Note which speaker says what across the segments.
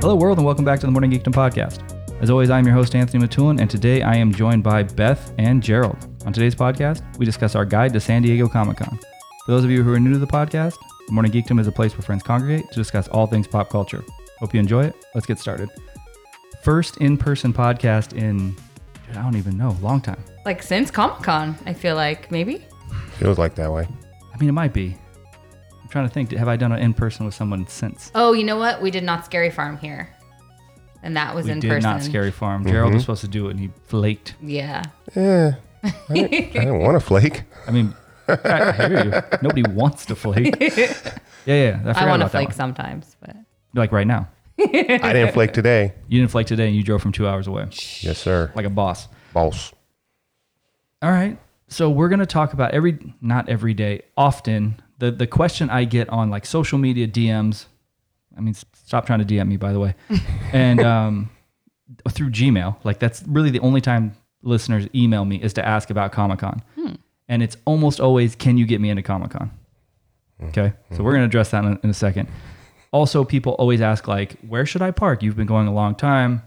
Speaker 1: Hello, world, and welcome back to the Morning Geekdom podcast. As always, I'm your host, Anthony Matulin, and today I am joined by Beth and Gerald. On today's podcast, we discuss our guide to San Diego Comic Con. For those of you who are new to the podcast, the Morning Geekdom is a place where friends congregate to discuss all things pop culture. Hope you enjoy it. Let's get started. First in person podcast in, dude, I don't even know, long time.
Speaker 2: like since Comic Con, I feel like maybe.
Speaker 3: Feels like that way.
Speaker 1: I mean, it might be. I'm trying to think, have I done an in person with someone since?
Speaker 2: Oh, you know what? We did not Scary Farm here, and that was
Speaker 1: We
Speaker 2: in
Speaker 1: did
Speaker 2: person.
Speaker 1: not Scary Farm. Gerald was supposed to do it and he flaked.
Speaker 2: Yeah,
Speaker 3: Yeah. Eh, I didn't, I didn't want to flake.
Speaker 1: I mean, I, I hear you. Nobody wants to flake. Yeah, yeah. I,
Speaker 2: I
Speaker 1: want to
Speaker 2: flake sometimes, but
Speaker 1: Like right now.
Speaker 3: I didn't flake today.
Speaker 1: You didn't flake today and you drove from two hours away
Speaker 3: Yes, sir.
Speaker 1: like a boss.
Speaker 3: Boss.
Speaker 1: All right. So we're going to talk about every, not every day, often the, the question I get on like social media DMs. I mean, s- stop trying to DM me, by the way. And um, through Gmail, like that's really the only time listeners email me is to ask about Comic Con. And it's almost always, can you get me into Comic Con? Okay. So we're going to address that in, in a second. Also, people always ask, like, where should I park? You've been going a long time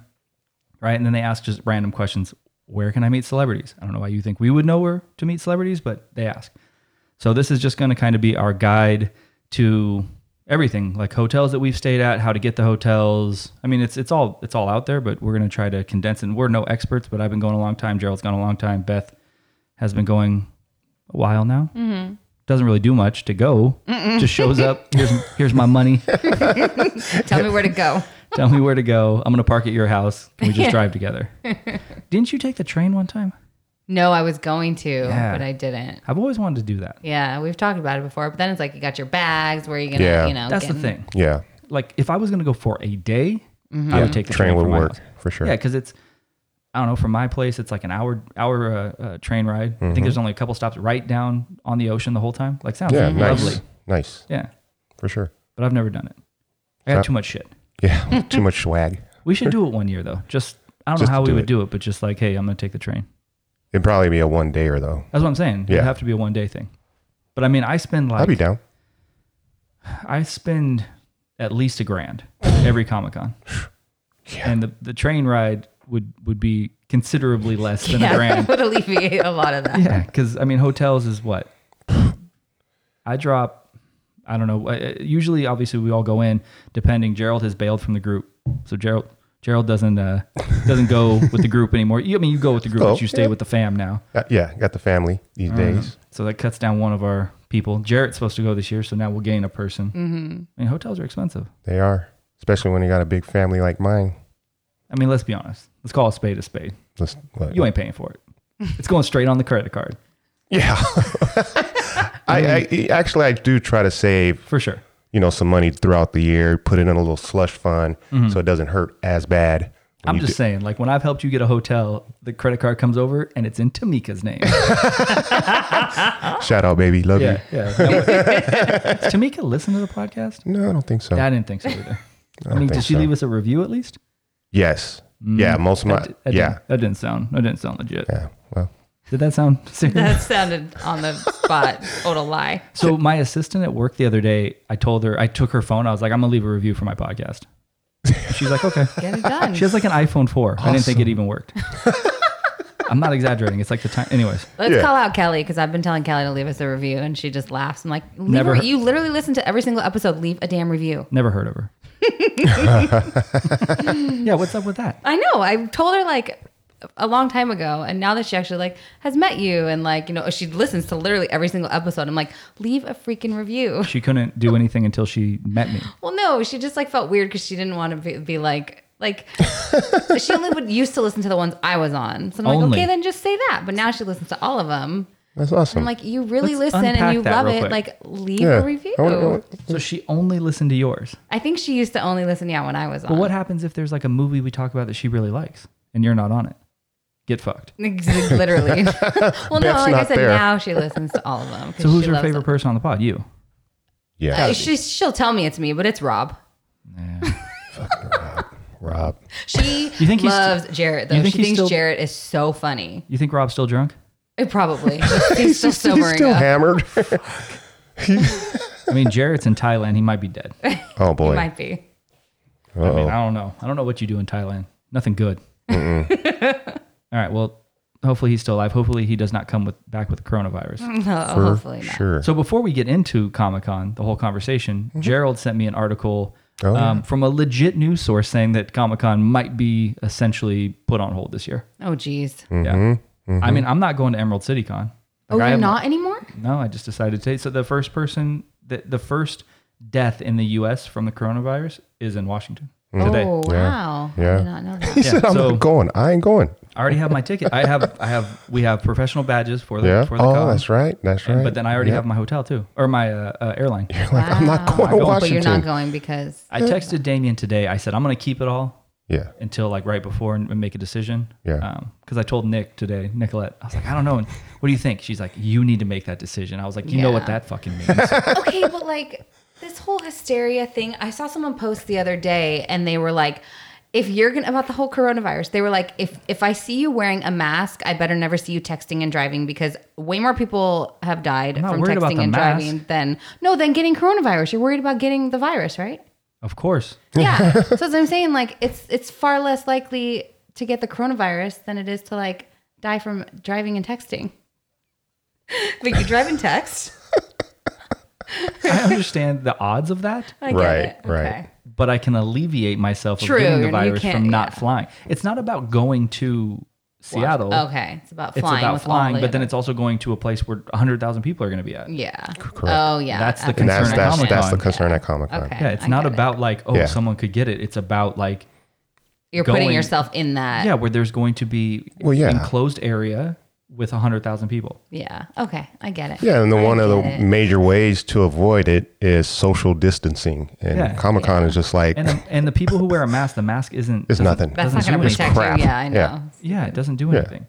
Speaker 1: right? And then they ask just random questions. Where can I meet celebrities? I don't know why you think we would know where to meet celebrities, but they ask. So this is just going to kind of be our guide to everything, like hotels that we've stayed at, how to get the hotels. I mean, it's it's all it's all out there, but we're going to try to condense. And we're no experts, but I've been going a long time. Gerald's gone a long time. Beth has been going a while now. Mm-hmm. Doesn't really do much to go. Just shows up. Here's here's my money.
Speaker 2: tell me where to go.
Speaker 1: Tell me where to go. I'm gonna park at your house. Can we just drive together? Didn't you take the train one time?
Speaker 2: No, I was going to,
Speaker 1: Yeah.
Speaker 2: but I didn't.
Speaker 1: I've always wanted to do that.
Speaker 2: Yeah, we've talked about it before, but then it's like you got your bags. Where are you gonna,
Speaker 3: Yeah.
Speaker 2: you know?
Speaker 1: That's the
Speaker 2: get in-
Speaker 1: thing.
Speaker 3: Yeah.
Speaker 1: Like if I was gonna go for a day, I would take the train,
Speaker 3: Train would
Speaker 1: from my
Speaker 3: work
Speaker 1: house.
Speaker 3: for sure.
Speaker 1: Yeah, because it's I don't know from my place it's like an hour hour uh, uh, train ride. I
Speaker 3: Mm-hmm.
Speaker 1: think there's only a couple stops right down on the ocean the whole time. Like sounds
Speaker 3: Yeah. Nice.
Speaker 1: lovely.
Speaker 3: Nice.
Speaker 1: Yeah,
Speaker 3: For sure.
Speaker 1: but I've never done it. I got
Speaker 3: Uh,
Speaker 1: too much shit.
Speaker 3: Yeah. Too much swag.
Speaker 1: We should do it one year though. Just I don't
Speaker 3: Just
Speaker 1: know how we
Speaker 3: do
Speaker 1: would
Speaker 3: it.
Speaker 1: do it, but just like hey, I'm gonna take the train.
Speaker 3: It'd probably be a one dayer though.
Speaker 1: That's what I'm saying. It'd
Speaker 3: Yeah.
Speaker 1: have to be a one day thing. But I mean, I spend like
Speaker 3: I'd be down.
Speaker 1: I spend at least a grand every Comic Con, and the, the train ride would would be considerably less than a
Speaker 2: Yeah, that
Speaker 1: grand.
Speaker 2: would alleviate a lot of that.
Speaker 1: Yeah, because I mean, hotels is what I drop. I don't know. uh, Usually, obviously, we all go in. Depending, Gerald has bailed from the group, so Gerald Gerald doesn't uh, doesn't go with the group anymore. You, I mean, you go with the group,
Speaker 3: Oh,
Speaker 1: but you stay
Speaker 3: yeah.
Speaker 1: with the fam now.
Speaker 3: Uh, yeah. Got the family
Speaker 1: Mm-hmm.
Speaker 3: these days.
Speaker 1: So that cuts down one of our people. Jarrett's supposed to go this year, so now we'll gain a person. Mm-hmm. I mean, hotels are expensive.
Speaker 3: They are. Especially when you got a big family like mine.
Speaker 1: I mean, let's be honest. Let's call a spade a spade.
Speaker 3: Let's, what?
Speaker 1: You ain't paying for it. It's going straight on the credit card
Speaker 3: Yeah. I, I
Speaker 1: Mm-hmm.
Speaker 3: actually I do try to save
Speaker 1: for sure.
Speaker 3: you know some money throughout the year, put it in a little slush fund so it doesn't hurt as bad. when
Speaker 1: Mm-hmm. I'm
Speaker 3: you
Speaker 1: just
Speaker 3: do-
Speaker 1: saying, like when I've helped you get a hotel, the credit card comes over and it's in Tamika's name.
Speaker 3: shout out, baby, love
Speaker 1: yeah, yeah. Does Tamika listen to the podcast?
Speaker 3: you. No, I don't think so.
Speaker 1: I didn't think so either. I,
Speaker 3: don't
Speaker 1: mean,
Speaker 3: think
Speaker 1: did she
Speaker 3: so.
Speaker 1: leave us a review at least?
Speaker 3: Yes. Yeah, most of my
Speaker 1: Mm. That- that
Speaker 3: yeah.
Speaker 1: didn't, that didn't sound. That didn't sound legit.
Speaker 3: Yeah. Well,
Speaker 1: Did that sound serious?
Speaker 2: That sounded on the spot. Total lie.
Speaker 1: So my assistant at work the other day, I told her I took her phone. I was like, I'm gonna leave a review for my podcast. She's like, okay.
Speaker 2: Get it done.
Speaker 1: She has like an iPhone 4. I didn't think it even worked. I'm not exaggerating. It's like the time. Anyways,
Speaker 2: Let's
Speaker 3: Yeah.
Speaker 2: call out Kelly because I've been telling Kelly to leave us a review, and she just laughs. I'm like, leave
Speaker 1: Never
Speaker 2: a-
Speaker 1: heard-
Speaker 2: you literally listen to every single episode. Leave a damn review.
Speaker 1: never heard of her. yeah, what's up with that?
Speaker 2: I know. I told her like a long time ago, and now that she actually like has met you, and like you know she listens to literally every single episode. I'm like, leave a freaking review.
Speaker 1: She couldn't do anything until she met me.
Speaker 2: Well, no, she just like felt weird because she didn't want to be, be like like she only would used to listen to the ones I was on. So I'm like,
Speaker 1: Only.
Speaker 2: okay, then just say that. But now she listens to all of them.
Speaker 3: that's awesome.
Speaker 2: I'm like, you really
Speaker 1: Let's
Speaker 2: listen and
Speaker 1: unpack
Speaker 2: you
Speaker 1: that
Speaker 2: love
Speaker 1: real
Speaker 2: it.
Speaker 1: quick.
Speaker 2: Like, leave
Speaker 3: yeah. Oh,
Speaker 2: a review.
Speaker 3: I wanna- I wanna-
Speaker 1: So she only listened to yours.
Speaker 2: I think she used to only listen, yeah, when I was on.
Speaker 1: But what happens if there's like a movie we talk about that she really likes and you're not on it? Get fucked.
Speaker 2: Literally. well, no,
Speaker 3: Beth's
Speaker 2: like I
Speaker 3: not
Speaker 2: said,
Speaker 3: there.
Speaker 2: now she listens to all of them. 'cause
Speaker 1: So who's
Speaker 2: she
Speaker 1: your
Speaker 2: loves
Speaker 1: favorite
Speaker 2: them.
Speaker 1: person on the pod? You.
Speaker 3: yeah.
Speaker 2: Uh, She, she'll tell me it's me, but it's Rob.
Speaker 3: Rob.
Speaker 2: She
Speaker 1: You think he's
Speaker 2: loves Jarrett, though.
Speaker 1: you think
Speaker 2: she
Speaker 1: he's
Speaker 2: thinks
Speaker 1: still-
Speaker 2: Jarrett is so funny.
Speaker 1: You think Rob's still drunk?
Speaker 2: It probably. He's still
Speaker 3: He's
Speaker 2: sobering
Speaker 3: still
Speaker 2: up.
Speaker 3: hammered.
Speaker 1: I mean, Jarrett's in Thailand. He might be dead.
Speaker 3: oh
Speaker 2: He
Speaker 3: boy.
Speaker 2: might be.
Speaker 1: I mean,
Speaker 3: Uh-oh.
Speaker 1: I don't know. I don't know what you do in Thailand. Nothing good. All right. Well, hopefully he's still alive. Hopefully he does not come with back with coronavirus.
Speaker 2: No,
Speaker 3: For
Speaker 2: Oh, hopefully not.
Speaker 3: sure.
Speaker 1: So before we get into Comic Con, the whole conversation, Gerald sent me an article
Speaker 3: Mm-hmm. Oh, yeah.
Speaker 1: um, from a legit news source saying that Comic Con might be essentially put on hold this year.
Speaker 2: Oh, geez.
Speaker 3: Mm-hmm.
Speaker 1: Yeah. I mean, I'm not going to Emerald City Con.
Speaker 2: Oh,
Speaker 1: I
Speaker 2: you're
Speaker 1: am-
Speaker 2: not anymore?
Speaker 1: No, I just decided to. So the first person, the, the first death in the U.S. from the coronavirus is in Washington today.
Speaker 2: Oh,
Speaker 3: Yeah.
Speaker 2: wow. I
Speaker 3: Yeah.
Speaker 2: did not know that.
Speaker 3: he said, "I'm
Speaker 1: so-
Speaker 3: not going. I ain't going."
Speaker 1: I already have my ticket. I have, I have, we have professional badges for the
Speaker 3: Yeah.
Speaker 1: for the
Speaker 3: Oh,
Speaker 1: con.
Speaker 3: that's right. That's right.
Speaker 1: And- But then I already
Speaker 3: Yeah.
Speaker 1: have my hotel too, or my uh, uh, airline.
Speaker 3: Like, I'm not
Speaker 2: Wow.
Speaker 3: going to
Speaker 2: Ah. But you're
Speaker 3: Washington.
Speaker 2: not going because
Speaker 1: I texted Damien today. I said I'm going to keep it all
Speaker 3: yeah.
Speaker 1: until like right before and, and make a decision.
Speaker 3: Yeah.
Speaker 1: Because I told Nick today, Nicolette, I was like, I don't know. And what do you think? She's like, you need to make that decision. I was like, you know what
Speaker 2: Yeah.
Speaker 1: that fucking means.
Speaker 2: okay, but like this whole hysteria thing, I saw someone post the other day and they were like, if you're gonna about the whole coronavirus, they were like, if if I see you wearing a mask, I better never see you texting and driving because way more people have died
Speaker 1: not
Speaker 2: from
Speaker 1: worried about
Speaker 2: texting
Speaker 1: the
Speaker 2: and
Speaker 1: mask.
Speaker 2: driving than no than getting coronavirus. You're worried about getting the virus, right?
Speaker 1: of course.
Speaker 2: Yeah. so as I'm saying, like it's it's far less likely to get the coronavirus than it is to like die from driving and texting. But you drive and text.
Speaker 1: I understand the odds of that,
Speaker 2: I get
Speaker 3: Right,
Speaker 2: it.
Speaker 3: right.
Speaker 1: but I can alleviate myself
Speaker 2: True,
Speaker 1: of getting the
Speaker 2: you
Speaker 1: virus
Speaker 2: can't-
Speaker 1: from not
Speaker 2: yeah.
Speaker 1: flying. It's not about going to Seattle.
Speaker 2: Okay, it's about
Speaker 1: It's
Speaker 2: flying.
Speaker 1: about
Speaker 2: with
Speaker 1: flying,
Speaker 2: all the
Speaker 1: but then
Speaker 2: other-
Speaker 1: it's also going to a place where 100,000 people are going to be at.
Speaker 2: yeah.
Speaker 3: Correct.
Speaker 2: Oh yeah,
Speaker 1: That's the
Speaker 2: after
Speaker 1: concern
Speaker 3: And that's
Speaker 1: at
Speaker 3: that's,
Speaker 1: Comic-Con.
Speaker 3: that's the concern at Comic Con.
Speaker 2: Okay.
Speaker 1: Yeah, it's
Speaker 2: I
Speaker 1: not
Speaker 2: get it.
Speaker 1: about like, oh,
Speaker 3: Yeah.
Speaker 1: someone could get it. It's about like,
Speaker 2: You're putting
Speaker 1: going-
Speaker 2: yourself in that.
Speaker 1: yeah, where there's going to be
Speaker 3: Well, yeah.
Speaker 1: enclosed area with 100,000 people.
Speaker 2: Yeah. Okay, I get it.
Speaker 3: Yeah, and the
Speaker 2: I
Speaker 3: one of the
Speaker 2: get it.
Speaker 3: major ways to avoid it is social distancing, and
Speaker 1: Yeah.
Speaker 3: Comic Con is just like
Speaker 1: And the, and the people who wear a mask, the mask isn't.
Speaker 3: It's
Speaker 1: doesn't-
Speaker 3: nothing.
Speaker 2: That's not
Speaker 1: doesn't
Speaker 2: going to
Speaker 1: do anything.
Speaker 2: protect
Speaker 3: crap.
Speaker 2: you. Yeah, I know.
Speaker 3: Yeah.
Speaker 1: Yeah, it doesn't do anything.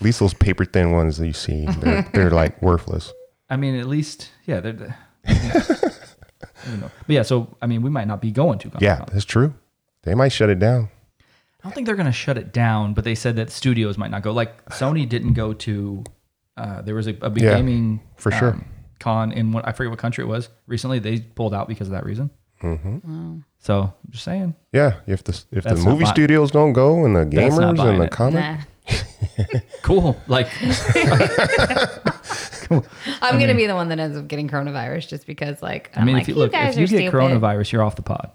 Speaker 3: at least those paper thin ones that you see. They're, they're like worthless.
Speaker 1: I mean, at least, yeah. They're, they're, I don't know. But yeah, so, I mean, we might not be going to Comic
Speaker 3: Yeah, that's true. They might shut it down.
Speaker 1: I don't think they're going to shut it down, but they said that studios might not go. Like Sony didn't go to. Uh, there was a, a big
Speaker 3: Yeah,
Speaker 1: gaming um,
Speaker 3: for sure.
Speaker 1: con in what I forget what country it was recently. They pulled out because of that reason.
Speaker 3: Mm-hmm.
Speaker 1: So I'm just saying,
Speaker 3: Yeah, if the if
Speaker 1: That's
Speaker 3: the
Speaker 1: not
Speaker 3: movie
Speaker 1: buy-
Speaker 3: studios don't go and the
Speaker 1: That's not
Speaker 3: gamers
Speaker 1: buying
Speaker 3: and the
Speaker 1: it.
Speaker 3: comic,
Speaker 2: Nah.
Speaker 1: cool. Like
Speaker 2: I'm going to be the one that ends up getting coronavirus just because, like, I'm
Speaker 1: I mean,
Speaker 2: like,
Speaker 1: if you
Speaker 2: you
Speaker 1: look,
Speaker 2: guys
Speaker 1: if you
Speaker 2: are
Speaker 1: get
Speaker 2: stupid.
Speaker 1: coronavirus, you're off the pod.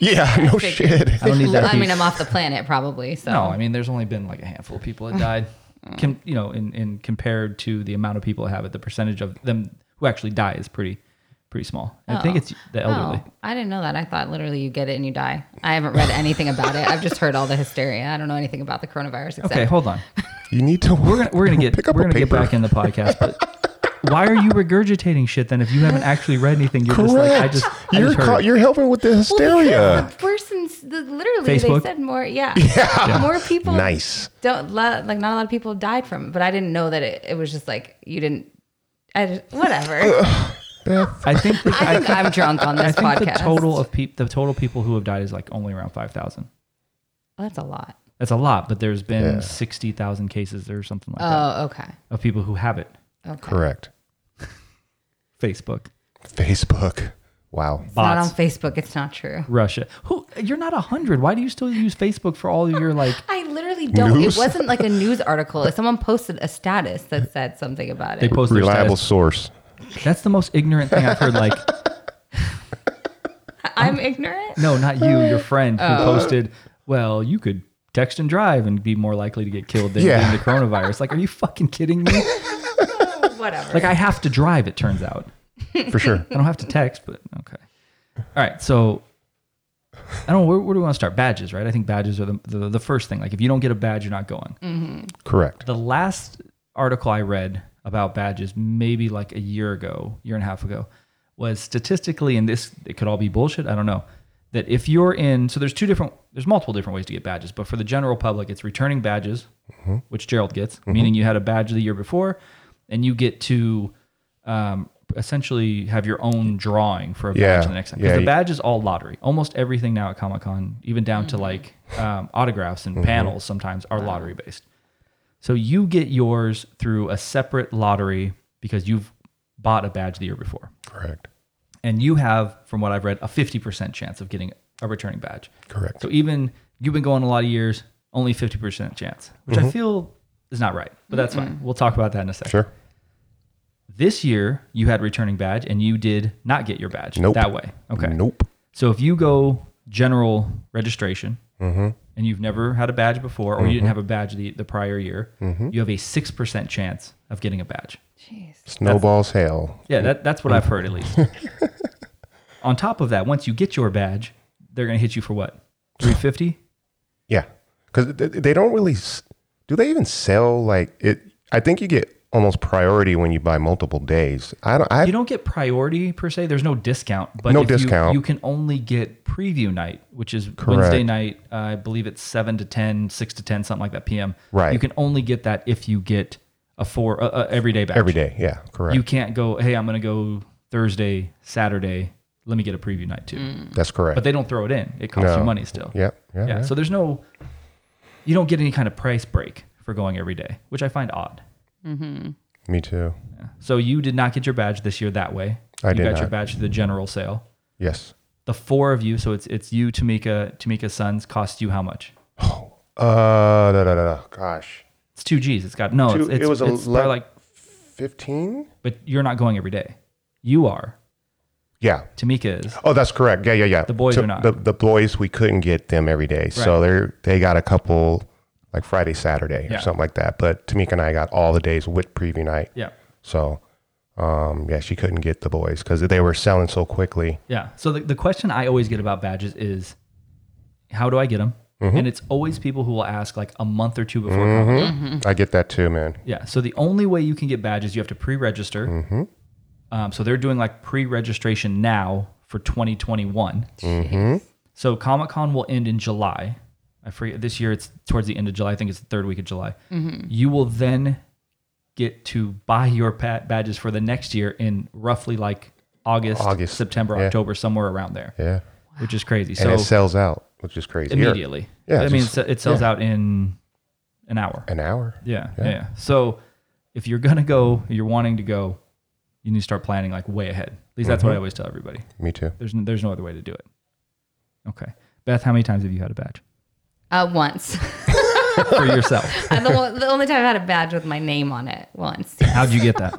Speaker 3: yeah, no shit.
Speaker 1: I don't need that.
Speaker 2: I
Speaker 1: piece.
Speaker 2: mean, I'm off the planet probably. So
Speaker 1: no, I mean, there's only been like a handful of people that died.
Speaker 2: Mm.
Speaker 1: Com- you know, in, in compared to the amount of people that have it, the percentage of them who actually die is pretty pretty small. I think
Speaker 2: Oh.
Speaker 1: it's the elderly.
Speaker 2: Oh, I didn't know that. I thought literally you get it and you die. I haven't read anything about it. I've just heard all the hysteria. I don't know anything about the coronavirus except
Speaker 1: Okay, hold on.
Speaker 3: You need to.
Speaker 1: We're gonna we're gonna get
Speaker 3: Pick up
Speaker 1: we're
Speaker 3: a
Speaker 1: gonna get
Speaker 3: paper.
Speaker 1: back in the podcast, but why are you regurgitating shit then if you haven't actually read anything? You're just like I
Speaker 3: Correct.
Speaker 1: just I
Speaker 3: you're
Speaker 1: just heard.
Speaker 3: ca- you're helping with the
Speaker 2: Well,
Speaker 3: hysteria. Uh,
Speaker 2: because the person's the, literally
Speaker 1: Facebook?
Speaker 2: they said more. Yeah, more people.
Speaker 3: Nice.
Speaker 2: Don't lo- like not a lot of people died from. it, But I didn't know that it, it was just like you didn't. I just, whatever.
Speaker 3: Beth,
Speaker 1: I think the,
Speaker 2: I think I'm drunk on
Speaker 1: I
Speaker 2: this
Speaker 1: think
Speaker 2: podcast.
Speaker 1: the total of peop the total people who have died is like only around five thousand.
Speaker 2: Oh, That's a lot.
Speaker 1: That's a lot, but there's been
Speaker 3: Yeah.
Speaker 1: sixty thousand cases or something like that
Speaker 2: Oh, okay.
Speaker 1: of people who have it.
Speaker 2: Okay.
Speaker 3: correct.
Speaker 1: Facebook,
Speaker 3: Facebook. Wow.
Speaker 2: It's not on
Speaker 1: bots,
Speaker 2: Facebook. It's not true.
Speaker 1: Russia. Who you're not a hundred? Why do you still use Facebook for all of your like?
Speaker 2: I literally don't.
Speaker 3: News?
Speaker 2: It wasn't like a news article. Someone posted a status that said something about
Speaker 1: They
Speaker 2: it.
Speaker 1: post their
Speaker 3: Reliable
Speaker 1: status.
Speaker 3: source.
Speaker 1: That's the most ignorant thing I've heard. Like
Speaker 2: I'm ignorant.
Speaker 1: No, not you, your friend who posted, well, you could text and drive and be more likely to get killed than
Speaker 3: Yeah.
Speaker 1: getting the coronavirus. Like, are you fucking kidding me?
Speaker 2: Whatever.
Speaker 1: like, I have to drive, it turns out.
Speaker 3: For sure.
Speaker 1: I don't have to text, but okay. All right. So, I don't know. Where, where do we want to start? Badges, right? I think badges are the, the, the first thing. Like, if you don't get a badge, you're not going.
Speaker 3: Correct.
Speaker 1: The last article I read about badges, maybe like a year ago, year and a half ago, was statistically, and this it could all be bullshit. I don't know. That if you're in, so there's two different, there's multiple different ways to get badges, but for the general public, it's returning badges, which Gerald gets, meaning you had a badge the year before, and you get to um, essentially have your own drawing for a badge
Speaker 3: Yeah.
Speaker 1: the next time.
Speaker 3: Yeah,
Speaker 1: Because the
Speaker 3: you-
Speaker 1: badge is all lottery. Almost everything now at Comic Con, even down to like um, autographs
Speaker 3: Mm-hmm.
Speaker 1: and panels, sometimes are lottery based. So you get yours through a separate lottery because you've bought a badge the year before.
Speaker 3: Correct.
Speaker 1: And you have, from what I've read, a 50% chance of getting a returning badge.
Speaker 3: Correct.
Speaker 1: So even you've been going a lot of years, only 50% chance, which
Speaker 3: Mm-hmm.
Speaker 1: I feel is not right, but that's fine. We'll talk about that in a second.
Speaker 3: Sure.
Speaker 1: This year, you had returning badge and you did not get your badge
Speaker 3: Nope.
Speaker 1: that way. Okay.
Speaker 3: Nope.
Speaker 1: So if you go general registration
Speaker 3: Mm-hmm.
Speaker 1: and you've never had a badge before, or you didn't have a badge the, the prior year,
Speaker 3: Mm-hmm.
Speaker 1: you have a 6% chance of getting a badge.
Speaker 2: Jeez.
Speaker 3: Snowball's hell.
Speaker 1: Yeah, that, that's what I've heard at least. On top of that, once you get your badge, they're going to hit you for what? 350?
Speaker 3: Yeah. Because they don't really, s- do they even sell like it? I think you get almost priority when you buy multiple days. I don't, I,
Speaker 1: You don't get priority per se. There's no discount, but
Speaker 3: No
Speaker 1: if you-
Speaker 3: discount.
Speaker 1: You, can only get preview night, which is Wednesday night. I believe it's seven to 10, 6 to ten, something like that p.m.
Speaker 3: Right.
Speaker 1: You can only get that if you get a four uh, uh, everyday badge.
Speaker 3: every day. Yeah. Correct.
Speaker 1: You can't go. Hey, I'm going to go Thursday, Saturday. Let me get a preview night too.
Speaker 3: That's correct.
Speaker 1: But they don't throw it in. It costs you
Speaker 3: No.
Speaker 1: money still.
Speaker 3: yeah.
Speaker 1: Yeah.
Speaker 3: Yeah. yeah.
Speaker 1: So there's no, you don't get any kind of price break for going every day, which I find odd.
Speaker 3: Me too.
Speaker 1: So you did not get your badge this year that way.
Speaker 3: I
Speaker 1: you
Speaker 3: did
Speaker 1: got
Speaker 3: not.
Speaker 1: your badge through the general sale.
Speaker 3: Yes.
Speaker 1: The four of you, so it's it's you, Tamika, Tamika's sons, cost you how much?
Speaker 3: Uh, da, da, da, da. gosh.
Speaker 1: It's two G's. It's got no.
Speaker 3: Two-
Speaker 1: Oh, it's, it's,
Speaker 3: it was
Speaker 1: it's probably
Speaker 3: ele-
Speaker 1: like,
Speaker 3: 15?
Speaker 1: but you're not going every day. You are.
Speaker 3: Yeah.
Speaker 1: Tamika is.
Speaker 3: Oh, that's correct. Yeah, yeah, yeah. The
Speaker 1: boys are not.
Speaker 3: The, the boys, we couldn't get them every day. So they're, they got a couple like Friday, Saturday or
Speaker 1: Yeah.
Speaker 3: something like that. But Tamika and I got all the days with preview night.
Speaker 1: Yeah.
Speaker 3: So, um, yeah, she couldn't get the boys because they were selling so quickly.
Speaker 1: Yeah. So the, the question I always get about badges is how do I get them? And it's always people who will ask like a month or two before college.
Speaker 3: I get that too, man.
Speaker 1: Yeah. So the only way you can get badges, you have to pre-register.
Speaker 3: Mm-hmm.
Speaker 1: Um, so they're doing like pre-registration now for 2021.
Speaker 3: Mm-hmm.
Speaker 1: So Comic Con will end in July. I forget this year. It's towards the end of July. I think it's the third week of July. You will then get to buy your pat- badges for the next year in roughly like August,
Speaker 3: August,
Speaker 1: September,
Speaker 3: yeah.
Speaker 1: October, somewhere around there,
Speaker 3: Yeah.
Speaker 1: which is crazy.
Speaker 3: And
Speaker 1: So
Speaker 3: it sells out, which is crazy. Here,
Speaker 1: immediately,
Speaker 3: Yeah,
Speaker 1: I mean,
Speaker 3: just-
Speaker 1: it sells out in an hour.
Speaker 3: An hour.
Speaker 1: Yeah, yeah. yeah. So if you're gonna go, you're wanting to go, you need to start planning like way ahead. At least that's what I always tell everybody.
Speaker 3: Me too.
Speaker 1: There's no, there's no other way to do it. Okay, Beth, how many times have you had a badge
Speaker 2: Uh, once.
Speaker 1: for yourself?
Speaker 2: Uh, the, one- the only time I had a badge with my name on it once.
Speaker 1: How'd you get that?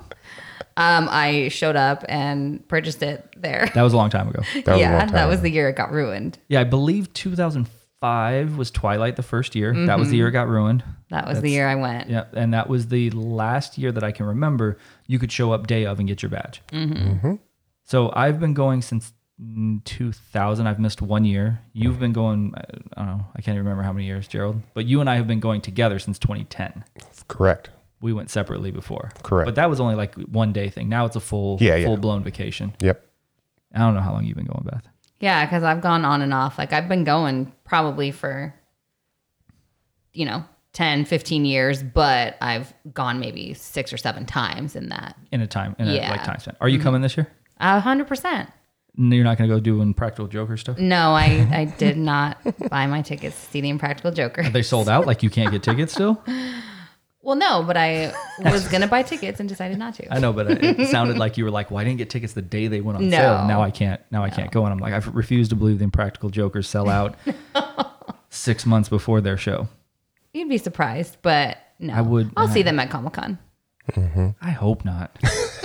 Speaker 2: Um, I showed up and purchased it there.
Speaker 1: That was a long time ago.
Speaker 3: That was a
Speaker 2: yeah,
Speaker 3: long
Speaker 2: that
Speaker 3: time
Speaker 2: was the year it got ruined.
Speaker 1: Yeah, I believe 2005 was Twilight the first year. That was the year it got ruined.
Speaker 2: That was the year I went.
Speaker 1: Yeah, and that was the last year that I can remember you could show up day of and get your badge. Mm-hmm. So I've been going since mm, 2000. I've missed one year. You've been going, I don't know, I can't even remember how many years, Gerald, but you and I have been going together since 2010.
Speaker 3: Correct.
Speaker 1: We went separately before.
Speaker 3: Correct.
Speaker 1: But that was only like one day thing. Now it's a full,
Speaker 3: Yeah, yeah.
Speaker 1: full blown vacation.
Speaker 3: Yep.
Speaker 1: I don't know how long you've been going, Beth.
Speaker 2: Yeah, because I've gone on and off. Like I've been going probably for, you know, 10, 15 years, but I've gone maybe six or seven times in that.
Speaker 1: In a time, in a
Speaker 2: Yeah.
Speaker 1: like time span. Are you coming this year?
Speaker 2: A hundred percent.
Speaker 1: No, you're not going to go doing practical joker stuff?
Speaker 2: No, I, I did not buy my tickets to see the Impractical Joker.
Speaker 1: They sold out. Like you can't get tickets still.
Speaker 2: Well, no, but I was gonna buy tickets and decided not to.
Speaker 1: I know, but it sounded like you were like, "Well, I didn't get tickets the day they went on
Speaker 2: No.
Speaker 1: sale. and Now I can't. Now I can't go." And I'm like, I refuse to believe the Impractical Jokers sell out six months before their show.
Speaker 2: You'd be surprised, but no,
Speaker 1: I would-
Speaker 2: I'll see them at Comic Con.
Speaker 1: I hope not.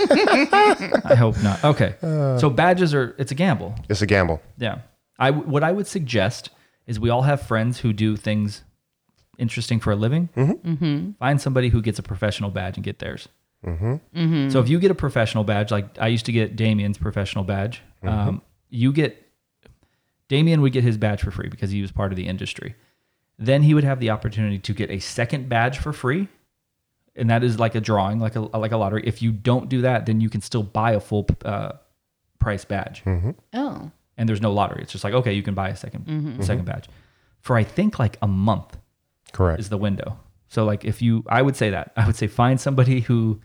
Speaker 1: I hope not. Okay, so badges are it's a gamble.
Speaker 3: It's a gamble.
Speaker 1: Yeah, I w- what I would suggest is we all have friends who do things interesting for a living. Find somebody who gets a professional badge and get theirs. So if you get a professional badge, like I used to get Damien's professional badge, um, you get Damien would get his badge for free because he was part of the industry. Then he would have the opportunity to get a second badge for free, and that is like a drawing, like a like a lottery. If you don't do that, then you can still buy a full uh, price badge
Speaker 2: Oh,
Speaker 1: and there's no lottery. It's just like okay, you can buy a 2nd second badge for I think like a month
Speaker 3: Correct.
Speaker 1: is the window. So like if you, I would say that I would say find somebody who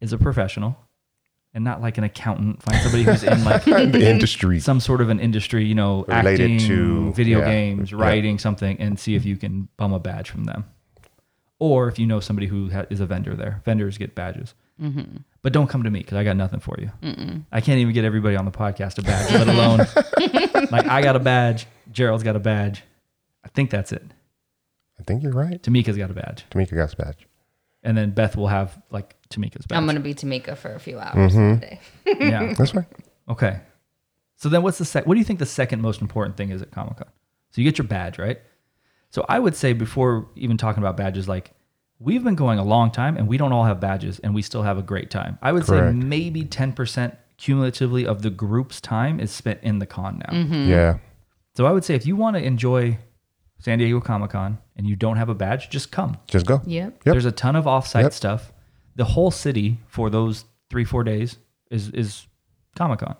Speaker 1: is a professional and not like an accountant. Find somebody who's in like
Speaker 3: the industry.
Speaker 1: some sort of an industry, you know,
Speaker 3: Related
Speaker 1: acting,
Speaker 3: to-
Speaker 1: video
Speaker 3: yeah,
Speaker 1: games,
Speaker 3: yeah. Mm-hmm.
Speaker 1: writing something, and see if you can bum a badge from them. Or if you know somebody who ha- is a vendor there, vendors get badges.
Speaker 2: Mm-hmm.
Speaker 1: But don't come to me because I got nothing for you. I can't even get everybody on the podcast a badge, let alone like I got a badge. Gerald's got a badge. I think that's it.
Speaker 3: I think you're right.
Speaker 1: Tamika's got a badge,
Speaker 3: Tamika got badge.
Speaker 1: and then Beth will have like Tamika's badge.
Speaker 2: I'm gonna be Tamika for a few hours today.
Speaker 1: yeah.
Speaker 3: That's right.
Speaker 1: Okay. So then, what's the sec- what do you think the second most important thing is at Comic Con? So you get your badge, right? So I would say before even talking about badges, like we've been going a long time and we don't all have badges and we still have a great time. I would
Speaker 3: Correct.
Speaker 1: say maybe ten percent cumulatively of the group's time is spent in the con now.
Speaker 3: Mm-hmm. Yeah.
Speaker 1: So I would say if you want to enjoy San Diego Comic Con and you don't have a badge, just come.
Speaker 3: Just go.
Speaker 2: Yep.
Speaker 3: Yep.
Speaker 1: There's a ton of offsite
Speaker 3: Yep.
Speaker 1: stuff. The whole city for those three four days is is Comic Con.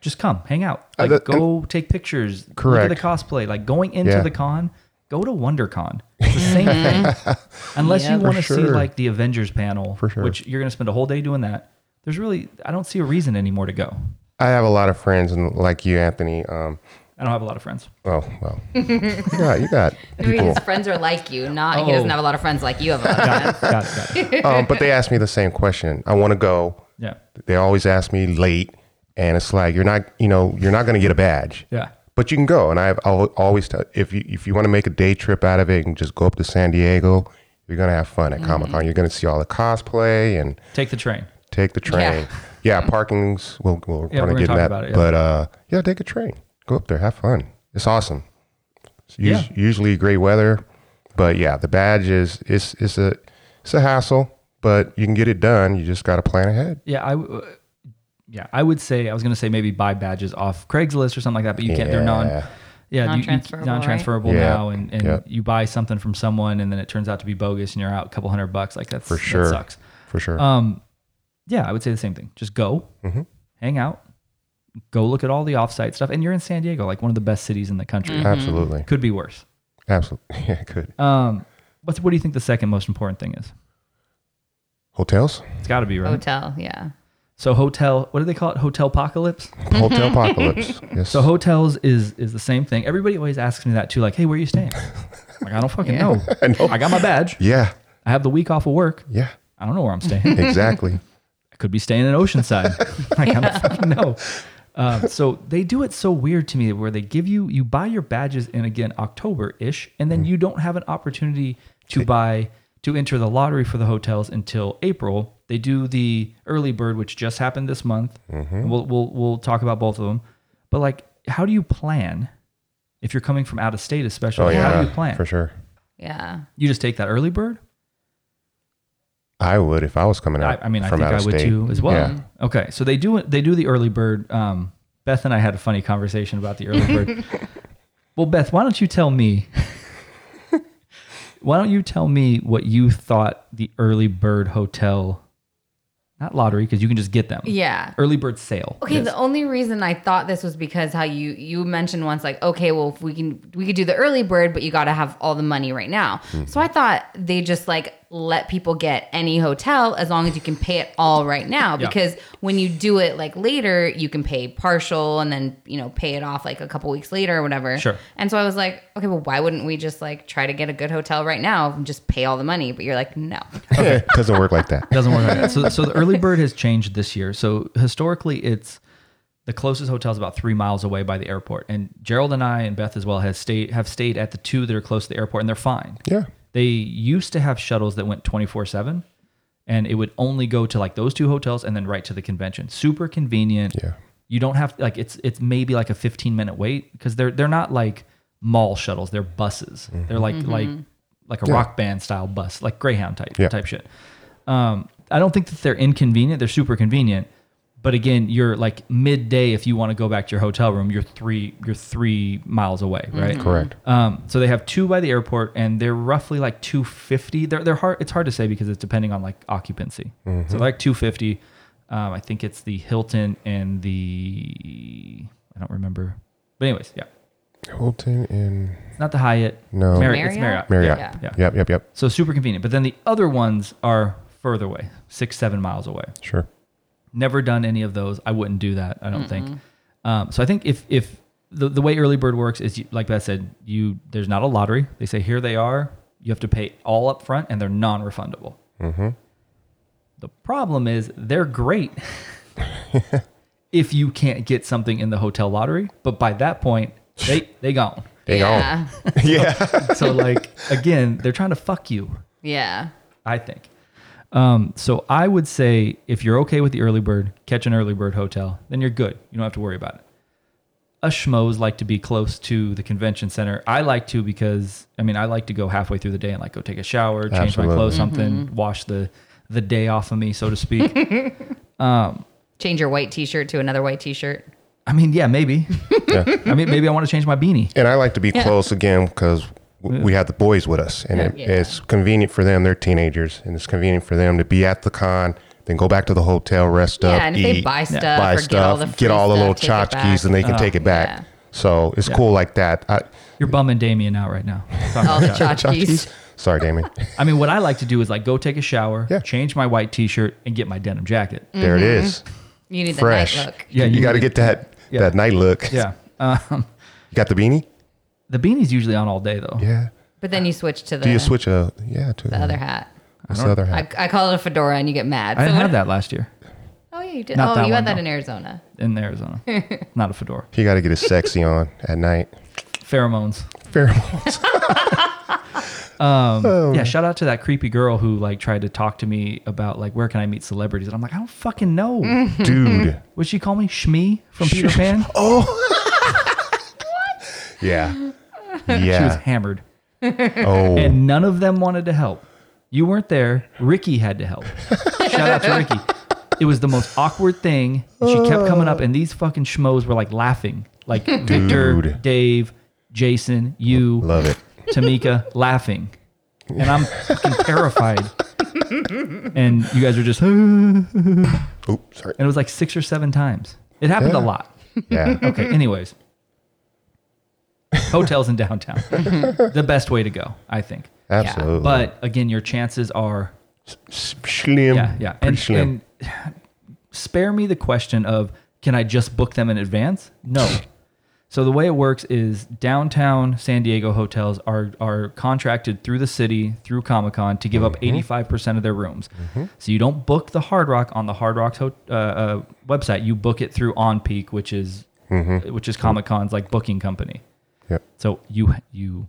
Speaker 1: Just come, hang out,
Speaker 3: Uh,
Speaker 1: like
Speaker 3: that-
Speaker 1: go take pictures. Look at
Speaker 3: Correct.
Speaker 1: the cosplay. Like going into
Speaker 3: Yeah.
Speaker 1: the con, go to WonderCon. It's the same thing. Unless
Speaker 2: Yeah.
Speaker 1: you
Speaker 2: For
Speaker 1: want to see
Speaker 3: sure.
Speaker 1: like the Avengers panel,
Speaker 3: For sure.
Speaker 1: which you're going to spend a whole day doing that. There's really I don't see a reason anymore to go.
Speaker 3: I have a lot of friends, and like you, Anthony. Um,
Speaker 1: I don't have a lot of friends.
Speaker 3: oh well, you got, you got
Speaker 2: Maybe
Speaker 3: people.
Speaker 2: his friends are like you. Not he
Speaker 1: Oh.
Speaker 2: doesn't have a lot of friends like you have. A lot of friends.
Speaker 1: Got it, got it.
Speaker 3: Um, but they asked me the same question. I want to go.
Speaker 1: Yeah.
Speaker 3: They always ask me late, and it's like you're not, you know, you're not going to get a badge.
Speaker 1: Yeah.
Speaker 3: But you can go, and I've al- always tell if you if you want to make a day trip out of it and just go up to San Diego, you're gonna have fun at Comic Con. You're gonna see all the cosplay and
Speaker 1: Take the train.
Speaker 3: take the train. Yeah, parking's we'll we'll
Speaker 1: Yeah,
Speaker 3: probably
Speaker 1: we're gonna
Speaker 3: get
Speaker 1: talk
Speaker 3: that.
Speaker 1: about it, yeah.
Speaker 3: But uh, yeah, take a train. Go up there, have fun. It's awesome. It's us-
Speaker 1: Yeah.
Speaker 3: usually great weather, but yeah, the badge is it's it's a it's a hassle, but you can get it done. You just got to plan ahead.
Speaker 1: Yeah, I w- uh, yeah, I would say I was going to say maybe buy badges off Craigslist or something like that, but you can't. They're non
Speaker 3: Yeah.
Speaker 1: yeah you- you-
Speaker 2: Non-transferable, right?
Speaker 1: non-transferable
Speaker 3: Yeah.
Speaker 1: now, and, and
Speaker 3: Yeah.
Speaker 1: you buy something from someone and then it turns out to be bogus and you're out a couple hundred bucks. Like that's for
Speaker 3: sure.
Speaker 1: that sucks.
Speaker 3: for sure.
Speaker 1: Um, yeah, I would say the same thing. Just go, hang out, go look at all the offsite stuff, and you're in San Diego, like one of the best cities in the country.
Speaker 2: Mm-hmm.
Speaker 3: Absolutely,
Speaker 1: Could be worse.
Speaker 3: absolutely. Yeah, good
Speaker 1: Um, what's what do you think the second most important thing is?
Speaker 3: hotels,
Speaker 1: It's got to be right.
Speaker 2: Hotel. Yeah.
Speaker 1: so hotel, what do they call it? Hotel apocalypse.
Speaker 3: hotel apocalypse. Yes.
Speaker 1: So hotels is is the same thing. Everybody always asks me that too, like, hey, where are you staying? I'm like, I don't fucking know.
Speaker 3: I know.
Speaker 1: I got my badge.
Speaker 3: Yeah,
Speaker 1: I have the week off of work.
Speaker 3: yeah,
Speaker 1: I don't know where I'm staying.
Speaker 3: exactly.
Speaker 1: I could be staying in Oceanside. like, I don't fucking know. Uh, so they do it so weird to me where they give you you buy your badges in again October ish, and
Speaker 3: Mm-hmm.
Speaker 1: then you don't have an opportunity to buy to enter the lottery for the hotels until April. They do the early bird, which just happened this month.
Speaker 3: Mm-hmm.
Speaker 1: And We'll, we'll we'll talk about both of them, but like, how do you plan if you're coming from out of state, especially?
Speaker 3: Oh
Speaker 1: how
Speaker 3: yeah,
Speaker 1: do you plan?
Speaker 3: for sure.
Speaker 2: Yeah.
Speaker 1: You just take that early bird.
Speaker 3: I would if I was coming
Speaker 1: I,
Speaker 3: out.
Speaker 1: I mean, I
Speaker 3: from
Speaker 1: think
Speaker 3: out
Speaker 1: I
Speaker 3: of
Speaker 1: would
Speaker 3: state.
Speaker 1: too as well.
Speaker 3: Yeah.
Speaker 1: Okay, so they do they do the early bird. Um, Beth and I had a funny conversation about the early bird. well, Beth, why don't you tell me? why don't you tell me what you thought the early bird hotel, not lottery, because you can just get them.
Speaker 2: Yeah.
Speaker 1: Early bird sale.
Speaker 2: Okay,
Speaker 1: is.
Speaker 2: the only reason I thought this was because how you you mentioned once like okay, well if we can we could do the early bird, but you got to have all the money right now. So I
Speaker 1: Mm-hmm.
Speaker 2: thought they just like let people get any hotel as long as you can pay it all right now
Speaker 1: Yeah.
Speaker 2: because when you do it like later, you can pay partial and then, you know, pay it off like a couple weeks later or whatever.
Speaker 1: Sure.
Speaker 2: And so I was like, okay, well why wouldn't we just like try to get a good hotel right now and just pay all the money? But you're like, no.
Speaker 3: Doesn't work like that.
Speaker 1: Doesn't work like that. So, so the early bird has changed this year. So historically, it's the closest hotel is about three miles away by the airport. And Gerald and I and Beth as well has stayed have stayed at the two that are close to the airport, and they're fine.
Speaker 3: Yeah.
Speaker 1: They used to have shuttles that went twenty four seven, and it would only go to like those two hotels and then right to the convention. Super convenient.
Speaker 3: Yeah.
Speaker 1: You don't have like it's it's maybe like a fifteen minute wait because they're they're not like mall shuttles. They're buses.
Speaker 3: Mm-hmm.
Speaker 1: They're like like like a rock band style bus, like Greyhound type
Speaker 3: Yeah.
Speaker 1: type shit. Um, I don't think that they're inconvenient. They're super convenient. But again, you're like midday if you want to go back to your hotel room. You're three you're three miles away, right?
Speaker 3: Correct.
Speaker 1: Um, so they have two by the airport, and they're roughly like 250. They're they're hard. It's hard to say because it's depending on like occupancy. So
Speaker 3: Mm-hmm.
Speaker 1: they're like 250. Um, I think it's the Hilton and the I don't remember. But anyways, yeah,
Speaker 3: Hilton and
Speaker 1: it's not the Hyatt.
Speaker 3: No.
Speaker 1: Mm-hmm. Marriott. It's Marriott.
Speaker 3: Marriott.
Speaker 2: Yeah.
Speaker 1: Yeah.
Speaker 3: Yep, yep, yep.
Speaker 1: So super convenient. But then the other ones are further away, six seven miles away.
Speaker 3: Sure.
Speaker 1: Never done any of those. I wouldn't do that. I don't think. Um, so I think if if the, the way early bird works is you, like Beth said, you there's not a lottery. They say here they are. You have to pay all up front, and they're non-refundable. The problem is they're great if you can't get something in the hotel lottery, but by that point, they they gone.
Speaker 3: They
Speaker 2: yeah.
Speaker 1: So like again, they're trying to fuck you,
Speaker 2: Yeah.
Speaker 1: I think. Um, so I would say if you're okay with the early bird, catch an early bird hotel, then you're good. You don't have to worry about it. Us schmoes like to be close to the convention center. I like to because I mean I like to go halfway through the day and like go take a shower, change my
Speaker 3: Absolutely.
Speaker 1: clothes, something, wash the the day off of me, so to speak.
Speaker 2: Change your white T-shirt to another white T-shirt.
Speaker 1: I mean, yeah, maybe.
Speaker 3: Yeah.
Speaker 1: I mean, maybe I want to change my beanie.
Speaker 3: And I like to be close again because we have the boys with us, and it,
Speaker 2: Yeah.
Speaker 3: it's convenient for them. They're teenagers, and it's convenient for them to be at the con, then go back to the hotel, rest up,
Speaker 2: yeah, and if they
Speaker 3: eat,
Speaker 2: buy stuff,
Speaker 3: buy
Speaker 2: or get all the
Speaker 3: stuff,
Speaker 2: free
Speaker 3: get all the
Speaker 2: stuff,
Speaker 3: little
Speaker 2: take it
Speaker 3: tchotchkes,
Speaker 2: back. Uh-huh.
Speaker 3: and they can take it back.
Speaker 2: yeah.
Speaker 3: So it's cool like that. I,
Speaker 1: You're bumming Damien out right now. Talking
Speaker 2: all
Speaker 1: about
Speaker 2: the
Speaker 1: that.
Speaker 2: tchotchkes.
Speaker 3: sorry, Damon.
Speaker 1: I mean, what I like to do is like go take a shower,
Speaker 3: Yeah.
Speaker 1: change my white t-shirt, and get my denim jacket.
Speaker 3: there it
Speaker 2: You
Speaker 3: is,
Speaker 2: need Mm-hmm. the
Speaker 3: fresh.
Speaker 2: night look.
Speaker 1: Yeah,
Speaker 3: you,
Speaker 1: you
Speaker 3: got to
Speaker 1: need-
Speaker 3: get that
Speaker 1: yeah.
Speaker 3: that night look.
Speaker 1: Yeah. Um,
Speaker 3: you got the beanie.
Speaker 1: the beanie's usually on all day though.
Speaker 3: Yeah.
Speaker 2: But then you switch to the,
Speaker 3: Do you switch a yeah to
Speaker 2: the other hat.
Speaker 3: What's the other
Speaker 2: I,
Speaker 3: hat?
Speaker 2: I call it a fedora, and you get mad.
Speaker 1: I
Speaker 2: So
Speaker 1: didn't
Speaker 2: what-
Speaker 1: have that last year
Speaker 2: Oh yeah, you did.
Speaker 1: Not
Speaker 2: oh,
Speaker 1: that
Speaker 2: you
Speaker 1: one,
Speaker 2: had that
Speaker 1: no.
Speaker 2: in Arizona.
Speaker 1: in Arizona. Not a fedora.
Speaker 3: you got to get his sexy on at night.
Speaker 1: Pheromones.
Speaker 3: Pheromones.
Speaker 1: Um,
Speaker 3: Oh,
Speaker 1: Yeah, shout out to that creepy girl who like tried to talk to me about like where can I meet celebrities, and I'm like, I don't fucking
Speaker 3: Mm.
Speaker 1: know.
Speaker 3: dude.
Speaker 1: Would she call me Shmi from Peter Pan?
Speaker 3: Oh. Yeah.
Speaker 1: Oh. She was
Speaker 3: Yeah.
Speaker 1: hammered.
Speaker 3: oh.
Speaker 1: and none of them wanted to help. You weren't there. Ricky had to help. Shout out to Ricky. It was the most awkward thing. And she kept coming up, and these fucking schmoes were like laughing. Like Victor,
Speaker 3: Dude.
Speaker 1: Dave, Jason, you,
Speaker 3: Love it.
Speaker 1: Tamika, laughing. And I'm fucking terrified. and you guys were just, and
Speaker 3: Oops, sorry.
Speaker 1: it was like six or seven times. It happened a
Speaker 3: Yeah.
Speaker 1: lot.
Speaker 3: Yeah.
Speaker 1: Okay, anyways. Hotels in downtown. the best way to go, I think.
Speaker 3: Absolutely.
Speaker 1: But again, your chances are
Speaker 3: S- slim.
Speaker 1: yeah, yeah.
Speaker 3: Pretty
Speaker 1: And,
Speaker 3: slim.
Speaker 1: and spare me the question of can I just book them in advance? No. so the way it works is downtown San Diego hotels are are contracted through the city through Comic Con to give
Speaker 3: Mm-hmm.
Speaker 1: up eighty five percent of their rooms. So you don't book the Hard Rock on the Hard Rock's ho- uh, uh, website. You book it through On Peak, which is
Speaker 3: Mm-hmm.
Speaker 1: which is Comic Con's like booking company.
Speaker 3: Yep.
Speaker 1: So you you,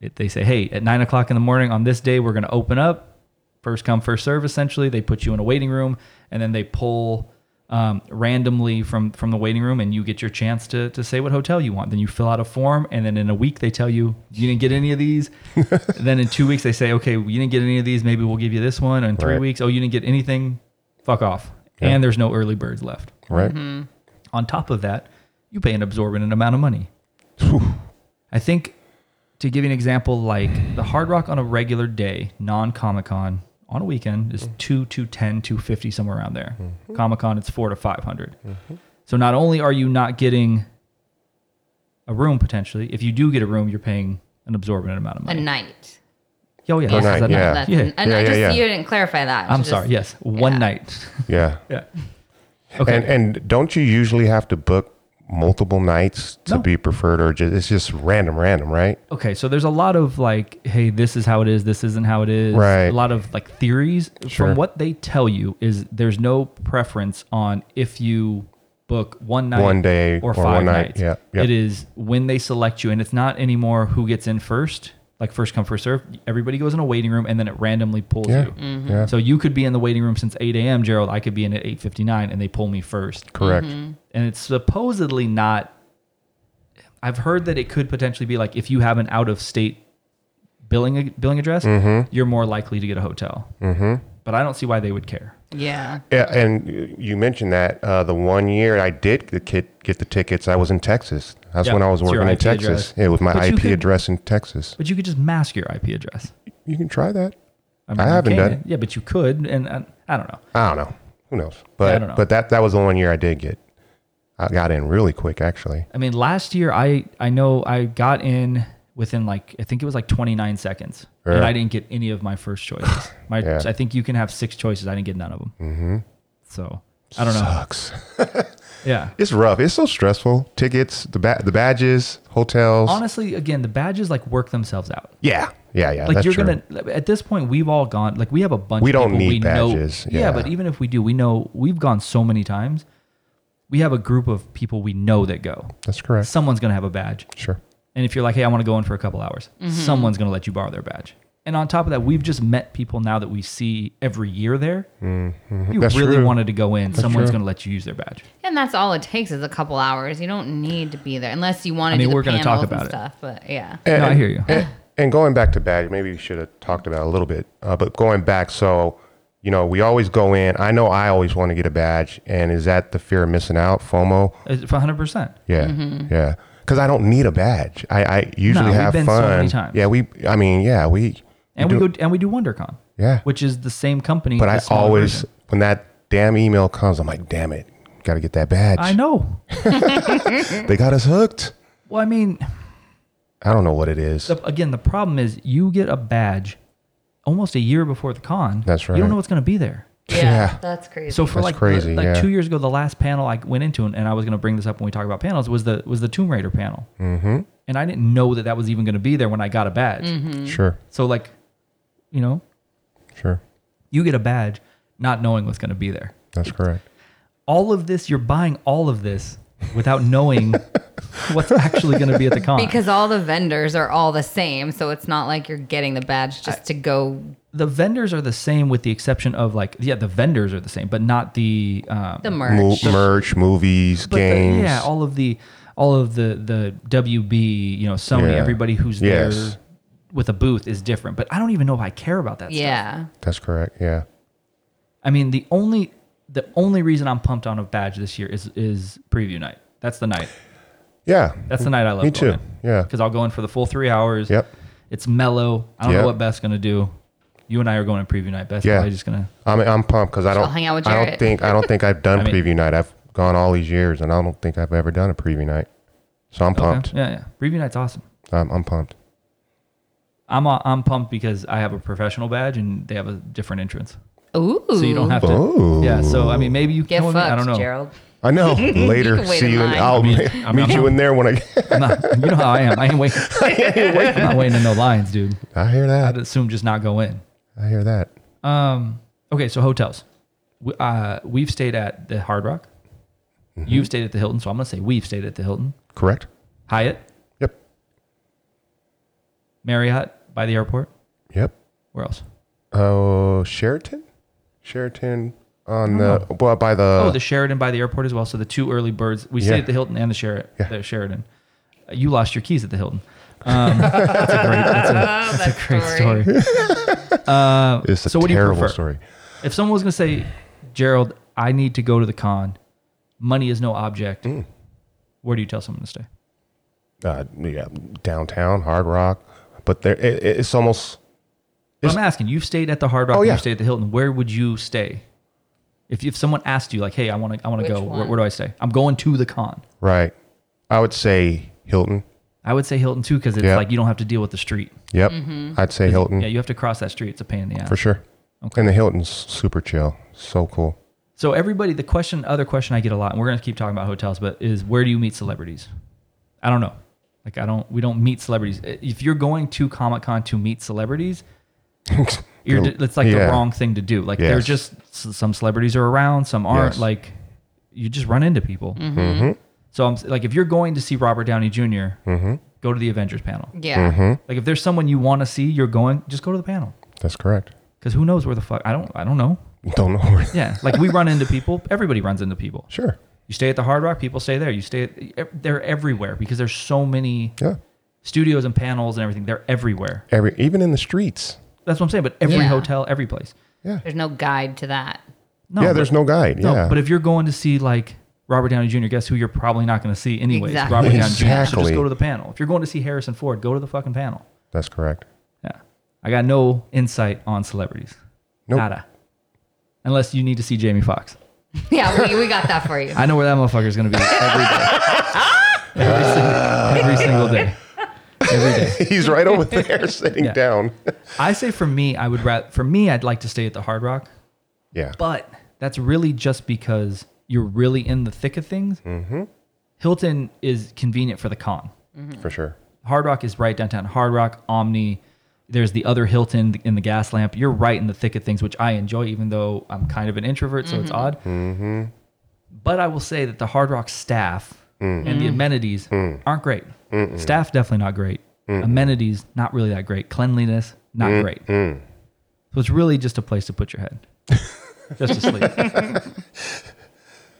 Speaker 1: it, they say, hey, at nine o'clock in the morning on this day, we're going to open up, first come first serve. Essentially, they put you in a waiting room, and then they pull um, randomly from from the waiting room, and you get your chance to to say what hotel you want. Then you fill out a form, and then in a week they tell you you didn't get any of these. then in two weeks they say, okay, you didn't get any of these. Maybe we'll give you this one. Or in three
Speaker 3: Right.
Speaker 1: weeks, oh, you didn't get anything. Fuck off. And there's no early birds left.
Speaker 3: Right.
Speaker 1: Mm-hmm. On top of that, you pay an absorbent amount of money. I think to give you an example, like the Hard Rock on a regular day, non Comic Con, on a weekend
Speaker 3: Mm-hmm.
Speaker 1: is two to 10, 250, somewhere around there. Comic Con, it's four to 500.
Speaker 3: Mm-hmm.
Speaker 1: So not only are you not getting a room potentially, if you do get a room, you're paying an absorbent amount of
Speaker 2: A
Speaker 1: money.
Speaker 2: night.
Speaker 1: oh, yeah. that's-
Speaker 3: night,
Speaker 1: that's-
Speaker 3: yeah.
Speaker 2: That's,
Speaker 1: yeah.
Speaker 2: And
Speaker 3: Yeah,
Speaker 2: I
Speaker 3: yeah,
Speaker 2: just
Speaker 3: yeah.
Speaker 2: you didn't clarify that.
Speaker 1: I'm
Speaker 2: Just-
Speaker 1: sorry. Yes. One
Speaker 2: yeah.
Speaker 1: night.
Speaker 3: Yeah.
Speaker 1: yeah. Okay.
Speaker 3: And and don't you usually have to book multiple nights to
Speaker 1: No.
Speaker 3: be preferred or just it's just random random, right?
Speaker 1: okay so there's a lot of like hey this is how it is this isn't how it is
Speaker 3: Right.
Speaker 1: a lot of like theories
Speaker 3: Sure.
Speaker 1: from what they tell you is there's no preference on if you book one night
Speaker 3: One day
Speaker 1: or
Speaker 3: or
Speaker 1: five
Speaker 3: one night.
Speaker 1: nights
Speaker 3: Yeah, yeah.
Speaker 1: it is when they select you and it's not anymore who gets in first like first come first serve everybody goes in a waiting room and then it randomly pulls
Speaker 3: Yeah.
Speaker 1: you
Speaker 3: Yeah.
Speaker 1: so you could be in the waiting room since 8 a.m gerald i could be in at 8.59 and they pull me first
Speaker 3: Correct.
Speaker 1: and it's supposedly not i've heard that it could potentially be like if you have an out of state billing billing address
Speaker 3: Mm-hmm.
Speaker 1: you're more likely to get a hotel mm-hmm. but i don't see why they would care
Speaker 2: Yeah.
Speaker 3: Yeah, and y- you mentioned that uh, the one year I did the kid get the tickets, I was in Texas. That's
Speaker 1: Yeah,
Speaker 3: when I was
Speaker 1: it's your
Speaker 3: working in
Speaker 1: IP address.
Speaker 3: Texas. Yeah, with my
Speaker 1: But you
Speaker 3: IP
Speaker 1: could-
Speaker 3: address in Texas.
Speaker 1: but you could just mask your ip address
Speaker 3: You can try that.
Speaker 1: mean,
Speaker 3: I
Speaker 1: you
Speaker 3: haven't
Speaker 1: can.
Speaker 3: done it.
Speaker 1: yeah but you could and I, I don't know
Speaker 3: I don't know. Who knows? But
Speaker 1: don't know.
Speaker 3: but that that was the one year I did get. I got in really quick actually.
Speaker 1: i mean last year i i know i got in within like i think it was like 29 seconds and
Speaker 3: Yeah.
Speaker 1: i didn't get any of my first choices my
Speaker 3: Yeah.
Speaker 1: i think you can have six choices i didn't get none of them mm-hmm. so i don't know
Speaker 3: Sucks.
Speaker 1: Yeah.
Speaker 3: It's rough. It's so stressful. Tickets, the ba- the badges, hotels.
Speaker 1: Honestly, again, the badges like work themselves out.
Speaker 3: yeah, yeah, yeah.
Speaker 1: Like
Speaker 3: that's
Speaker 1: you're
Speaker 3: true.
Speaker 1: gonna at this point, we've all gone. Like we have a bunch.
Speaker 3: We
Speaker 1: of
Speaker 3: don't
Speaker 1: people
Speaker 3: need
Speaker 1: we
Speaker 3: badges,
Speaker 1: Know, yeah.
Speaker 3: yeah.
Speaker 1: but even if we do, we know we've gone so many times. We have a group of people we know that go.
Speaker 3: That's correct.
Speaker 1: Someone's gonna have a badge,
Speaker 3: Sure.
Speaker 1: and if you're like, hey, I want to go in for a couple hours, someone's gonna let you borrow their badge. And on top of that, we've just met people now that we see every year there. You
Speaker 3: Mm-hmm. That's
Speaker 1: really
Speaker 3: true.
Speaker 1: wanted to go in. someone's
Speaker 3: true.
Speaker 1: gonna let you use their badge.
Speaker 2: And that's all it takes is a couple hours. You don't need to be there unless you want to
Speaker 1: I mean,
Speaker 2: do
Speaker 1: we're
Speaker 2: the
Speaker 1: gonna
Speaker 2: panels
Speaker 1: talk about
Speaker 2: and
Speaker 1: it.
Speaker 2: stuff. But yeah.
Speaker 1: no, I hear you.
Speaker 3: And, and going back to badge, maybe we should have talked about it a little bit, uh, but going back, so you know, we always go in. I know I always want to get a badge, and is that the fear of missing out, FOMO?
Speaker 1: It's 100. percent
Speaker 3: Yeah, yeah. Because I don't need a badge. I, I
Speaker 1: Mm-hmm. No,
Speaker 3: usually
Speaker 1: we've
Speaker 3: have
Speaker 1: been so
Speaker 3: fun.
Speaker 1: many times.
Speaker 3: Yeah, we. I mean, yeah, we.
Speaker 1: And we,
Speaker 3: do-
Speaker 1: go and we do WonderCon.
Speaker 3: Yeah.
Speaker 1: which is the same company.
Speaker 3: But I
Speaker 1: the smaller
Speaker 3: always,
Speaker 1: version.
Speaker 3: when that damn email comes, I'm like, damn it, got to get that badge.
Speaker 1: I know.
Speaker 3: They got us hooked.
Speaker 1: Well, I mean,
Speaker 3: I don't know what it is.
Speaker 1: the, again, the problem is you get a badge almost a year before the con.
Speaker 3: That's
Speaker 1: You don't
Speaker 3: right.
Speaker 1: know what's going to be there.
Speaker 3: Yeah.
Speaker 2: That's crazy.
Speaker 1: So for
Speaker 3: That's
Speaker 1: like the-
Speaker 3: crazy,
Speaker 1: like
Speaker 3: yeah.
Speaker 1: two years ago, the last panel I went into, and, and I was going to bring this up when we talk about panels, was the was the Tomb Raider panel. Mm-hmm. And I didn't know that that was even going to be there when I got a badge.
Speaker 2: Mm-hmm.
Speaker 3: Sure,
Speaker 1: So like, you know,
Speaker 3: sure.
Speaker 1: you get a badge not knowing what's going to be there.
Speaker 3: That's correct.
Speaker 1: All of this, you're buying all of this without knowing what's actually going to be at the con.
Speaker 2: because all the vendors are all the same, so it's not like you're getting the badge just to go
Speaker 1: the vendors are the same with the exception of like yeah the vendors are the same but not the um,
Speaker 2: the
Speaker 3: Mo-
Speaker 2: merch.
Speaker 3: merch, movies,
Speaker 1: but the-
Speaker 3: games.
Speaker 1: yeah all of the all of the the WB you know Sony
Speaker 3: Yeah.
Speaker 1: everybody who's
Speaker 3: Yes.
Speaker 1: there with a booth is different but I don't even know if I care about that stuff.
Speaker 2: yeah.
Speaker 3: That's correct. Yeah.
Speaker 1: I mean the only the only reason I'm pumped on a badge this year is is preview night that's the night
Speaker 3: Yeah.
Speaker 1: that's the night I love
Speaker 3: Me
Speaker 1: going
Speaker 3: too. Yeah.
Speaker 1: because I'll go in for the full three hours
Speaker 3: Yep.
Speaker 1: it's mellow I don't know
Speaker 3: Yep.
Speaker 1: what Beth's gonna do you and I are going in preview night Beth's
Speaker 3: Yeah.
Speaker 1: probably just gonna
Speaker 3: I mean, I'm pumped because I don't.
Speaker 2: hang out with
Speaker 3: I don't
Speaker 2: Jarrett.
Speaker 3: think I don't think I've done
Speaker 1: I mean-
Speaker 3: preview night. I've gone all these years, and I don't think I've ever done a preview night. So I'm
Speaker 1: okay.
Speaker 3: pumped.
Speaker 1: yeah yeah preview night's awesome
Speaker 3: I'm, I'm pumped.
Speaker 1: I'm uh, I'm pumped because I have a professional badge and they have a different entrance,
Speaker 2: Ooh.
Speaker 1: so you don't have to.
Speaker 3: Ooh.
Speaker 1: Yeah, so I mean, maybe you
Speaker 2: get
Speaker 1: can.
Speaker 2: fucked,
Speaker 1: I don't know.
Speaker 2: Gerald.
Speaker 3: I know. Later,
Speaker 2: can wait
Speaker 3: see
Speaker 2: in
Speaker 3: you. In,
Speaker 2: line.
Speaker 3: I'll
Speaker 1: I mean,
Speaker 3: meet
Speaker 1: I'm- I'm-
Speaker 3: you in there when I.
Speaker 1: I'm not- you know how I am. I ain't waiting. I'm not waiting in no lines, dude.
Speaker 3: I hear
Speaker 1: I'd
Speaker 3: that.
Speaker 1: assume just not go in.
Speaker 3: I hear that.
Speaker 1: Um. Okay, so hotels. We, uh, we've stayed at the Hard Rock. You've stayed at the Hilton, so I'm gonna say we've stayed at the Hilton,
Speaker 3: Correct.
Speaker 1: Hyatt,
Speaker 3: Yep.
Speaker 1: Marriott by the airport.
Speaker 3: Yep.
Speaker 1: Where else?
Speaker 3: Oh, Sheraton. Sheraton on the well by the.
Speaker 1: oh, the Sheridan by the airport as well. So the two early birds. We stayed
Speaker 3: Yeah.
Speaker 1: at the Hilton and the, Sher-
Speaker 3: Yeah.
Speaker 1: the Sheridan. Uh, You lost your keys at the Hilton. Um, that's a great, that's a, that's a great story. Uh,
Speaker 3: it's a
Speaker 1: so what do you
Speaker 3: terrible
Speaker 1: prefer?
Speaker 3: story.
Speaker 1: If someone was going to say, Gerald, I need to go to the con, money is no object, where do you tell someone to stay?
Speaker 3: Uh, yeah, downtown Hard Rock, but there it, it's almost
Speaker 1: But I'm asking, you've stayed at the Hard Rock,
Speaker 3: Oh,
Speaker 1: and
Speaker 3: yeah.
Speaker 1: you've stayed at the Hilton. Where would you stay? If, if someone asked you, like, hey, I want to I wanna
Speaker 2: Which
Speaker 1: go, where,
Speaker 2: one?
Speaker 1: where do I stay? I'm going to the con.
Speaker 3: right. I would say Hilton.
Speaker 1: I would say Hilton too, because it's
Speaker 3: Yeah.
Speaker 1: like you don't have to deal with the street.
Speaker 3: Yep, I'd say Hilton
Speaker 1: Mm-hmm. Yeah, you have to cross that street. It's a pain in the ass.
Speaker 3: for sure. And the Hilton's super chill, so cool.
Speaker 1: So everybody, the question, other question I get a lot, and we're gonna keep talking about hotels, but is where do you meet celebrities? I don't know. Like I don't, we don't meet celebrities. If you're going to Comic Con to meet celebrities, you're
Speaker 3: They're-
Speaker 1: it's like the
Speaker 3: yeah.
Speaker 1: wrong thing to do. Like they're
Speaker 3: Yes.
Speaker 1: just s- some celebrities are around, some aren't.
Speaker 3: Yes. Mm-hmm.
Speaker 1: Like you just run into people. So I'm s- like, if you're going to see Robert Downey junior
Speaker 3: Mm-hmm.
Speaker 1: go to the Avengers panel.
Speaker 2: Yeah.
Speaker 1: Like if there's someone you want to see, you're going, just go to the panel.
Speaker 3: That's correct.
Speaker 1: Because who knows where the fuck? I don't. I don't know.
Speaker 3: Don't know where.
Speaker 1: Yeah. Like we run into people. Everybody runs into people.
Speaker 3: Sure.
Speaker 1: You stay at the Hard Rock, people stay there. You stay at, they're everywhere because there's so many
Speaker 3: Yeah.
Speaker 1: studios and panels and everything. They're everywhere.
Speaker 3: Every even in the streets.
Speaker 1: That's what I'm saying. But every
Speaker 2: Yeah.
Speaker 1: hotel, every place.
Speaker 3: Yeah.
Speaker 2: There's no guide to that.
Speaker 1: No,
Speaker 3: yeah. There's
Speaker 1: but,
Speaker 3: no guide. yeah.
Speaker 1: But if you're going to see like Robert Downey Jr., guess who you're probably not going to see anyways?
Speaker 2: Exactly.
Speaker 1: Robert Downey Jr. So just
Speaker 3: Exactly.
Speaker 1: go to the panel. If you're going to see Harrison Ford, go to the fucking panel.
Speaker 3: That's correct.
Speaker 1: Yeah. I got no insight on celebrities.
Speaker 3: Nope.
Speaker 1: Nada. Unless you need to see Jamie Foxx.
Speaker 2: Yeah, we, we got that for you.
Speaker 1: I know where that motherfucker is going to be every day. every, single, every single day. Every day.
Speaker 3: He's right over there sitting
Speaker 1: Yeah.
Speaker 3: down.
Speaker 1: I say for me, I would rather for me, I'd like to stay at the Hard Rock,
Speaker 3: yeah.
Speaker 1: but that's really just because you're really in the thick of things, Hilton is convenient for the con.
Speaker 3: for sure.
Speaker 1: Hard Rock is right downtown. Hard Rock, Omni. There's the other Hilton in the gas lamp. You're right in the thick of things, which I enjoy, even though I'm kind of an introvert, so it's odd. But I will say that the Hard Rock staff and the amenities aren't great. Staff definitely not great. Amenities not really that great. Cleanliness not great. So it's really just a place to put your head, just to sleep.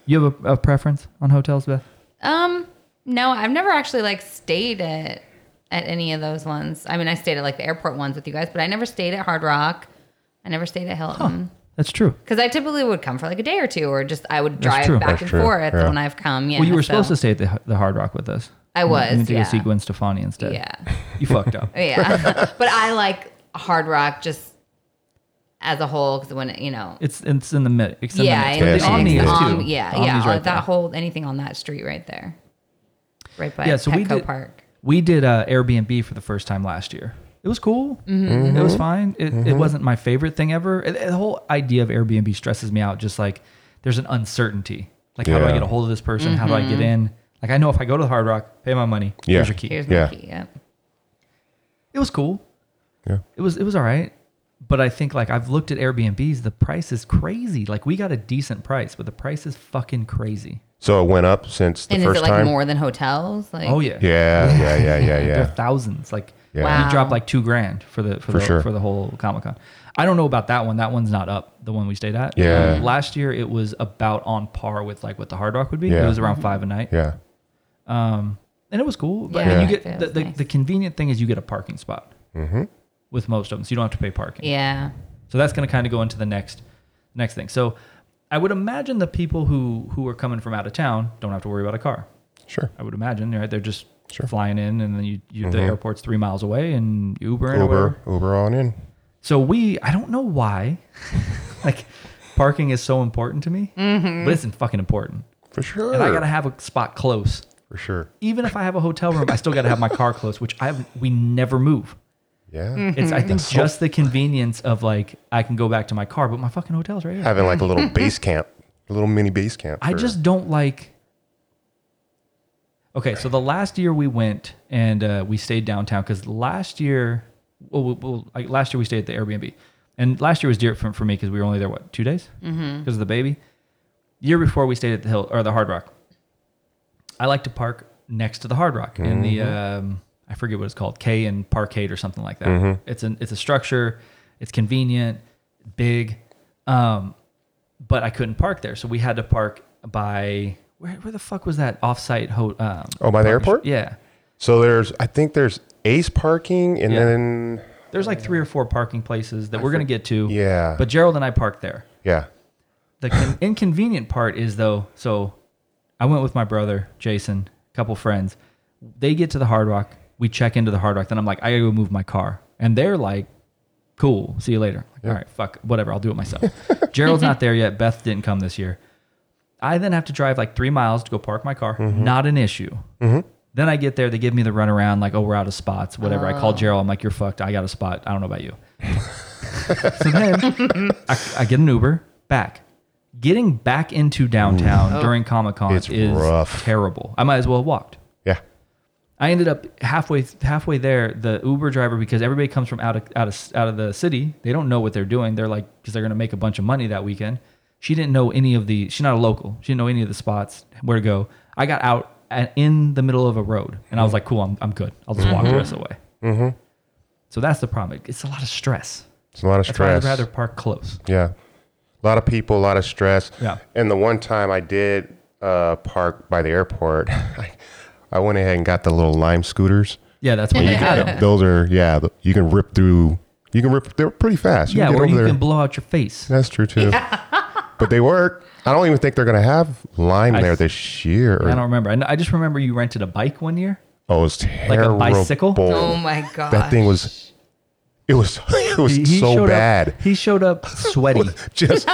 Speaker 1: you have a, a preference on hotels, Beth?
Speaker 2: Um, no, I've never actually like stayed at at any of those ones. I mean, I stayed at like the airport ones with you guys, but I never stayed at Hard Rock. I never stayed at Hilton
Speaker 1: That's true.
Speaker 2: because I typically would come for like a day or two, or just I would drive
Speaker 1: true.
Speaker 2: back
Speaker 3: That's
Speaker 2: and
Speaker 3: true,
Speaker 2: forth
Speaker 3: yeah.
Speaker 2: when I've come. Yeah,
Speaker 1: Well, you were supposed to stay at the, the Hard Rock with us.
Speaker 2: I was,
Speaker 1: You need to
Speaker 2: yeah.
Speaker 1: go see Gwen Stefani instead.
Speaker 2: Yeah,
Speaker 1: You fucked up.
Speaker 2: yeah, but I like Hard Rock just as a whole because when it, you know.
Speaker 1: It's it's in the mid. It's in
Speaker 2: yeah,
Speaker 1: the mid.
Speaker 2: and
Speaker 3: Yeah,
Speaker 1: But
Speaker 2: it's
Speaker 1: the Omni is
Speaker 2: it's
Speaker 1: too.
Speaker 2: Om- yeah,
Speaker 1: The Omni's
Speaker 2: yeah.
Speaker 1: right
Speaker 2: that
Speaker 1: there.
Speaker 2: whole anything on that street right there, right by
Speaker 1: Yeah, so
Speaker 2: Petco
Speaker 1: we did-
Speaker 2: Park.
Speaker 1: we did uh, Airbnb for the first time last year. It was cool.
Speaker 2: Mm-hmm.
Speaker 1: It was fine. It,
Speaker 3: Mm-hmm.
Speaker 1: it wasn't my favorite thing ever. It- it- the whole idea of Airbnb stresses me out. Just like there's an uncertainty. Like how do I
Speaker 3: Yeah.
Speaker 1: get a hold of this person? How do I
Speaker 2: Mm-hmm.
Speaker 1: get in? Like I know if I go to the Hard Rock, pay my money.
Speaker 3: Yeah.
Speaker 1: Here's your key.
Speaker 2: Here's
Speaker 3: Yeah.
Speaker 2: my key. Yep.
Speaker 1: it was cool.
Speaker 3: Yeah.
Speaker 1: It was it was all right. But I think like I've looked at Airbnbs, the price is crazy. Like we got a decent price, but the price is fucking crazy.
Speaker 3: So it went up since the
Speaker 2: And is
Speaker 3: first
Speaker 2: it like
Speaker 3: time.
Speaker 2: more than hotels? Like,
Speaker 1: Oh yeah.
Speaker 3: Yeah, yeah, yeah, yeah,
Speaker 1: They're
Speaker 3: yeah.
Speaker 1: thousands. Like
Speaker 3: Yeah.
Speaker 2: Wow.
Speaker 1: you drop like two grand for the for, the
Speaker 3: sure.
Speaker 1: for the whole Comic Con. I don't know about that one. That one's not up. The one we stayed at.
Speaker 3: Yeah.
Speaker 1: Last year it was about on par with like what the Hard Rock would be.
Speaker 3: Yeah.
Speaker 1: It was around five a night.
Speaker 3: yeah.
Speaker 1: And it was cool. But
Speaker 2: Mm-hmm.
Speaker 1: you
Speaker 2: Yeah. Yeah.
Speaker 1: get the, the,
Speaker 2: Nice.
Speaker 1: the convenient thing is you get a parking spot
Speaker 3: Mm-hmm.
Speaker 1: with most of them, so you don't have to pay parking.
Speaker 2: Yeah.
Speaker 1: So that's going to kind of go into the next next thing. So I would imagine the people who who are coming from out of town don't have to worry about a car.
Speaker 3: Sure.
Speaker 1: I would imagine, right? They're just
Speaker 3: Sure.
Speaker 1: flying in, and then you, you the airport's three miles away, and Uber and
Speaker 3: Uber, Uber on in.
Speaker 1: So we, I don't know why, like parking is so important to me, but it's fucking important,
Speaker 3: For sure.
Speaker 1: and I gotta have a spot close.
Speaker 3: For sure.
Speaker 1: Even if I have a hotel room, I still gotta have my car close, which I we never move.
Speaker 3: Yeah.
Speaker 1: It's I think just the convenience of like I can go back to my car, but my fucking hotel's right here.
Speaker 3: Having like a little base camp, a little mini base camp.
Speaker 1: Mm-hmm. I
Speaker 3: for-
Speaker 1: just don't like. Okay, so the last year we went and uh, we stayed downtown because last year, well, well, well like last year we stayed at the Airbnb, and last year was different for me because we were only there what two days because of the baby. Year before we stayed at the Hill or the Hard Rock. I like to park next to the Hard Rock in the
Speaker 3: Mm-hmm.
Speaker 1: um, I forget what it's called K and Parkade or something like that.
Speaker 3: Mm-hmm.
Speaker 1: It's an it's a structure. It's convenient, big. Um, but I couldn't park there, so we had to park by where, where the fuck was that offsite ho- um,
Speaker 3: Oh, by the airport?
Speaker 1: Yeah,
Speaker 3: So there's, I think there's Ace Parking and
Speaker 1: Yeah.
Speaker 3: then,
Speaker 1: there's like three or four parking places that we're gonna get to.
Speaker 3: Yeah.
Speaker 1: but Gerald and I parked there.
Speaker 3: yeah.
Speaker 1: The con- inconvenient part is though, so I went with my brother Jason, a couple friends. They get to the Hard Rock, we check into the Hard Rock, then I'm like, I gotta go move my car, and they're like, "Cool, see you later." Like, All right, fuck, whatever, I'll do it myself. Gerald's not there yet. Beth didn't come this year. I then have to drive like three miles to go park my car.
Speaker 3: Mm-hmm.
Speaker 1: Not an issue. Then I get there, they give me the runaround, like, oh, we're out of spots, whatever. I
Speaker 3: Ah.
Speaker 1: call Gerald, I'm like, you're fucked. I got a spot. I don't know about you. so then I, I get an Uber back. Getting back into downtown during Comic Con
Speaker 3: Mm. It's
Speaker 1: is
Speaker 3: rough.
Speaker 1: terrible. I might as well have walked.
Speaker 3: Yeah.
Speaker 1: I ended up halfway halfway there. The Uber driver, because everybody comes from out of out of out of the city, they don't know what they're doing. They're like, because they're gonna make a bunch of money that weekend. She didn't know any of the. She's not a local. She didn't know any of the spots where to go. I got out at, in the middle of a road, and
Speaker 3: Mm-hmm.
Speaker 1: I was like, cool, I'm I'm good. I'll just walk the rest of the way. Mm-hmm. So that's the problem. It- It's a lot of stress.
Speaker 3: It's a lot of
Speaker 1: That's why
Speaker 3: stress.
Speaker 1: I'd rather park close.
Speaker 3: Yeah. A lot of people, a lot of stress.
Speaker 1: Yeah.
Speaker 3: And the one time I did uh, park by the airport, I, I went ahead and got the little lime scooters.
Speaker 1: Yeah, that's when you got them.
Speaker 3: Those are, yeah, th- you can rip through, you can rip, they're pretty fast.
Speaker 1: Yeah,
Speaker 3: can get
Speaker 1: or
Speaker 3: over
Speaker 1: you
Speaker 3: there.
Speaker 1: can blow out your face.
Speaker 3: That's true too. but they work. I don't even think they're going to have lime there
Speaker 1: th-
Speaker 3: this year.
Speaker 1: I don't remember. I, kn- I just remember you rented a bike one year.
Speaker 3: oh, it was
Speaker 1: a
Speaker 3: terrible.
Speaker 1: bicycle?
Speaker 2: Oh my god.
Speaker 3: That thing was. It was. It was
Speaker 1: He- he showed
Speaker 3: so
Speaker 1: up-
Speaker 3: bad.
Speaker 1: he showed up sweaty.
Speaker 3: Just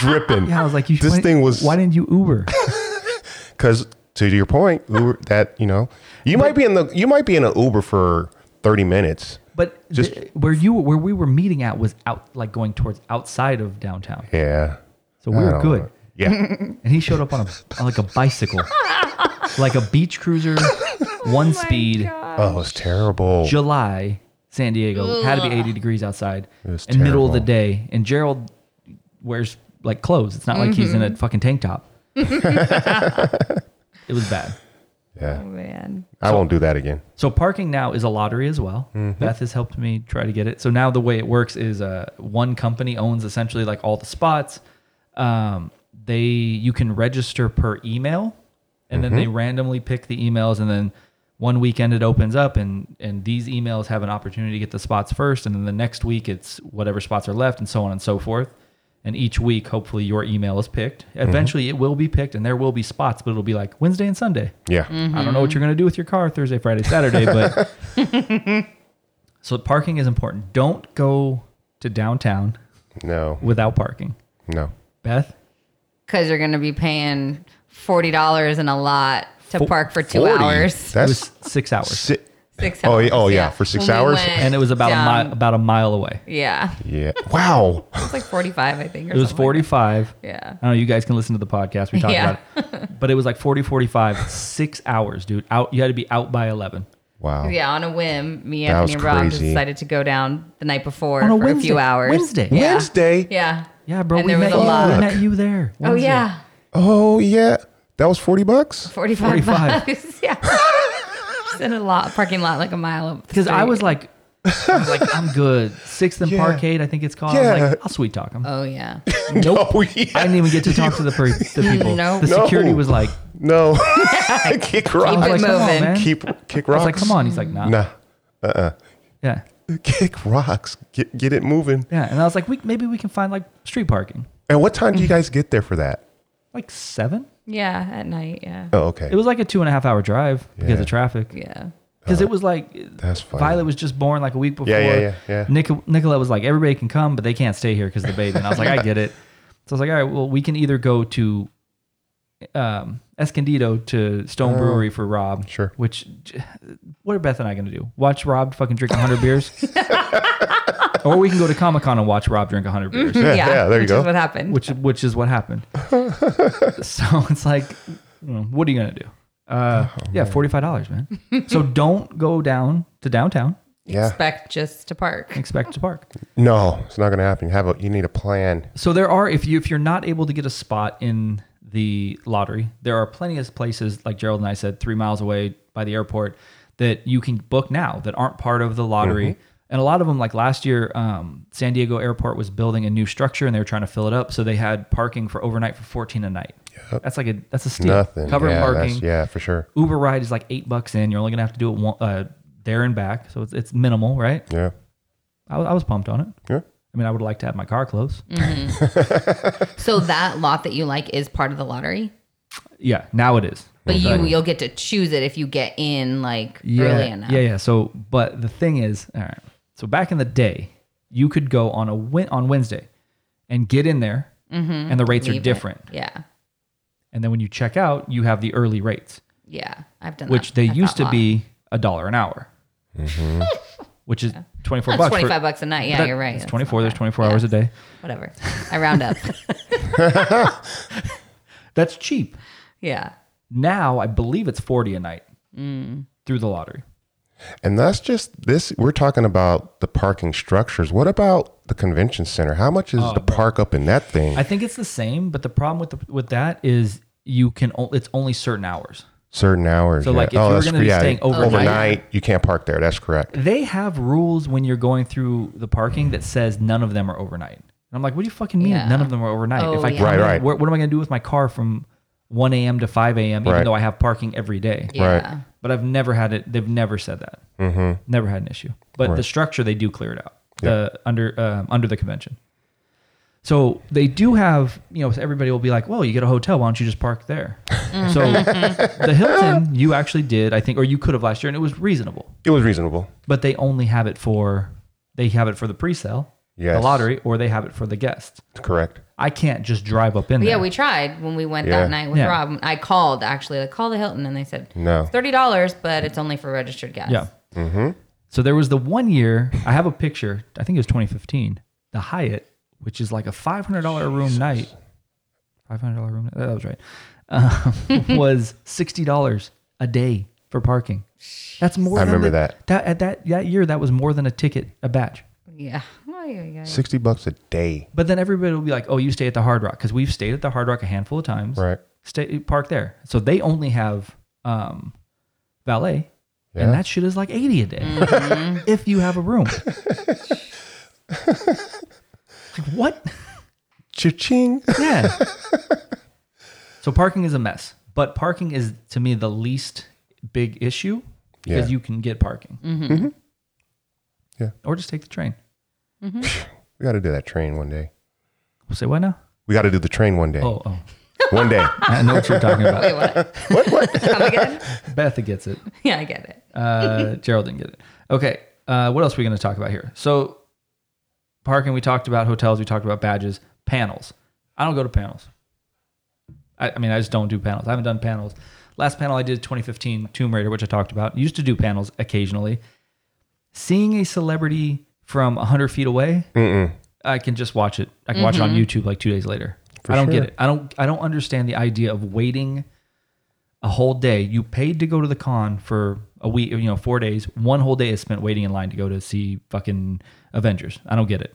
Speaker 3: dripping.
Speaker 1: Yeah, I was like, you,
Speaker 3: This
Speaker 1: why-
Speaker 3: thing was-
Speaker 1: Why didn't you Uber?
Speaker 3: Because to your point, Uber, that you know, you might be in the you might be in an Uber for thirty minutes.
Speaker 1: But
Speaker 3: Just-
Speaker 1: th- where you where we were meeting at was out like going towards outside of downtown,
Speaker 3: Yeah.
Speaker 1: so we
Speaker 3: I
Speaker 1: were
Speaker 3: don't
Speaker 1: good.
Speaker 3: know. Yeah.
Speaker 1: and he showed up on a on like a bicycle, like a beach cruiser, one speed,
Speaker 3: oh, it was terrible.
Speaker 1: July, San Diego. Had to be 80 degrees outside,
Speaker 3: was
Speaker 1: and middle of the
Speaker 3: terrible.
Speaker 1: day. And Gerald wears like clothes. It's not like he's in
Speaker 3: Mm-hmm.
Speaker 1: a fucking tank top. it was bad.
Speaker 3: yeah.
Speaker 2: man.
Speaker 3: I won't do that again.
Speaker 1: So parking now is a lottery as well. Beth has helped me try to get it. So now the way it works is uh, one company owns essentially like all the spots. Um, they you can register per email, and then they randomly pick the emails, and then one weekend it opens up, and and these emails have an opportunity to get the spots first, and then the next week it's whatever spots are left, and so on and so forth. And each week, hopefully, your email is picked. Eventually, it will be picked, and there will be spots, but it'll be like Wednesday and Sunday.
Speaker 3: Yeah.
Speaker 2: Mm.
Speaker 1: I don't know
Speaker 2: Mm-hmm.
Speaker 1: what you're going to do with your car Thursday, Friday, Saturday, but so parking is important. Don't go to downtown
Speaker 3: No.
Speaker 1: without parking.
Speaker 3: No.
Speaker 1: Beth,
Speaker 2: Because you're going to be paying $40 and a lot to
Speaker 1: Fo-
Speaker 2: park for two
Speaker 3: 40?
Speaker 2: hours.
Speaker 1: it
Speaker 3: That's
Speaker 1: was six hours,
Speaker 3: si-
Speaker 2: Six
Speaker 3: Oh,
Speaker 2: hours.
Speaker 3: yeah. Oh, yeah. For six
Speaker 2: When we
Speaker 3: hours?
Speaker 2: went
Speaker 1: and it was about a
Speaker 2: down-
Speaker 1: mile, about a mile away.
Speaker 2: Yeah.
Speaker 3: yeah. Wow.
Speaker 2: It's like 45, I think. Or
Speaker 1: It was
Speaker 2: something like
Speaker 1: 45.
Speaker 2: that. yeah.
Speaker 1: I don't know. You guys can listen to the podcast. We talked
Speaker 2: Yeah.
Speaker 1: about it, but it was like 40, 45, six hours, dude. Out, you had to be out by 11
Speaker 3: Wow.
Speaker 2: Yeah, on a whim, me,
Speaker 3: Oh. That was
Speaker 2: Anthony, and Rob
Speaker 3: crazy.
Speaker 2: decided to go down the night before
Speaker 1: on
Speaker 2: for
Speaker 1: a
Speaker 2: a few hours.
Speaker 1: Wednesday.
Speaker 2: Yeah.
Speaker 3: Wednesday.
Speaker 2: Yeah.
Speaker 1: Yeah, bro.
Speaker 2: And
Speaker 1: we
Speaker 2: there was
Speaker 1: met,
Speaker 2: a
Speaker 1: you-
Speaker 2: lot.
Speaker 1: we met you there.
Speaker 2: Oh,
Speaker 1: Wednesday.
Speaker 2: yeah.
Speaker 3: Oh yeah. That was forty bucks.
Speaker 2: 45,
Speaker 1: 45.
Speaker 2: bucks. Yeah. Just in a lot, parking lot like a mile up. the
Speaker 1: Because I
Speaker 2: street.
Speaker 1: was like, I was like, I'm good. Sixth and
Speaker 3: Yeah.
Speaker 1: Parkade, I think it's called. I'm
Speaker 3: Yeah.
Speaker 1: like, I'll sweet talk him.
Speaker 2: oh, yeah.
Speaker 1: Nope.
Speaker 3: Oh, yeah.
Speaker 1: I didn't even get to talk to the, per- the people.
Speaker 2: No.
Speaker 1: The
Speaker 2: No.
Speaker 1: security was like,
Speaker 3: No. kick
Speaker 1: I
Speaker 2: Keep
Speaker 1: was
Speaker 2: it
Speaker 1: like,
Speaker 3: rocks.
Speaker 1: come on,
Speaker 2: moving.
Speaker 1: man.
Speaker 3: Keep kick
Speaker 1: I
Speaker 3: rocks.
Speaker 1: was like, come on. He's like, nah.
Speaker 3: Nah. Uh-uh.
Speaker 1: Yeah.
Speaker 3: Kick rocks. Get get it moving.
Speaker 1: Yeah. And I was like, we, maybe we can find like street parking.
Speaker 3: And what time do
Speaker 1: Mm-hmm.
Speaker 3: you guys get there for that?
Speaker 1: Like seven?
Speaker 2: Yeah, at night. Yeah.
Speaker 3: Oh, okay.
Speaker 1: It was like a two and a half hour drive because
Speaker 3: Yeah.
Speaker 1: of traffic.
Speaker 2: Yeah.
Speaker 1: Because it was like,
Speaker 3: That's funny.
Speaker 1: Violet was just born like a week before.
Speaker 3: uh, Yeah, yeah, yeah, yeah.
Speaker 1: Nic- Nicolette was like, everybody can come, but they can't stay here because the baby. And I was like, I get it. So I was like, all right, well, we can either go to um, Escondido to Stone Brewery for Rob.
Speaker 3: Oh. Sure.
Speaker 1: Which, j- what are Beth and I going to do? Watch Rob fucking drink 100 beers? or we can go to Comic Con and watch Rob drink 100 beers,
Speaker 3: yeah, yeah, there you
Speaker 2: which
Speaker 3: go.
Speaker 2: Is what happened?
Speaker 1: which, which is what happened. so it's like, you know, what are you going to do? Uh,
Speaker 3: Oh,
Speaker 1: yeah, $45, man. so don't go down to downtown.
Speaker 3: yeah.
Speaker 2: Expect just to park.
Speaker 1: Expect to park.
Speaker 3: No, it's not gonna happen. You have a you need a plan.
Speaker 1: So there are if you if you're not able to get a spot in the lottery, there are plenty of places like Gerald and I said, three miles away by the airport that you can book now that aren't part of the lottery.
Speaker 3: Mm-hmm.
Speaker 1: And a lot of them, like last year, um, San Diego Airport was building a new structure and they were trying to fill it up, so they had parking for overnight for fourteen a night. That's like a that's a steal.
Speaker 3: Nothing.
Speaker 1: Covered
Speaker 3: yeah, that's-
Speaker 1: parking.
Speaker 3: Yeah, for sure.
Speaker 1: Uber ride is like eight bucks in. You're only gonna have to do it one, uh, there and back, so it's, it's minimal, right?
Speaker 3: Yeah.
Speaker 1: I, was- I was pumped on it.
Speaker 3: Yeah.
Speaker 1: I mean, I would like to have my car close.
Speaker 2: So that lot that you like is part of the lottery,
Speaker 1: Yeah, now it is.
Speaker 2: but you you'll get to choose it if you get in like early enough.
Speaker 1: Yeah, yeah. So, but the thing is, all right. So back in the day, you could go on a win- on Wednesday and get in there, and the rates are
Speaker 2: Mm-hmm. Leave it.
Speaker 1: different.
Speaker 2: Yeah.
Speaker 1: And then when you check out, you have the early rates,
Speaker 2: Yeah. I've done
Speaker 1: which
Speaker 2: that.
Speaker 1: they
Speaker 2: I've
Speaker 1: used
Speaker 2: got
Speaker 1: to
Speaker 2: lot.
Speaker 1: be a dollar an hour, which is twenty four
Speaker 2: That's
Speaker 1: bucks. for-
Speaker 2: 25 bucks a night. Yeah,
Speaker 1: that-
Speaker 2: you're right.
Speaker 1: It's
Speaker 2: That's
Speaker 1: twenty four.
Speaker 2: not
Speaker 1: There's
Speaker 2: bad.
Speaker 1: twenty four
Speaker 2: Yeah,
Speaker 1: hours a day.
Speaker 2: Whatever. I round up.
Speaker 1: That's cheap.
Speaker 2: yeah.
Speaker 1: Now I believe it's forty a night
Speaker 2: Mm.
Speaker 1: through the lottery.
Speaker 3: And that's just this. We're talking about the parking structures. What about the convention center? How much is the park up in that thing?
Speaker 1: Oh, I think it's the same, but the problem with the, with that is you can o- it's only certain hours.
Speaker 3: Certain hours.
Speaker 1: So,
Speaker 3: yeah. Oh,
Speaker 1: like, if you were
Speaker 3: that's-
Speaker 1: gonna be staying overnight-
Speaker 3: you can't park there. That's correct.
Speaker 1: they have rules when you're going through the parking that says none of them are overnight. And I'm like, what do you fucking mean
Speaker 2: Yeah.
Speaker 1: none of them are overnight?
Speaker 2: Oh,
Speaker 1: if I
Speaker 2: yeah.
Speaker 1: come
Speaker 3: Right,
Speaker 1: in,
Speaker 3: right.
Speaker 1: What, what am I going to do with my car from 1 a.m. to 5 a.m. even
Speaker 3: Right.
Speaker 1: though I have parking every day?
Speaker 2: Yeah.
Speaker 3: Right.
Speaker 1: But I've never had it. They've never said that. Mm-hmm. Never had an issue. But the structure, they do clear it out uh, under um, under the convention. So they do have, you know, everybody will be like, well, you get a hotel. Why don't you just park there?
Speaker 2: Mm.
Speaker 1: so the Hilton, you actually did, I think, or you could have last year, and it was reasonable
Speaker 3: It was reasonable.
Speaker 1: but they only have it for they have it for the pre-sale, the
Speaker 3: Yes.
Speaker 1: lottery, or they have it for the guest.
Speaker 3: Correct.
Speaker 1: I can't just drive up in
Speaker 2: But
Speaker 1: there.
Speaker 2: yeah, we tried when we went
Speaker 3: Yeah.
Speaker 2: that night with
Speaker 1: Yeah.
Speaker 2: Rob. I called actually, like call the Hilton, and they said
Speaker 3: No.
Speaker 2: it's thirty dollars, but it's only for registered guests.
Speaker 1: yeah.
Speaker 3: Mm-hmm.
Speaker 1: So there was the one year I have a picture. I think it was 2015. The Hyatt, which is like a $500 room night, five hundred dollar room. That was right. Uh, was sixty dollars a day for parking. That's more.
Speaker 3: I
Speaker 1: than
Speaker 3: remember
Speaker 1: the-
Speaker 3: that.
Speaker 1: That at that that year, that was more than a ticket a batch.
Speaker 2: Yeah. Ay, ay, ay.
Speaker 3: Sixty bucks a day.
Speaker 1: But then everybody will be like, "Oh, you stay at the Hard Rock," because we've stayed at the Hard Rock a handful of times.
Speaker 3: Right.
Speaker 1: Stay park there, so they only have um, valet,
Speaker 3: Yeah.
Speaker 1: and that shit is like eighty a day
Speaker 2: Mm-hmm.
Speaker 1: if you have a room. like what?
Speaker 3: Cha-ching.
Speaker 1: Yeah. so parking is a mess, but parking is to me the least big issue because
Speaker 3: Yeah. Mm-hmm.
Speaker 1: you can get parking.
Speaker 2: Mm-hmm.
Speaker 3: Yeah.
Speaker 1: Or just take the train.
Speaker 3: We got to do that train one day.
Speaker 1: We'll say what now?
Speaker 3: We got to do the train one day.
Speaker 1: Oh, oh.
Speaker 3: One day.
Speaker 1: I know what you're talking about.
Speaker 2: Wait, what? what? What? Come again?
Speaker 1: Beth gets it.
Speaker 2: Yeah, I get it.
Speaker 1: Uh, Gerald didn't get it. Okay. Uh, what else are we going to talk about here? So parking, we talked about hotels, we talked about badges, panels. I don't go to panels. I, I mean, I just don't do panels. I haven't done panels. Last panel I did 2015 Tomb Raider, which I talked about. Used to do panels occasionally. Seeing a celebrity from 100 feet away, I can just watch it. I can watch it on YouTube like two days later. I don't
Speaker 3: sure.
Speaker 1: get it. I don't. I don't understand the idea of waiting a whole day. You paid to go to the con for a week. You know, four days. One whole day is spent waiting in line to go to see fucking Avengers. I don't get it.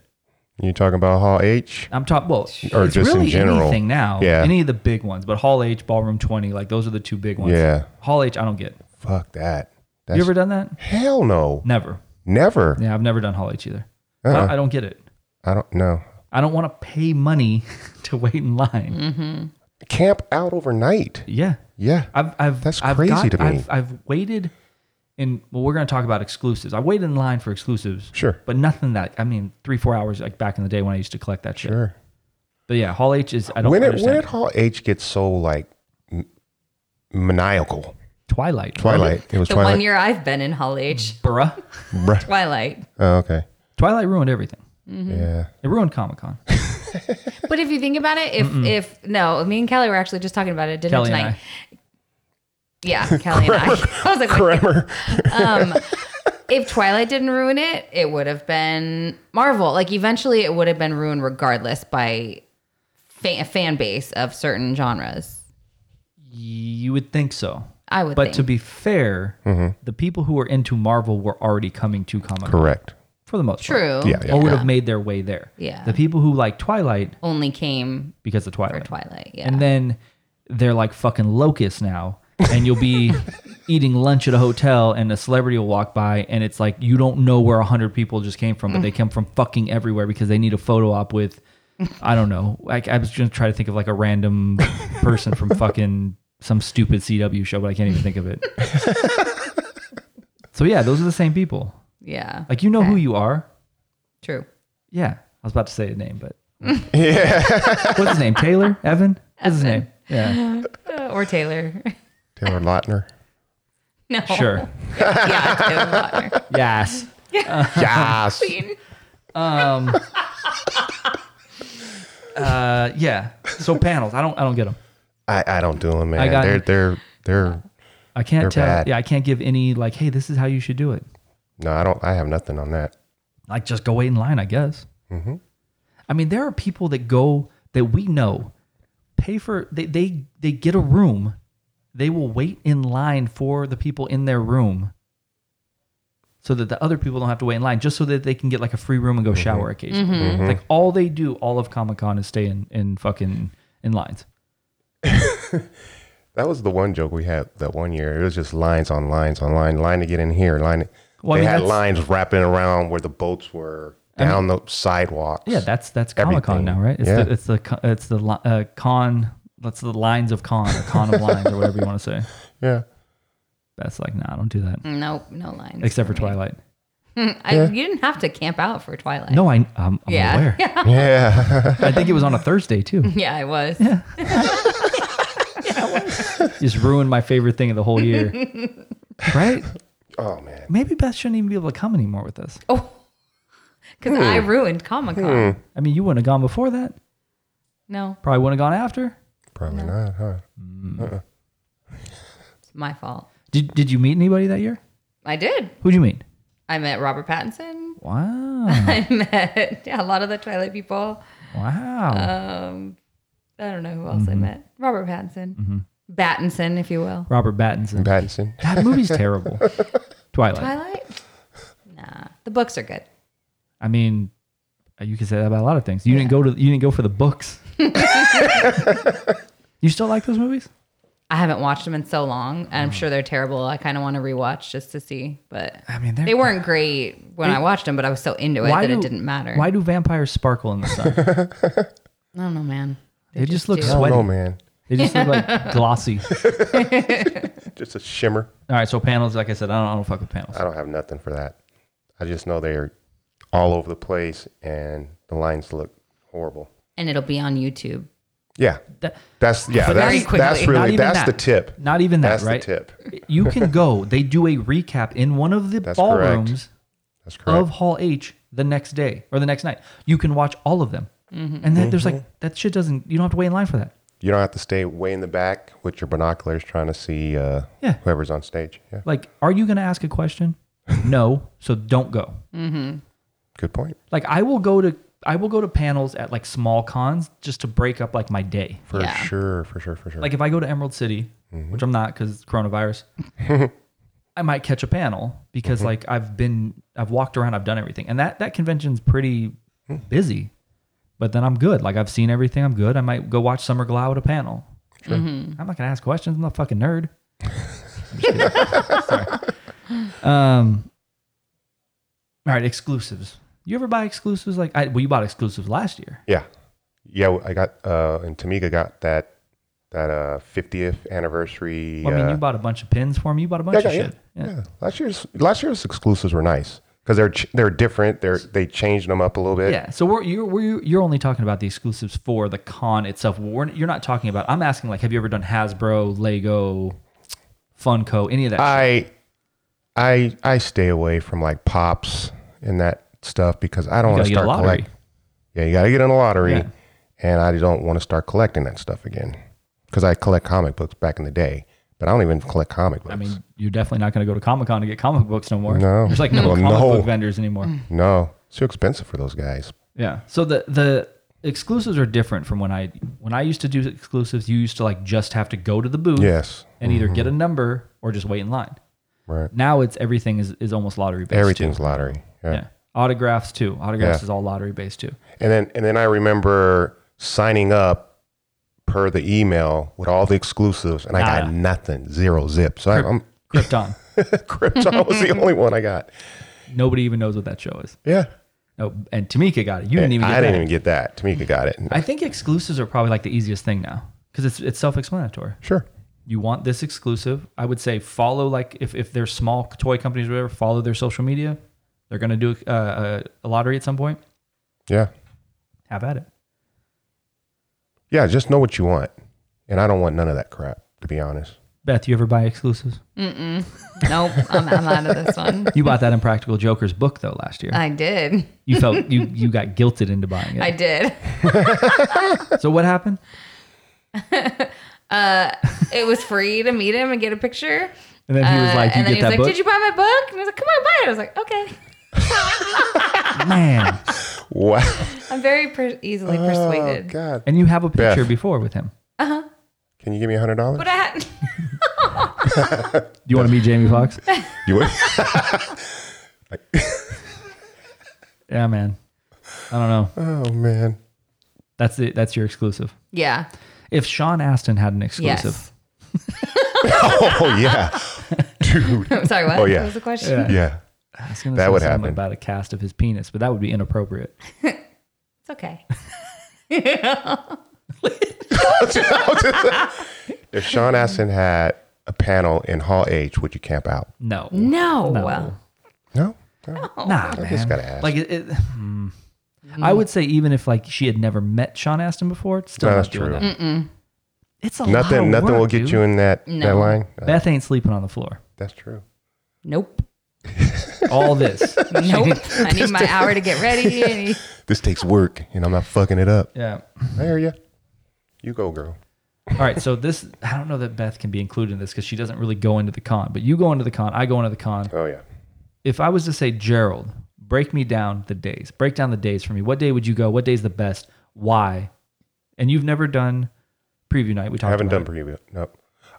Speaker 3: You talking about Hall H?
Speaker 1: I'm talking well,
Speaker 3: Or
Speaker 1: it's
Speaker 3: just in
Speaker 1: really
Speaker 3: general.
Speaker 1: anything now.
Speaker 3: Yeah.
Speaker 1: Any of the big ones, but Hall H, Ballroom 20, like those are the two big ones.
Speaker 3: Yeah.
Speaker 1: Hall H, I don't get.
Speaker 3: Fuck that. That's
Speaker 1: You ever done that?
Speaker 3: hell no.
Speaker 1: Never.
Speaker 3: Never.
Speaker 1: Yeah, I've never done Hall H either. I
Speaker 3: Uh-huh.
Speaker 1: don't- I don't get it.
Speaker 3: I don't know.
Speaker 1: I don't want to pay money to wait in line.
Speaker 3: Camp out overnight.
Speaker 1: Yeah.
Speaker 3: Yeah.
Speaker 1: I've, I've,
Speaker 3: That's
Speaker 1: I've
Speaker 3: crazy to me.
Speaker 1: I've, I've waited in, well, we're going to talk about exclusives. I waited in line for exclusives.
Speaker 3: Sure.
Speaker 1: But nothing that, I mean, three, four hours like back in the day when I used to collect that shit.
Speaker 3: Sure.
Speaker 1: But yeah, Hall H is, I don't
Speaker 3: when it
Speaker 1: understand.
Speaker 3: when did Hall H get so like m- maniacal?
Speaker 1: Twilight.
Speaker 3: Twilight. It was
Speaker 2: The one
Speaker 3: Twilight.
Speaker 2: year I've been in Hall H.
Speaker 1: Bruh.
Speaker 3: Bruh.
Speaker 2: Twilight.
Speaker 3: Oh, okay.
Speaker 1: Twilight ruined everything.
Speaker 2: Mm-hmm.
Speaker 3: Yeah.
Speaker 1: It ruined Comic Con.
Speaker 2: But if you think about it, if if no, me and Kelly were actually just talking about it at dinner
Speaker 1: Kelly and
Speaker 2: tonight.
Speaker 1: I.
Speaker 2: Yeah, Kelly and I. I was like, wait,
Speaker 3: Kramer.
Speaker 2: if Twilight didn't ruin it, it would have been Marvel. Like eventually, it would have been ruined regardless by fan, fan base of certain genres.
Speaker 1: You would think so.
Speaker 2: I would.
Speaker 1: But
Speaker 2: think.
Speaker 1: to be fair,
Speaker 3: Mm-hmm.
Speaker 1: the people who were into Marvel were already coming to Comic Con
Speaker 3: Correct.
Speaker 1: for the most part.
Speaker 2: true,
Speaker 3: Yeah, yeah.
Speaker 1: Or would have made their way there.
Speaker 2: Yeah.
Speaker 1: The people who like Twilight
Speaker 2: only came
Speaker 1: because of
Speaker 2: for
Speaker 1: Twilight.
Speaker 2: Twilight. Yeah,
Speaker 1: And then they're like fucking locusts now. And you'll be eating lunch at a hotel and a celebrity will walk by and it's like you don't know where a hundred people just came from, but they come from fucking everywhere because they need a photo op with I don't know. Like I was gonna try to think of like a random person from fucking some stupid CW show, but I can't even think of it. so yeah, those are the same people.
Speaker 2: yeah,
Speaker 1: Like you know who you are.
Speaker 2: true.
Speaker 1: Yeah. I was about to say a name, but yeah. What's his name? Taylor? Evan? What's his name? Yeah.
Speaker 2: Uh, or Taylor.
Speaker 3: Taylor Lautner.
Speaker 2: no,
Speaker 1: Sure.
Speaker 2: yeah, Taylor. Lautner.
Speaker 1: Yes.
Speaker 3: Yes.
Speaker 1: Um, Uh, yeah. So panels, I don't, I don't get them.
Speaker 3: I, I don't do them, man.
Speaker 1: I got
Speaker 3: they're
Speaker 1: it.
Speaker 3: they're they're
Speaker 1: I can't
Speaker 3: They're
Speaker 1: tell.
Speaker 3: bad.
Speaker 1: Yeah, I can't give any like, hey, this is how you should do it.
Speaker 3: no. I don't. I have nothing on that.
Speaker 1: Like, just go wait in line, I guess.
Speaker 3: Mm-hmm.
Speaker 1: I mean, there are people that go that we know pay for they they they get a room, they will wait in line for the people in their room, so that the other people don't have to wait in line, just so that they can get like a free room and go
Speaker 3: Mm-hmm.
Speaker 1: shower occasionally. It's like all they do, all of Comic Con is stay in in fucking in lines.
Speaker 3: That was the one joke we had that one year. It was just lines on lines on line, line to get in here, line. To,
Speaker 1: Well, I
Speaker 3: they
Speaker 1: mean,
Speaker 3: had
Speaker 1: that's-
Speaker 3: lines wrapping around where the boats were down the sidewalks.
Speaker 1: Yeah, that's that's Comic Con
Speaker 3: Everything.
Speaker 1: now, right? It's
Speaker 3: Yeah.
Speaker 1: the it's the co- it's the li- uh, con. That's the lines of con, or con of lines, or whatever you want to say.
Speaker 3: yeah.
Speaker 1: That's like, nah, I don't do that
Speaker 2: Nope, no lines.
Speaker 1: except for
Speaker 2: me.
Speaker 1: Twilight.
Speaker 2: I, You didn't have to camp out for Twilight.
Speaker 1: No, I I'm, I'm
Speaker 2: Yeah.
Speaker 1: aware.
Speaker 3: Yeah.
Speaker 1: I think it was on a Thursday too.
Speaker 2: Yeah, I was.
Speaker 1: Just ruined my favorite thing of the whole year, right?
Speaker 3: oh man.
Speaker 1: Maybe Beth shouldn't even be able to come anymore with us.
Speaker 2: Oh, because I ruined Comic Con.
Speaker 1: I mean, you wouldn't have gone before that.
Speaker 2: No,
Speaker 1: Probably wouldn't have gone after.
Speaker 3: Probably not, huh?
Speaker 2: it's my fault.
Speaker 1: Did Did you meet anybody that year?
Speaker 2: I did.
Speaker 1: Who'd you meet?
Speaker 2: I met Robert Pattinson.
Speaker 1: Wow,
Speaker 2: I met yeah, a lot of the Twilight people.
Speaker 1: wow.
Speaker 2: Um, I don't know who else
Speaker 1: Mm-hmm.
Speaker 2: I met. Robert Pattinson, Battinson, if you will.
Speaker 1: Robert Pattinson.
Speaker 3: Pattinson.
Speaker 1: That movie's terrible. Twilight.
Speaker 2: Twilight. Nah, the books are good.
Speaker 1: I mean, uh, you could say that about a lot of things. You didn't go to you didn't go for the books. you still like those movies?
Speaker 2: I haven't watched them in so long. and
Speaker 1: Mm-hmm.
Speaker 2: I'm sure they're terrible. I kind of want to rewatch just to see, but
Speaker 1: I mean, they're,
Speaker 2: they weren't great when I watched them. But I was so into it that
Speaker 1: do-
Speaker 2: it didn't matter.
Speaker 1: Why do vampires sparkle in the sun?
Speaker 2: I don't know, man.
Speaker 1: They just look
Speaker 2: do.
Speaker 3: I don't
Speaker 1: sweaty.
Speaker 3: know, man.
Speaker 1: They just look like glossy. All
Speaker 3: Just a shimmer.
Speaker 1: right, so panels, like I said, I don't, I don't fuck with panels.
Speaker 3: I don't have nothing for that. I just know they're all over the place and the lines look horrible.
Speaker 2: And it'll be on YouTube.
Speaker 3: Yeah.
Speaker 1: That-
Speaker 3: That's yeah,
Speaker 1: But
Speaker 2: very
Speaker 3: that's that's
Speaker 2: quickly.
Speaker 1: Not
Speaker 3: really
Speaker 1: even
Speaker 3: that's
Speaker 1: that.
Speaker 3: the tip.
Speaker 1: Not even that,
Speaker 3: That's
Speaker 1: right?
Speaker 3: the tip.
Speaker 1: You can go. They do a recap in one of the
Speaker 3: That's correct.
Speaker 1: ballrooms
Speaker 3: That's correct.
Speaker 1: of Hall H the next day or the next night. You can watch all of them,
Speaker 2: Mm-hmm.
Speaker 1: and then there's
Speaker 3: Mm-hmm.
Speaker 1: like that shit doesn't. You don't have to wait in line for that.
Speaker 3: You don't have to stay way in the back with your binoculars trying to see uh,
Speaker 1: Yeah.
Speaker 3: whoever's on stage. Yeah.
Speaker 1: Like, are you going to ask a question? no, so don't go.
Speaker 2: Mm.
Speaker 3: Good point.
Speaker 1: Like, I will go to I will go to panels at like small cons just to break up like my day.
Speaker 3: For
Speaker 2: Yeah.
Speaker 3: sure, for sure, for sure.
Speaker 1: Like if I go to Emerald City,
Speaker 3: Mm-hmm.
Speaker 1: which I'm not because coronavirus, I might catch a panel because
Speaker 3: Mm-hmm.
Speaker 1: like I've been I've walked around, I've done everything, and that that convention's pretty
Speaker 3: Hmm.
Speaker 1: busy. But then I'm good. Like I've seen everything. I'm good. I might go watch Summer Glau at a panel. I'm not gonna ask questions. I'm not a fucking nerd. I'm just kidding. Sorry. Um. All right, exclusives. You ever buy exclusives? Like, I, well, you bought exclusives last year.
Speaker 3: yeah. Yeah, I got uh and Tamika got that that uh 50th anniversary
Speaker 1: Well, I mean,
Speaker 3: uh,
Speaker 1: you bought a bunch of pins for me. You bought a bunch
Speaker 3: Yeah,
Speaker 1: of
Speaker 3: yeah,
Speaker 1: shit. Yeah.
Speaker 3: Yeah, last year's last year's exclusives were nice because they're ch- they're different. They're they changed them up a little bit.
Speaker 1: Yeah. So we're you're we're, you're only talking about the exclusives for the con itself. We're, you're not talking about. I'm asking like, have you ever done Hasbro, Lego, Funko, any of that?
Speaker 3: I I I stay away from like pops and that stuff because I don't
Speaker 1: You
Speaker 3: want
Speaker 1: gotta
Speaker 3: to
Speaker 1: get a
Speaker 3: start
Speaker 1: lottery.
Speaker 3: collecting. Yeah, you gotta get in the lottery,
Speaker 1: Yeah.
Speaker 3: and I don't want to start collecting that stuff again because I collect comic books back in the day, but I don't even collect comic books.
Speaker 1: I mean, you're definitely not going to go to Comic Con to get comic books no more.
Speaker 3: No.
Speaker 1: There's like no
Speaker 3: Well,
Speaker 1: comic
Speaker 3: no.
Speaker 1: book vendors anymore.
Speaker 3: no, it's too expensive for those guys.
Speaker 1: Yeah. So the the exclusives are different from when I when I used to do exclusives. You used to like just have to go to the booth
Speaker 3: Yes, Mm-hmm.
Speaker 1: and either get a number or just wait in line.
Speaker 3: right.
Speaker 1: Now it's everything is, is almost lottery based.
Speaker 3: Everything's lottery.
Speaker 1: Too.
Speaker 3: Yeah.
Speaker 1: Yeah. Autographs too. Autographs
Speaker 3: Yeah.
Speaker 1: is all lottery based too.
Speaker 3: And then and then I remember signing up per the email with all the exclusives, and I got
Speaker 1: Nada.
Speaker 3: nothing, zero zip. So I, I'm
Speaker 1: Krypton.
Speaker 3: Krypton was the only one I got.
Speaker 1: Nobody even knows what that show is.
Speaker 3: Yeah,
Speaker 1: Oh, and Tamika got it. You didn't even get
Speaker 3: I
Speaker 1: that.
Speaker 3: didn't even get that. Tamika got it.
Speaker 1: I think exclusives are probably like the easiest thing now because it's it's self-explanatory.
Speaker 3: sure.
Speaker 1: You want this exclusive. I would say follow like if if they're small toy companies or whatever, follow their social media. They're gonna do uh, a, a lottery at some point.
Speaker 3: Yeah,
Speaker 1: Have at it.
Speaker 3: yeah. Just know what you want, and I don't want none of that crap. To be honest,
Speaker 1: Beth, you ever buy exclusives?
Speaker 2: Nope, I'm, I'm out of this one.
Speaker 1: You bought that Impractical Jokers book though last year.
Speaker 2: I did.
Speaker 1: You felt you you got guilted into buying
Speaker 2: I
Speaker 1: it.
Speaker 2: did.
Speaker 1: so what happened?
Speaker 2: It was free to meet him and get a picture.
Speaker 1: And then he was
Speaker 2: Uh,
Speaker 1: like, "You
Speaker 2: and then
Speaker 1: get
Speaker 2: he was
Speaker 1: that
Speaker 2: like,
Speaker 1: book,
Speaker 2: "Did you buy my book?" And I was like, "Come on, buy it." I was like, "Okay."
Speaker 1: man."
Speaker 3: wow.
Speaker 2: I'm very per- easily
Speaker 3: Oh
Speaker 2: persuaded.
Speaker 3: God,
Speaker 1: And you have a picture
Speaker 3: Beth.
Speaker 1: before with him.
Speaker 3: can you give me a hundred dollars?
Speaker 2: But I had
Speaker 1: Do you want to meet Jamie Foxx?
Speaker 3: You would?
Speaker 1: yeah, man. I don't know.
Speaker 3: oh man,
Speaker 1: That's it. That's your exclusive.
Speaker 2: yeah,
Speaker 1: If Sean Astin had an
Speaker 2: yes.
Speaker 1: exclusive,
Speaker 3: oh yeah, dude.
Speaker 2: I'm sorry, what?
Speaker 3: Oh, yeah.
Speaker 2: That was the question.
Speaker 3: Yeah,
Speaker 1: I was gonna
Speaker 3: That
Speaker 1: say
Speaker 3: would
Speaker 1: something
Speaker 3: happen.
Speaker 1: about a cast of his penis, but that would be inappropriate.
Speaker 2: It's okay.
Speaker 3: if Sean Astin had a panel in Hall H, would you camp out?
Speaker 1: No,
Speaker 2: No.
Speaker 3: No, no.
Speaker 2: Oh,
Speaker 1: nah, man.
Speaker 3: just gotta ask.
Speaker 1: Like it. it hmm. I would say even if like she had never met Sean Astin before, it's still
Speaker 3: No,
Speaker 1: not
Speaker 3: that's
Speaker 1: doing
Speaker 3: true.
Speaker 1: that. It's a lot of
Speaker 3: Nothing, nothing
Speaker 1: work,
Speaker 3: will get
Speaker 1: dude.
Speaker 3: you in that that
Speaker 2: No.
Speaker 3: line. Uh,
Speaker 1: Beth ain't sleeping on the floor.
Speaker 3: that's true.
Speaker 2: Nope.
Speaker 1: All this.
Speaker 2: Nope. I need my hour to get ready. I need-
Speaker 3: This takes work, and I'm not fucking it up.
Speaker 1: yeah.
Speaker 3: I hear you. You go, girl.
Speaker 1: All right. So this, I don't know that Beth can be included in this because she doesn't really go into the con. But you go into the con. I go into the con.
Speaker 3: Oh yeah.
Speaker 1: if I was to say, Gerald, break me down the days, break down the days for me. What day would you go? What day's the best? Why? and you've never done preview night. We talked.
Speaker 3: I haven't done
Speaker 1: about
Speaker 3: preview. Nope.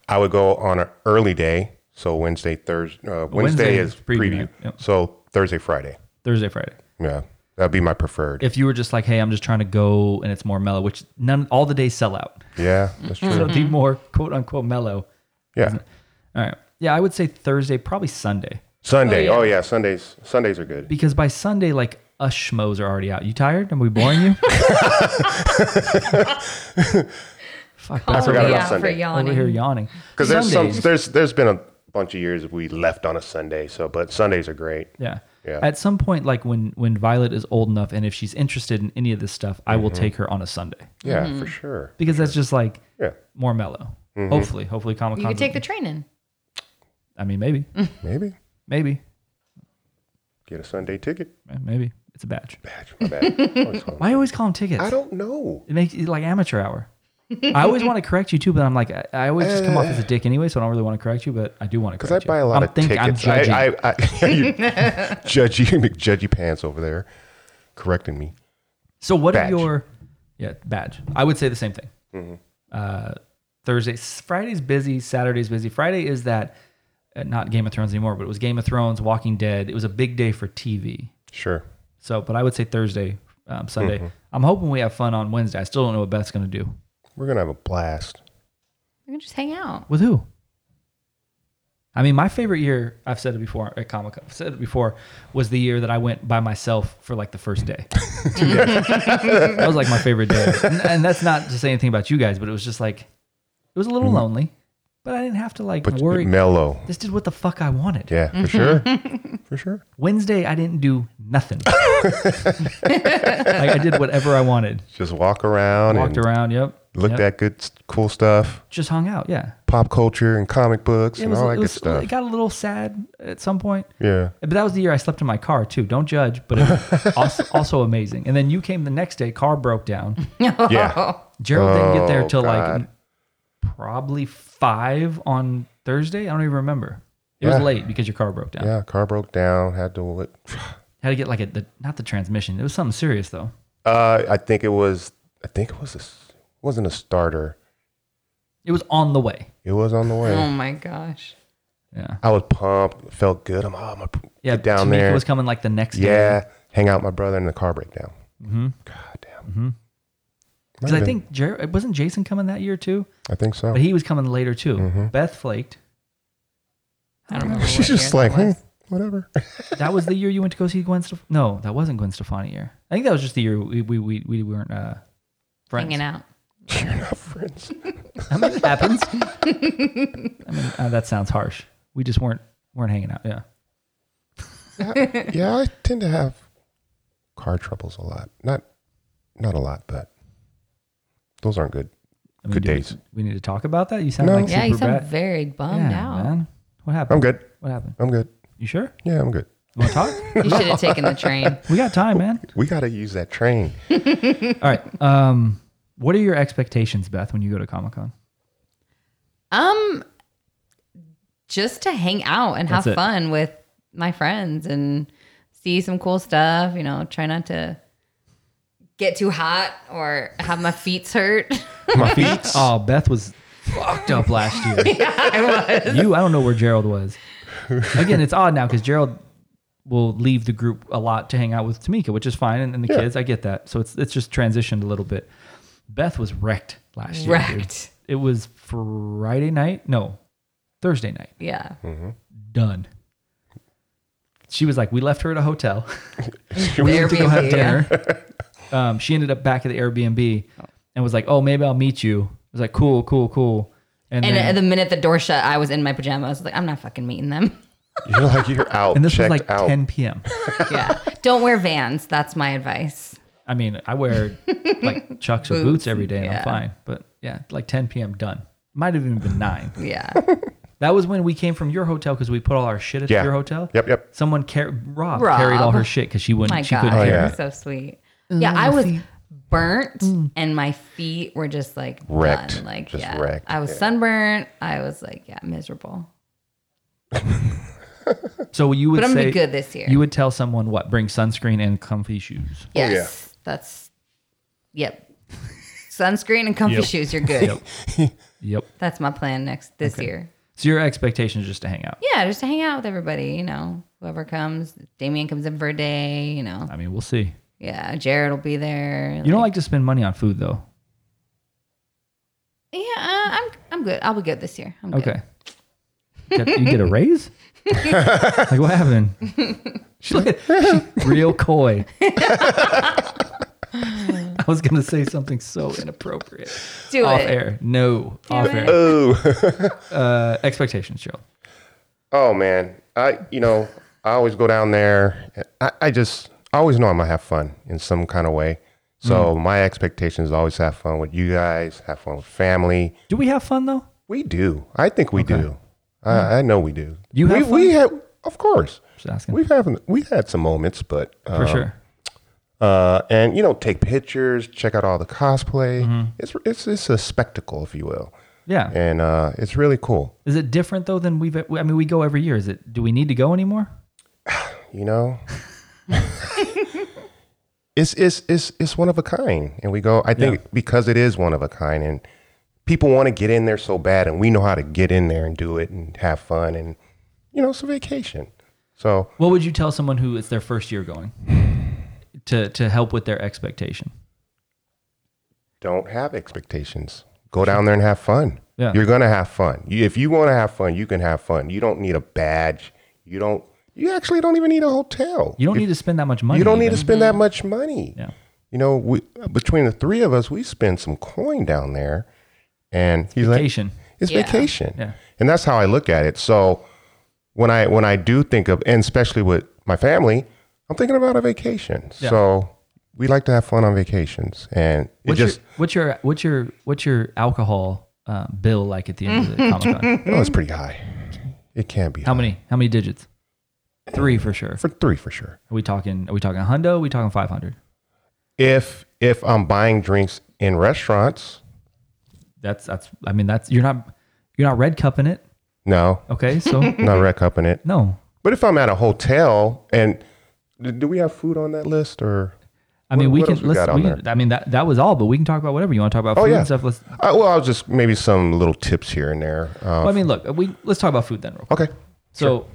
Speaker 3: I would go on an early day, so Wednesday, Thursday. Uh, Wednesday, is preview.
Speaker 1: night, yep.
Speaker 3: So Thursday, Friday.
Speaker 1: it. Thursday, Friday.
Speaker 3: Yeah, that'd be my preferred.
Speaker 1: If you were just like, hey, I'm just trying to go and it's more mellow, which none all the days sell out.
Speaker 3: yeah, that's true.
Speaker 1: So
Speaker 2: Mm-hmm.
Speaker 1: the more quote unquote mellow.
Speaker 3: Yeah,
Speaker 1: All right. Yeah, I would say Thursday, probably Sunday.
Speaker 3: Sunday.
Speaker 2: Oh,
Speaker 3: Oh yeah.
Speaker 2: yeah.
Speaker 3: Sundays. Sundays are good.
Speaker 1: Because by Sunday, like us schmoes are already out. You tired? Am we boring you? Fuck,
Speaker 3: I
Speaker 1: that's
Speaker 3: forgot
Speaker 2: Calling me
Speaker 3: about
Speaker 2: out
Speaker 3: Sunday.
Speaker 2: for
Speaker 3: Over
Speaker 2: yawning.
Speaker 1: over here yawning.
Speaker 3: Because there's some
Speaker 1: Sundays.
Speaker 3: there's there's been a bunch of years we left on a Sunday. So, but Sundays are great.
Speaker 1: Yeah.
Speaker 3: Yeah.
Speaker 1: At some point, like when when Violet is old enough, and if she's interested in any of this stuff, I will take her on a Sunday
Speaker 3: Yeah, Mm-hmm. for sure. Mm-hmm.
Speaker 1: because that's just like
Speaker 3: Yeah,
Speaker 1: more mellow. Hopefully, hopefully Comic
Speaker 2: You
Speaker 1: Con.
Speaker 2: could take the Mm. train in.
Speaker 1: I mean, maybe,
Speaker 3: maybe
Speaker 1: maybe,
Speaker 3: get a Sunday ticket.
Speaker 1: maybe it's a badge.
Speaker 3: Badge, my bad. I always call it-
Speaker 1: Why do you always call them tickets?
Speaker 3: I don't know.
Speaker 1: It makes it like amateur hour. I always want to correct you too, but I'm like, I, I always just come off as a dick anyway, so I don't really want to correct you, but I do want to
Speaker 3: Because I
Speaker 1: correct you.
Speaker 3: buy a lot
Speaker 1: I'm
Speaker 3: of
Speaker 1: think-
Speaker 3: tickets.
Speaker 1: I'm judging.
Speaker 3: I, I, I, you judgy, McJudgy pants over there, correcting me.
Speaker 1: so what
Speaker 3: Badge.
Speaker 1: are your, yeah, badge. I would say the same thing. Uh, Thursday, s- Friday's busy, Saturday's busy. Friday is that, uh, not Game of Thrones anymore, but it was Game of Thrones, Walking Dead. It was a big day for TV.
Speaker 3: Sure.
Speaker 1: So, but I would say Thursday, um, Sunday. I'm hoping we have fun on Wednesday. I still don't know what Beth's going to do.
Speaker 3: We're gonna have a blast.
Speaker 2: We can just hang out.
Speaker 1: With who? I mean, my favorite year, I've said it before at Comic Con, I've said it before, was the year that I went by myself for like the first day. that was like my favorite day. And, and that's not to say anything about you guys, but it was just like, it was a little lonely, but I didn't have to like
Speaker 3: Mm-hmm. But
Speaker 1: worry.
Speaker 3: mellow.
Speaker 1: This did what the fuck I wanted.
Speaker 3: Yeah, for sure. for sure.
Speaker 1: Wednesday, I didn't do nothing. like, I did whatever I wanted.
Speaker 3: Just walk around
Speaker 1: Walked
Speaker 3: and
Speaker 1: around, yep.
Speaker 3: looked
Speaker 1: yep.
Speaker 3: at good, s- cool stuff,
Speaker 1: Just hung out, yeah.
Speaker 3: pop culture and comic books
Speaker 1: It
Speaker 3: and
Speaker 1: was-
Speaker 3: all
Speaker 1: it
Speaker 3: that good
Speaker 1: was- oh,
Speaker 3: stuff.
Speaker 1: It got a little sad at some point.
Speaker 3: yeah.
Speaker 1: But that was the year I slept in my car too. Don't judge, but it was also, also amazing. And then you came the next day. Car broke down.
Speaker 3: Yeah.
Speaker 1: Gerald didn't get there
Speaker 3: Oh,
Speaker 1: till
Speaker 3: God.
Speaker 1: like probably five on Thursday. I don't even remember. It was
Speaker 3: Yeah.
Speaker 1: late because your car broke down.
Speaker 3: Yeah. Car broke down. Had to. look-
Speaker 1: Had to get like a the, not the transmission. It was something serious though.
Speaker 3: Uh, I think it was. I think it was a. s- Wasn't a starter.
Speaker 1: It was on the way.
Speaker 3: It was on the way.
Speaker 1: Hmm.
Speaker 2: Oh my gosh.
Speaker 1: Yeah.
Speaker 3: I was pumped. Felt good. I'm. Oh, my,
Speaker 1: Yeah.
Speaker 3: get down
Speaker 1: Tamika
Speaker 3: there.
Speaker 1: was coming like the next day.
Speaker 3: Yeah, hang out with my brother in the car breakdown. God damn.
Speaker 1: Because Mm-hmm. I think Jer- wasn't Jason coming that year too,
Speaker 3: I think so.
Speaker 1: but he was coming later too.
Speaker 3: Mm-hmm.
Speaker 1: Beth flaked.
Speaker 2: I don't remember.
Speaker 3: She's
Speaker 2: what
Speaker 3: just
Speaker 2: year
Speaker 3: like,
Speaker 2: that was.
Speaker 3: "Hmm, whatever.
Speaker 1: that was the year you went to go see Gwen Stefani. No, that wasn't Gwen Stefani year. I think that was just the year we we we, we weren't uh, friends.
Speaker 2: hanging out.
Speaker 3: You're not friends.
Speaker 1: I mean, it happens. I mean, uh, that sounds harsh. We just weren't weren't hanging out. Yeah,
Speaker 3: yeah, I tend to have car troubles a lot. Not, not a lot, but those aren't good.
Speaker 1: I mean,
Speaker 3: Good
Speaker 1: do we-
Speaker 3: days.
Speaker 1: We, need to talk about that. You sound
Speaker 3: No.
Speaker 1: like
Speaker 2: Yeah,
Speaker 1: super
Speaker 2: you sound
Speaker 1: bad.
Speaker 2: very bummed
Speaker 1: Yeah,
Speaker 2: out.
Speaker 1: man. What happened?
Speaker 3: I'm good.
Speaker 1: What happened?
Speaker 3: I'm good.
Speaker 1: You sure?
Speaker 3: Yeah, I'm good.
Speaker 1: You want to talk?
Speaker 2: You should have taken the train.
Speaker 1: we got time, man.
Speaker 3: We got to use that train.
Speaker 1: All right. Um, what are your expectations, Beth, when you go to Comic Con?
Speaker 2: Um, just to hang out and have
Speaker 1: That's it.
Speaker 2: fun with my friends and see some cool stuff. You know, try not to get too hot or have my feet hurt.
Speaker 1: My feet. oh, Beth was fucked up last year.
Speaker 2: I was.
Speaker 1: you, I don't know where Gerald was. Again, it's odd now because Gerald will leave the group a lot to hang out with Tamika, which is fine, and, and the
Speaker 3: Yeah.
Speaker 1: kids. I get that. So it's it's just transitioned a little bit. Beth was wrecked last year. dude.
Speaker 2: Wrecked.
Speaker 1: It was Friday night. No, Thursday night.
Speaker 2: Yeah.
Speaker 1: Done. She was like, we left her at a hotel.
Speaker 2: The
Speaker 1: to go have
Speaker 2: Airbnb, yeah.
Speaker 1: dinner. um, she ended up back at the Airbnb and was like, oh, maybe I'll meet you. I was like, cool, cool, cool. And,
Speaker 2: And
Speaker 1: then,
Speaker 2: the minute the door shut, I was in my pajamas. Like, I'm not fucking meeting them.
Speaker 3: You're like, you're out.
Speaker 1: and this was
Speaker 3: checked
Speaker 1: like
Speaker 3: out.
Speaker 1: 10 p.m.
Speaker 2: Yeah. Don't wear vans. That's my advice.
Speaker 1: I mean, I wear like chucks or boots
Speaker 2: Boots,
Speaker 1: every day and I'm
Speaker 2: yeah.
Speaker 1: fine. But yeah, like 10 p.m. done. Might have even been nine.
Speaker 2: Yeah.
Speaker 1: That was when we came from your hotel because we put all our shit at
Speaker 3: Yeah.
Speaker 1: your hotel.
Speaker 3: Yep, yep.
Speaker 1: Someone car- Rob,
Speaker 2: Rob.
Speaker 1: carried all her shit because she wouldn't.
Speaker 2: My
Speaker 1: she
Speaker 2: God.
Speaker 1: couldn't
Speaker 3: Oh,
Speaker 1: carry.
Speaker 3: yeah.
Speaker 1: it.
Speaker 2: You're so sweet. Yeah. I was burnt and my feet were just like
Speaker 3: Wrecked.
Speaker 2: Done. Like,
Speaker 3: Just
Speaker 2: yeah.
Speaker 3: wrecked,
Speaker 2: I was sunburnt. I was like, yeah, miserable.
Speaker 3: Oh,
Speaker 1: So you would
Speaker 2: But I'm
Speaker 1: say
Speaker 2: going to be good this year.
Speaker 1: you Oh, would tell someone what? Bring sunscreen and comfy shoes.
Speaker 2: yes. That's, yep. sunscreen, and comfy
Speaker 1: Yep.
Speaker 2: shoes. You're good.
Speaker 1: Yep.
Speaker 2: That's my plan next this year.
Speaker 1: So your expectation is just to hang out.
Speaker 2: Yeah, just to hang out with everybody. You know, whoever comes. Damien comes in for a day. You know,
Speaker 1: I mean, we'll see.
Speaker 2: yeah. Jared will be there.
Speaker 1: You don't like to spend money on food though.
Speaker 2: Yeah, uh, I'm I'm good. I'll be good this year. I'm
Speaker 1: Okay. Get- you get a raise? like what happened? She look at- real coy. I was gonna say something so inappropriate.
Speaker 2: good. Do
Speaker 1: off
Speaker 2: it.
Speaker 1: air. No. off
Speaker 2: it.
Speaker 1: air.
Speaker 3: Oh,
Speaker 1: Uh, expectations, Gerald.
Speaker 3: oh man. I you know I always go down there. I, I just I always know I'm gonna have fun in some kind of way. So
Speaker 1: Mm.
Speaker 3: my expectations is always have fun with you guys, have fun with family.
Speaker 1: Do we have fun though?
Speaker 3: We do. I think we do. I, I know we do.
Speaker 1: Mm. You
Speaker 3: we,
Speaker 1: have
Speaker 3: we have of course.
Speaker 1: Just asking.
Speaker 3: We've had we've had some moments, but uh,
Speaker 1: For sure.
Speaker 3: uh, and you know, take pictures, check out all the cosplay. It's it's it's a spectacle, if you will,
Speaker 1: Mm-hmm. Yeah.
Speaker 3: and uh, it's really cool.
Speaker 1: Is it different though than we've? I mean, we go every year. Is it? Do we need to go anymore?
Speaker 3: You know, it's it's it's it's one of a kind, and we go. I think because it is one of a kind, and people want to get in there so bad, and we know how to get in there and do it and have fun, and you know, it's a vacation. So
Speaker 1: What would you tell someone who it's their first year going to to help with their expectation?
Speaker 3: don't have expectations. Go down there and have fun.
Speaker 1: Yeah.
Speaker 3: You're gonna have fun. You, if you want to have fun, you can have fun. You don't need a badge. You don't. You actually don't even need a hotel.
Speaker 1: You don't need to spend that much money.
Speaker 3: You don't need
Speaker 1: even.
Speaker 3: to spend that much money.
Speaker 1: Yeah.
Speaker 3: You know, we, between the three of us, we spend some coin down there, and he's like,
Speaker 1: vacation.
Speaker 3: it's
Speaker 2: Yeah.
Speaker 3: vacation.
Speaker 1: Yeah.
Speaker 3: And that's how I look at it. So when I when I do think of and especially with my family, I'm thinking about a vacation.
Speaker 1: Yeah.
Speaker 3: So we like to have fun on vacations, and it
Speaker 1: What's
Speaker 3: just
Speaker 1: your what's your what's your what's your alcohol uh, bill like at the end of the Comic Con?
Speaker 3: Oh, it's pretty high. It can be
Speaker 1: How
Speaker 3: high.
Speaker 1: many how many digits? Three for sure.
Speaker 3: for three for sure.
Speaker 1: Are we talking? Are we talking a hundo? Are we talking five hundred?
Speaker 3: If if I'm buying drinks in restaurants,
Speaker 1: That's that's. I mean, that's you're not you're not red cupping it.
Speaker 3: no,
Speaker 1: Okay, so
Speaker 3: not rec upping it.
Speaker 1: no.
Speaker 3: But if I'm at a hotel and d- do we have food on that list or?
Speaker 1: I mean,
Speaker 3: What-
Speaker 1: we
Speaker 3: what
Speaker 1: can.
Speaker 3: else we
Speaker 1: let's,
Speaker 3: got on
Speaker 1: we can- I mean, that that was all, but we can talk about whatever you want to talk about.
Speaker 3: Oh
Speaker 1: food
Speaker 3: yeah.
Speaker 1: and stuff. Let's.
Speaker 3: Uh, well, I was just maybe some little tips here and there. Uh,
Speaker 1: Well, I mean, look, we let's talk about food then. Real quick.
Speaker 3: okay.
Speaker 1: So,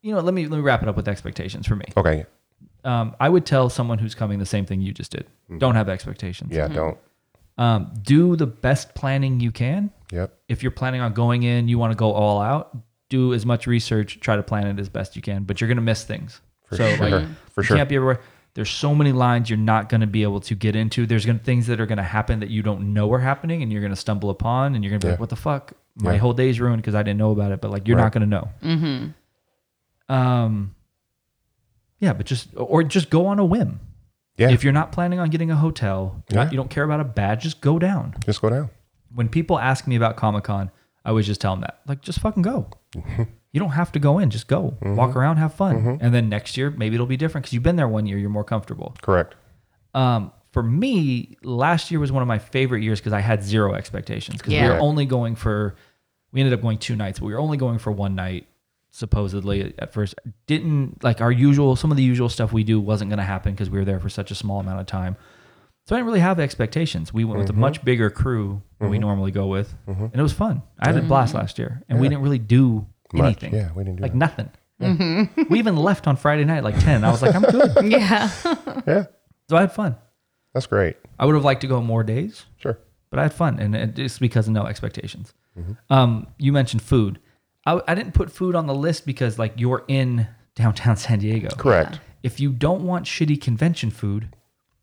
Speaker 1: you know, let me let me wrap it up with expectations for me.
Speaker 3: Okay.
Speaker 1: Um, I would tell someone who's coming the same thing you just did.
Speaker 3: Mm-hmm.
Speaker 1: Don't have expectations.
Speaker 3: Yeah. Don't.
Speaker 1: Um, do the best planning you can.
Speaker 3: Yep.
Speaker 1: If you're planning on going in, you want to go all out. Do as much research. Try to plan it as best you can, but you're gonna miss things.
Speaker 3: For
Speaker 1: so,
Speaker 3: sure.
Speaker 1: like,
Speaker 3: for
Speaker 1: you
Speaker 3: sure.
Speaker 1: can't be everywhere. There's so many lines you're not going to be able to get into. There's going to things that are going to happen that you don't know are happening, and you're going to stumble upon, and you're going to be like, "What the fuck? My
Speaker 3: Yeah.
Speaker 1: whole day's ruined because I didn't know about it." But like, you're not going to know. Um, yeah, but just or just go on a whim.
Speaker 3: Yeah.
Speaker 1: If you're not planning on getting a hotel, not-
Speaker 3: Yeah.
Speaker 1: you don't care about a badge, just go down.
Speaker 3: Just go down.
Speaker 1: When people ask me about Comic Con, I always just tell them that, like, just fucking go. you don't have to go in, just go, walk around, have fun, and then next year maybe it'll be different because you've been there one year, you're more comfortable.
Speaker 3: Correct.
Speaker 1: Um, for me, last year was one of my favorite years because I had zero expectations because we
Speaker 2: Yeah.
Speaker 1: were only going for, we ended up going two nights, but we were only going for one night supposedly at first. Didn't like our usual, some of the usual stuff we do wasn't going to happen because we were there for such a small amount of time. So I didn't really have expectations. We went with
Speaker 3: Mm-hmm.
Speaker 1: a much bigger crew than we normally go with, and it was fun. I had a blast last year, and we didn't really do anything.
Speaker 3: Mm-hmm. Yeah, we didn't do
Speaker 1: like
Speaker 3: that.
Speaker 1: nothing. we even left on Friday night at like ten. I was like, I'm good.
Speaker 2: Yeah.
Speaker 3: Yeah.
Speaker 1: so I had fun.
Speaker 3: That's great.
Speaker 1: I would have liked to go more days,
Speaker 3: Sure.
Speaker 1: but I had fun, and it- it's because of no expectations.
Speaker 3: Mm-hmm.
Speaker 1: Um, you mentioned food. I, I didn't put food on the list because like you're in downtown San Diego.
Speaker 3: Correct.
Speaker 1: If you don't want shitty convention food,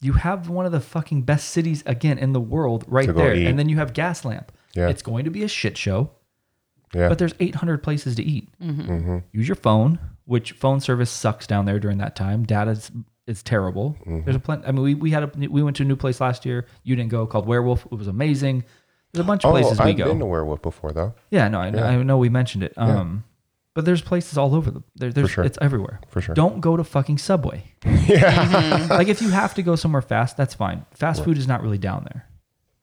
Speaker 1: you have one of the fucking best cities again in the world right
Speaker 3: To go
Speaker 1: there,
Speaker 3: eat.
Speaker 1: and then you have Gaslamp.
Speaker 3: Yeah.
Speaker 1: It's going to be a shit show,
Speaker 3: Yeah. Mm-hmm.
Speaker 1: but there's 800 places to eat. Use your phone, which phone service sucks down there during that time. Data's is terrible.
Speaker 3: Mm-hmm.
Speaker 1: There's a plenty. I mean, we, we had a we went to a new place last year. You didn't go called Werewolf. It was amazing. There's a bunch of
Speaker 3: oh,
Speaker 1: places we
Speaker 3: I've
Speaker 1: go.
Speaker 3: been to Werewolf before though.
Speaker 1: yeah, no, I, know I know we mentioned it. Um, but there's places all over the there, there's
Speaker 3: sure.
Speaker 1: it's everywhere.
Speaker 3: For sure.
Speaker 1: Don't go to fucking Subway.
Speaker 2: Mm-hmm.
Speaker 1: Yeah. like if you have to go somewhere fast, that's fine. Fast food is not really down there.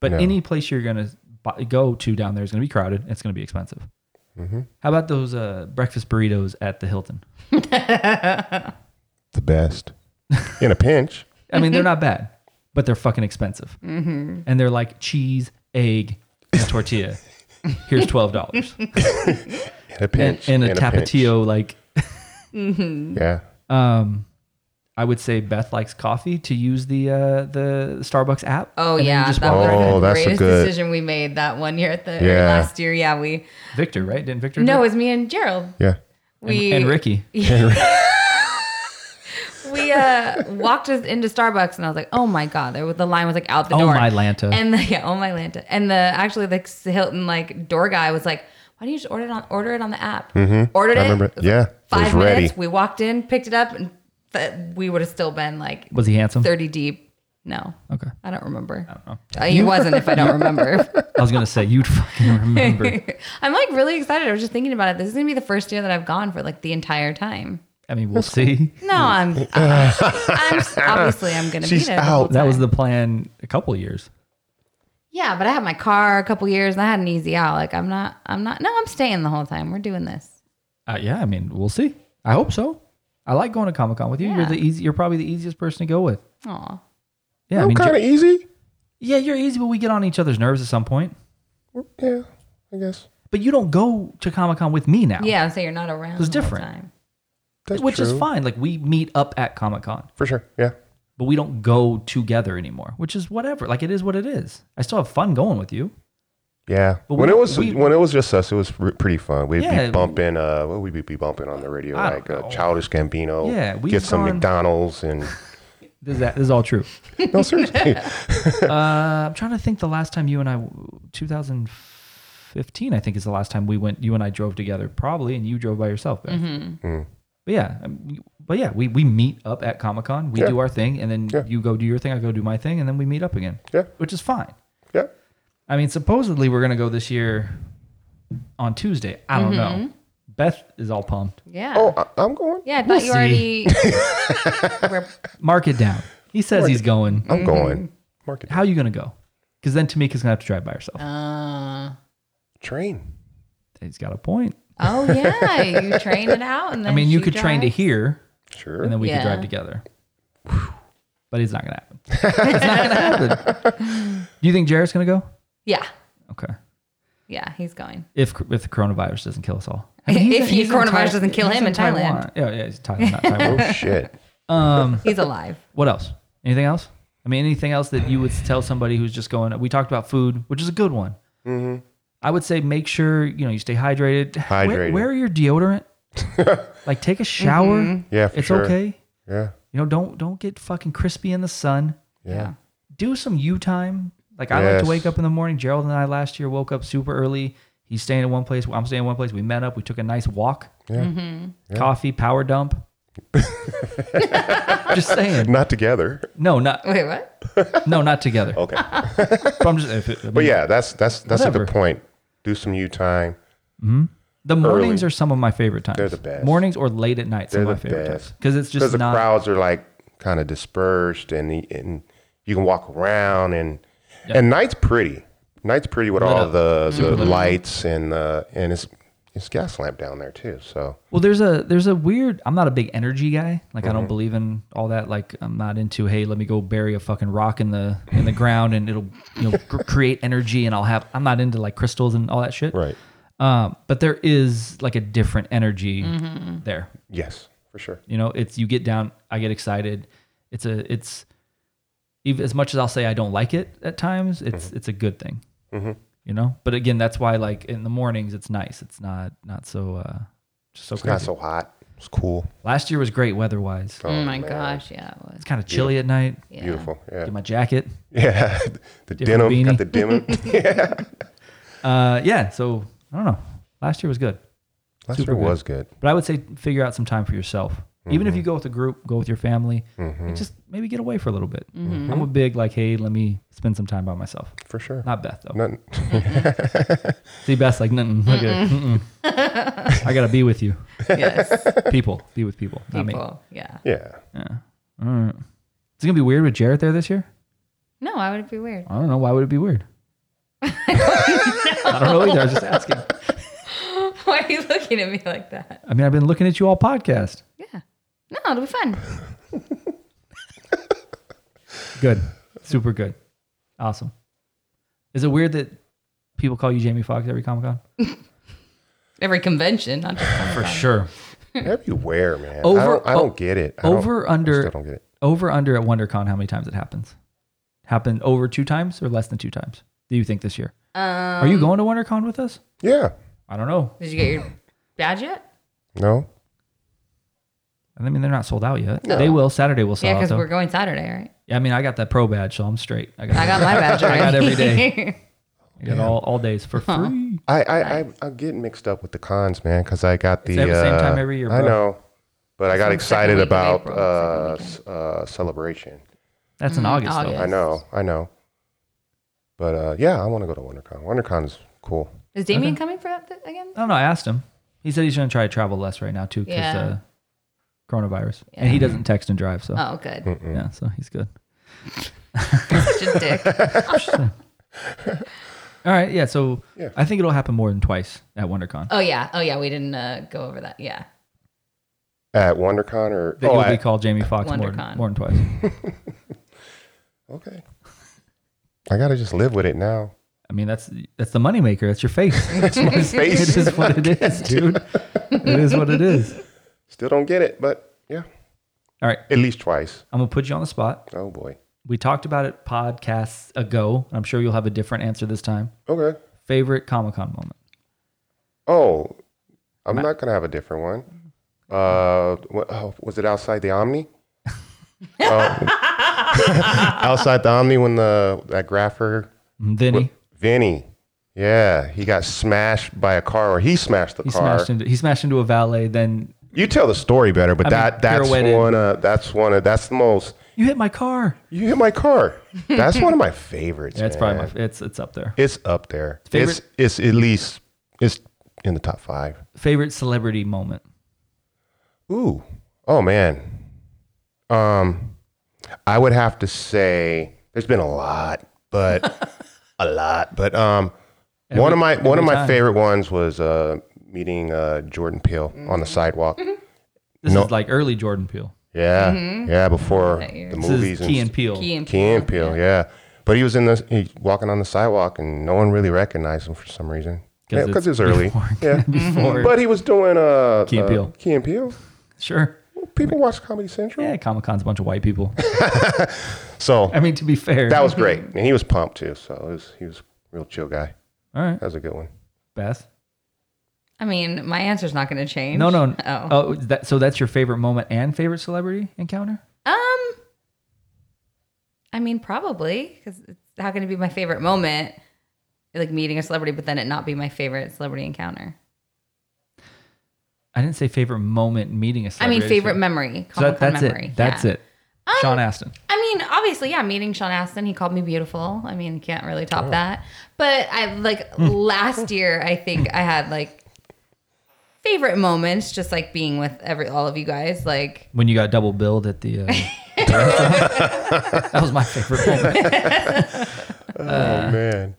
Speaker 1: But
Speaker 3: No.
Speaker 1: any place you're gonna bu- go to down there is gonna be crowded. and It's gonna be expensive.
Speaker 3: Mm-hmm.
Speaker 1: How about those uh, breakfast burritos at the Hilton?
Speaker 3: The best. in a pinch.
Speaker 1: I mean, they're not bad, but they're fucking expensive.
Speaker 2: Mm-hmm.
Speaker 1: And they're like cheese, egg, and a tortilla. Here's twelve dollars
Speaker 3: In a
Speaker 1: and,
Speaker 3: pinch.
Speaker 1: and a
Speaker 3: in pinch.
Speaker 1: tapatio. Like
Speaker 3: Yeah.
Speaker 1: I would say, Beth likes coffee to use the uh, the Starbucks app.
Speaker 2: Oh
Speaker 1: And then you
Speaker 2: yeah,
Speaker 1: just
Speaker 2: that
Speaker 1: walk
Speaker 2: was
Speaker 1: over.
Speaker 3: Oh,
Speaker 2: the
Speaker 3: that's a
Speaker 2: greatest
Speaker 3: good-
Speaker 2: decision we made that one year at the or
Speaker 3: Yeah.
Speaker 2: last year. Yeah, we
Speaker 1: Victor, right? Didn't Victor?
Speaker 2: no, it
Speaker 1: do it?
Speaker 2: was me and Gerald.
Speaker 3: Yeah.
Speaker 2: We
Speaker 1: and Ricky.
Speaker 2: we uh, walked us into Starbucks, and I was like, "Oh my god!" There was the line was like out the
Speaker 1: Oh
Speaker 2: door.
Speaker 1: my Lanta.
Speaker 2: And the, yeah, oh my Lanta. And the actually the Hilton like door guy was like, "Why don't you just order it on order it on the app?" Ordered
Speaker 3: Mm-hmm. I
Speaker 2: it.
Speaker 3: remember.
Speaker 2: it was
Speaker 3: yeah.
Speaker 2: five
Speaker 3: it was ready.
Speaker 2: minutes. We walked in, picked it up, and th- we would have still been like
Speaker 1: was he handsome?
Speaker 2: thirty deep. No,
Speaker 1: Okay.
Speaker 2: I don't remember. I don't know. He wasn't, if I don't remember.
Speaker 1: I was gonna say you'd fucking remember.
Speaker 2: I'm like really excited. I was just thinking about it. This is gonna be the first year that I've gone for like the entire time.
Speaker 1: I mean, we'll see.
Speaker 2: No, I'm, I'm, I'm obviously I'm gonna
Speaker 3: She's
Speaker 2: be there. the
Speaker 3: out.
Speaker 2: whole
Speaker 1: That was
Speaker 2: time.
Speaker 1: the plan a couple years.
Speaker 2: yeah, but I had my car a couple years and I had an easy out. Like I'm not, I'm not. No, I'm staying the whole time. We're doing this.
Speaker 1: Uh, yeah, I mean, we'll see. I hope so. I like going to Comic Con with you. You're
Speaker 2: Yeah.
Speaker 1: the easy. You're probably the easiest person to go with.
Speaker 2: Aw,
Speaker 1: Yeah, I mean,
Speaker 3: kind of easy.
Speaker 1: yeah, you're easy, but we get on each other's nerves at some point.
Speaker 3: Yeah. I guess.
Speaker 1: But you don't go to Comic Con with me now.
Speaker 2: yeah. So you're not around. It
Speaker 1: was
Speaker 2: the whole
Speaker 1: different.
Speaker 2: time.
Speaker 3: That's
Speaker 1: which is
Speaker 3: true.
Speaker 1: fine. Like we meet up at Comic Con,
Speaker 3: For sure. Yeah.
Speaker 1: but we don't go together anymore. Which is whatever. Like it is what it is. I still have fun going with you.
Speaker 3: Yeah.
Speaker 1: But
Speaker 3: when
Speaker 1: we-
Speaker 3: it was
Speaker 1: we-
Speaker 3: when it was just us, it was r- pretty fun. We'd
Speaker 1: Yeah.
Speaker 3: be bumping. Uh, what would we be bumping on the radio?
Speaker 1: I
Speaker 3: Like
Speaker 1: don't
Speaker 3: uh,
Speaker 1: know.
Speaker 3: Childish Gambino.
Speaker 1: Yeah, we've
Speaker 3: Get some
Speaker 1: gone-
Speaker 3: McDonald's and
Speaker 1: This is, that, this is all true.
Speaker 3: no seriously.
Speaker 1: Uh, I'm trying to think. The last time you and I, 2015, I think is the last time we went. You and I drove together, probably, and you drove by yourself. Beth.
Speaker 2: Mm-hmm.
Speaker 3: Mm.
Speaker 1: But yeah, um, but yeah, we we meet up at Comic Con. We
Speaker 3: Yeah.
Speaker 1: do our thing, and then
Speaker 3: Yeah.
Speaker 1: you go do your thing. I go do my thing, and then we meet up again.
Speaker 3: Yeah.
Speaker 1: which is fine.
Speaker 3: yeah.
Speaker 1: I mean, supposedly we're gonna go this year on Tuesday. I don't
Speaker 2: Mm-hmm.
Speaker 1: know. Beth is all pumped.
Speaker 2: Yeah.
Speaker 3: Oh, I, I'm going.
Speaker 2: yeah. I thought
Speaker 1: we'll
Speaker 2: you already. were,
Speaker 1: Mark it down. He says he's going.
Speaker 3: I'm going. Market
Speaker 1: How you gonna go? Because then Tamika's gonna have to drive by herself.
Speaker 2: uh,
Speaker 3: train.
Speaker 1: He's got a point.
Speaker 2: oh yeah, you train it out, and then
Speaker 1: I mean, you
Speaker 2: she
Speaker 1: could train to
Speaker 2: drives.
Speaker 1: here.
Speaker 3: Sure.
Speaker 1: and then we could drive
Speaker 2: Yeah.
Speaker 1: together. But it's not gonna happen. it's not gonna happen. Do you think Jared's gonna go?
Speaker 2: Yeah,
Speaker 1: Okay.
Speaker 2: yeah, he's going.
Speaker 1: If if the coronavirus doesn't kill us all,
Speaker 2: If he-
Speaker 1: in
Speaker 2: coronavirus
Speaker 1: Thai-
Speaker 2: doesn't kill
Speaker 1: he's
Speaker 2: him in
Speaker 1: Taiwan.
Speaker 2: Thailand.
Speaker 1: Yeah, yeah, he's Thailand, not Taiwan.
Speaker 3: oh shit.
Speaker 1: um,
Speaker 2: He's alive.
Speaker 1: what else? Anything else? I mean, anything else that you would tell somebody who's just going? We talked about food, which is a good one. Mm-hmm. I would say make sure you know you stay hydrated. Wear,
Speaker 3: Hydrated.
Speaker 1: wear your deodorant. like take a shower.
Speaker 2: Mm-hmm.
Speaker 3: Yeah, for
Speaker 1: it's
Speaker 3: sure.
Speaker 1: okay.
Speaker 3: Yeah.
Speaker 1: You know, don't don't get fucking crispy in the sun.
Speaker 3: Yeah.
Speaker 1: do some you time. Like I like
Speaker 3: Yes.
Speaker 1: to wake up in the morning. Gerald and I last year woke up super early. He's staying in one place. I'm staying in one place. We met up. We took a nice walk. Coffee, power dump. just saying.
Speaker 3: Not together.
Speaker 1: No, not
Speaker 2: Wait, what?
Speaker 1: no, not together.
Speaker 3: Okay.
Speaker 1: But I'm just. if it- I
Speaker 3: Oh. But
Speaker 1: mean,
Speaker 3: yeah, that's that's that's a
Speaker 1: Whatever.
Speaker 3: good point. Do some you time.
Speaker 1: the mornings are some of my favorite times.
Speaker 3: They're the best.
Speaker 1: Mornings or late at night, some
Speaker 3: They're
Speaker 1: of
Speaker 3: the
Speaker 1: my favorite
Speaker 3: best.
Speaker 1: times because it's
Speaker 3: because
Speaker 1: just
Speaker 3: the
Speaker 1: not.
Speaker 3: crowds are like kind of dispersed and and you can walk around and and night's pretty night's pretty with all
Speaker 1: up.
Speaker 3: the, the lights and uh and it's it's gas lamp down there too so
Speaker 1: Well, there's a there's a weird. I'm not a big energy guy. Like
Speaker 3: Mm-hmm.
Speaker 1: I don't believe in all that. Like I'm not into. Hey, let me go bury a fucking rock in the in the ground and it'll you know cr- create energy and I'll have. I'm not into like crystals and all that shit.
Speaker 3: right
Speaker 1: Um, but there is like a different energy there.
Speaker 3: yes for sure
Speaker 1: You know, it's you get down. I get excited. It's a it's. Even as much as I'll say I don't like it at times, it's
Speaker 3: Mm-hmm.
Speaker 1: it's a good thing. You know, but again, that's why like in the mornings it's nice. It's not not so uh just so
Speaker 3: it's
Speaker 1: crazy.
Speaker 3: not so hot it's cool
Speaker 1: Last year was great weather wise.
Speaker 2: Oh, my
Speaker 3: man.
Speaker 2: gosh, yeah, it was.
Speaker 1: It's kind of chilly at night.
Speaker 2: Yeah.
Speaker 3: beautiful yeah
Speaker 1: Get my jacket.
Speaker 3: yeah the
Speaker 1: Different
Speaker 3: denim
Speaker 1: beanie.
Speaker 3: got the denim
Speaker 1: Uh, yeah. So I don't know. Last year was good,
Speaker 3: last
Speaker 1: Super
Speaker 3: year
Speaker 1: good.
Speaker 3: was good
Speaker 1: but I would say figure out some time for yourself. Even if you go with a group, go with your family,
Speaker 3: Mm-hmm,
Speaker 1: and
Speaker 3: Mm.
Speaker 1: just maybe get away for a little bit.
Speaker 2: Mm-hmm.
Speaker 1: I'm a big like, hey, let me spend some time by myself.
Speaker 3: for sure
Speaker 1: Not Beth though.
Speaker 3: Nothing.
Speaker 1: See, Beth's like, nothing. Look at it. Mm-mm. I gotta be with you,
Speaker 2: yes,
Speaker 1: people. Be with people, not me.
Speaker 2: people. Yeah.
Speaker 3: yeah
Speaker 1: Alright. It's gonna be weird with Jarrett there this year.
Speaker 2: No, I would be weird.
Speaker 1: I don't know. Why would it be weird? I don't know either. I was just asking.
Speaker 2: Why are you looking at me like that?
Speaker 1: I mean, I've been looking at you all podcast.
Speaker 2: Yeah. No, it'll be fun.
Speaker 1: Good. Super good. Awesome. Is it weird that people call you Jamie Foxx every Comic Con?
Speaker 2: Every convention, not just Comic-Con.
Speaker 1: sure.
Speaker 3: Everywhere, man.
Speaker 1: Over-
Speaker 3: I, don't, I
Speaker 1: o-
Speaker 3: don't get it. I don't-
Speaker 1: over,
Speaker 3: I
Speaker 1: under-
Speaker 3: still don't get it.
Speaker 1: Over under at WonderCon, how many times it happens? Happened over two times or less than two times? Do you think this year? Are you going to WonderCon with us?
Speaker 3: Yeah.
Speaker 1: I don't know.
Speaker 2: Did you get your badge yet?
Speaker 3: No.
Speaker 1: I mean, they're not sold out yet.
Speaker 3: No.
Speaker 1: They will. Saturday will sell
Speaker 2: Yeah,
Speaker 1: out.
Speaker 2: because
Speaker 1: Though.
Speaker 2: we're going Saturday, right?
Speaker 1: yeah, I mean, I got that pro badge, so I'm straight. I got,
Speaker 2: I got my badge
Speaker 1: I
Speaker 2: already.
Speaker 1: got every day. I got all, all days for free.
Speaker 3: I I, I I get mixed up with the cons, man, because I got the
Speaker 1: It's every same
Speaker 3: uh,
Speaker 1: time every year,
Speaker 3: I
Speaker 1: bro.
Speaker 3: know, but I got
Speaker 2: It's the second
Speaker 3: excited
Speaker 2: week of
Speaker 3: about
Speaker 2: April,
Speaker 3: uh,
Speaker 2: second
Speaker 3: s- uh, celebration.
Speaker 1: That's in August,
Speaker 2: August.
Speaker 1: though.
Speaker 3: I know, I know, but uh, yeah, I want to go to WonderCon. WonderCon is cool.
Speaker 2: Is Damien coming for that th- again?
Speaker 1: I don't know. I asked him. He said he's going to try to travel less right now, too, because
Speaker 2: Yeah.
Speaker 1: uh, coronavirus. And he doesn't text and drive, so
Speaker 2: Oh, good.
Speaker 1: yeah, so he's good.
Speaker 2: Such a dick.
Speaker 1: All right, yeah. So
Speaker 3: Yeah.
Speaker 1: I think it'll happen more than twice at WonderCon.
Speaker 2: Oh yeah. Oh yeah. We didn't uh, go over that. Yeah.
Speaker 3: At WonderCon or
Speaker 1: That
Speaker 3: oh,
Speaker 1: you'll be
Speaker 3: at-
Speaker 1: called Jamie Foxx more,
Speaker 2: WonderCon.
Speaker 1: than- more than twice.
Speaker 3: okay. I gotta just live with it now.
Speaker 1: I mean, that's that's the moneymaker. That's your face.
Speaker 3: Face
Speaker 1: it is what it is, dude. It is what it is.
Speaker 3: still don't get it, but yeah,
Speaker 1: All right,
Speaker 3: at least twice.
Speaker 1: I'm gonna put you on the spot.
Speaker 3: Oh boy.
Speaker 1: We talked about it podcasts ago. I'm sure you'll have a different answer this time.
Speaker 3: Okay.
Speaker 1: Favorite Comic Con moment?
Speaker 3: Oh, I'm not gonna have a different one. Uh, wha- oh, was it outside the Omni? Uh, outside the Omni when the that grapher
Speaker 1: Vinny.
Speaker 3: Vinny, yeah, he got smashed by a car or he smashed the
Speaker 1: He
Speaker 3: car.
Speaker 1: smashed into he smashed into a valet. Then
Speaker 3: You tell the story better, but
Speaker 1: I mean,
Speaker 3: that that's
Speaker 1: pirouetted.
Speaker 3: one of that's one of that's the most.
Speaker 1: you hit my car.
Speaker 3: You hit my car. That's one of my favorites.
Speaker 1: That's
Speaker 3: man.
Speaker 1: probably my, it's it's up there.
Speaker 3: It's up there.
Speaker 1: Favorite-
Speaker 3: It's it's at least it's in the top five.
Speaker 1: Favorite celebrity moment?
Speaker 3: Ooh. Oh man. Um I would have to say there's been a lot, but a lot, but um one of my one of
Speaker 1: every
Speaker 3: my
Speaker 1: time.
Speaker 3: favorite ones was uh meeting uh Jordan Peele
Speaker 2: Mm-hmm.
Speaker 3: on the sidewalk.
Speaker 1: This
Speaker 3: No.
Speaker 1: is like early Jordan Peele.
Speaker 3: Yeah. Yeah, before
Speaker 2: Mm-hmm. That year.
Speaker 3: the
Speaker 1: This
Speaker 3: movies
Speaker 1: is Key and
Speaker 3: and
Speaker 1: Peele.
Speaker 2: Key and
Speaker 3: Key and Peele, yeah. But he was in the he walking on the sidewalk and no one really recognized him for some reason. Yeah,
Speaker 1: it's
Speaker 3: Because it was early.
Speaker 1: before-
Speaker 3: Yeah.
Speaker 1: before-
Speaker 3: But he was doing uh
Speaker 1: Key and
Speaker 3: uh,
Speaker 1: Peele.
Speaker 3: Key and Peele.
Speaker 1: Sure.
Speaker 3: People watch Comedy Central.
Speaker 1: Yeah, Comic Con's a bunch of white people.
Speaker 3: So
Speaker 1: I mean, to be fair,
Speaker 3: That was
Speaker 2: Mm-hmm.
Speaker 3: great, and he was pumped too. So it was, he was a real chill guy.
Speaker 1: all right.
Speaker 3: That was a good one.
Speaker 1: Beth.
Speaker 2: I mean, my answer's not going to change.
Speaker 1: No, no.
Speaker 2: Oh.
Speaker 1: Oh, is that, so that's your favorite moment and favorite celebrity encounter?
Speaker 2: Um. I mean, probably because how can it be my favorite moment? Like meeting a celebrity, but then it not be my favorite celebrity encounter.
Speaker 1: I didn't say favorite moment meeting a
Speaker 2: I
Speaker 1: celebrity.
Speaker 2: mean, favorite
Speaker 1: So
Speaker 2: memory.
Speaker 1: that,
Speaker 2: Comic-Con
Speaker 1: that's
Speaker 2: memory.
Speaker 1: it. That's
Speaker 2: Yeah. Um,
Speaker 1: it. Sean Astin.
Speaker 2: I mean, obviously, yeah, meeting Sean Astin, he called me beautiful. I mean, can't really top that. But I like
Speaker 1: Hmm.
Speaker 2: last year, I think I had like favorite moments, just like being with every all of you guys. Like,
Speaker 1: When you got double billed at the. Uh, that was my favorite moment.
Speaker 2: Uh,
Speaker 3: oh man,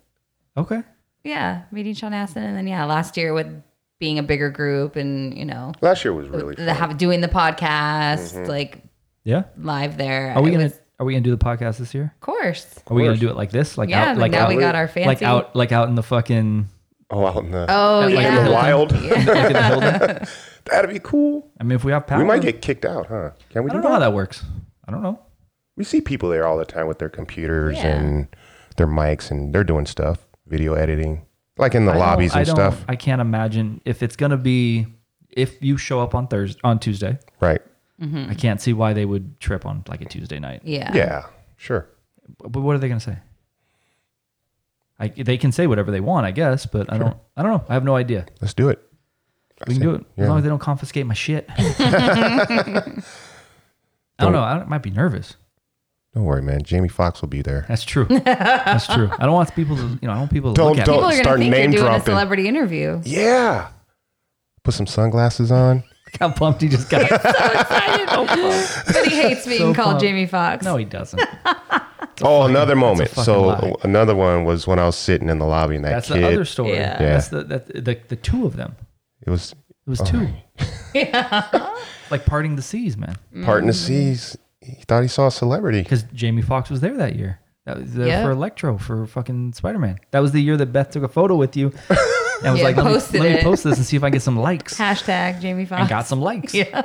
Speaker 1: Okay.
Speaker 2: yeah, meeting Sean Astin, and then yeah, last year with being a bigger group and you know
Speaker 3: last year was really
Speaker 2: the,
Speaker 3: fun.
Speaker 2: have, doing the podcast like
Speaker 1: Yeah.
Speaker 2: live there.
Speaker 1: Mm-hmm. Are we
Speaker 2: It
Speaker 1: gonna
Speaker 2: was-
Speaker 1: Are we gonna do the podcast this year?
Speaker 2: of course.
Speaker 1: Are we gonna do it like this? Like
Speaker 2: Yeah,
Speaker 1: out, like
Speaker 2: like now
Speaker 1: out,
Speaker 2: we got our
Speaker 1: like
Speaker 2: fancy-
Speaker 1: out, like out in the fucking.
Speaker 3: Oh, out in the
Speaker 2: Oh
Speaker 1: Like
Speaker 2: yeah,
Speaker 3: in the wild,
Speaker 1: like in the building.
Speaker 3: that'd be cool.
Speaker 1: I mean, if we have power,
Speaker 3: We might get kicked out, huh? Can we
Speaker 1: I
Speaker 3: do
Speaker 1: don't know how
Speaker 3: that?
Speaker 1: that works. I don't know.
Speaker 3: We see people there all the time with their computers
Speaker 2: Yeah.
Speaker 3: and their mics, and they're doing stuff, video editing, like in the
Speaker 1: I don't-
Speaker 3: lobbies
Speaker 1: I
Speaker 3: and
Speaker 1: don't-
Speaker 3: stuff.
Speaker 1: I can't imagine if it's gonna be if you show up on Thursday on Tuesday.
Speaker 3: Right?
Speaker 2: Uh-huh. Mm-hmm.
Speaker 1: I can't see why they would trip on like a Tuesday night.
Speaker 2: yeah.
Speaker 3: Yeah, sure.
Speaker 1: But what are they gonna say? I, they can say whatever they want, I guess, but I don't. I don't know. I have no idea.
Speaker 3: Let's do it.
Speaker 1: We can do it as long as they don't confiscate my shit. I don't know. I don't- might be nervous.
Speaker 3: Don't worry, man. Jamie Foxx will be there.
Speaker 1: That's true. That's true. I don't want people to. You know, I don't want people to
Speaker 3: Don't-
Speaker 1: look at
Speaker 2: People
Speaker 1: me.
Speaker 2: are gonna
Speaker 3: Start
Speaker 2: think you're
Speaker 3: name
Speaker 2: doing a
Speaker 3: dropping.
Speaker 2: celebrity interview.
Speaker 3: Yeah. Put some sunglasses on.
Speaker 1: Look how pumped he just got.
Speaker 2: but he hates being
Speaker 1: So
Speaker 2: called
Speaker 1: pumped.
Speaker 2: Jamie Fox.
Speaker 1: no, he doesn't.
Speaker 3: Oh, another moment.
Speaker 1: fucking
Speaker 3: So
Speaker 1: lie.
Speaker 3: another one was when I was sitting in the lobby and that
Speaker 1: That's
Speaker 3: kid.
Speaker 1: the other story.
Speaker 2: Yeah.
Speaker 1: That's the, that, the the two of them.
Speaker 3: It was
Speaker 1: It was two. like parting the seas, man.
Speaker 2: Mm.
Speaker 3: parting the seas. He thought he saw a celebrity.
Speaker 1: Because Jamie Foxx was there that year. That was there
Speaker 2: Yeah.
Speaker 1: for Electro for fucking Spider Man. That was the year that Beth took a photo with you. And was
Speaker 2: Yeah,
Speaker 1: like, let, me,
Speaker 2: posted
Speaker 1: let me
Speaker 2: it.
Speaker 1: post this and see if I can get some likes.
Speaker 2: Hashtag Jamie Foxx.
Speaker 1: and got some likes.
Speaker 2: Yeah.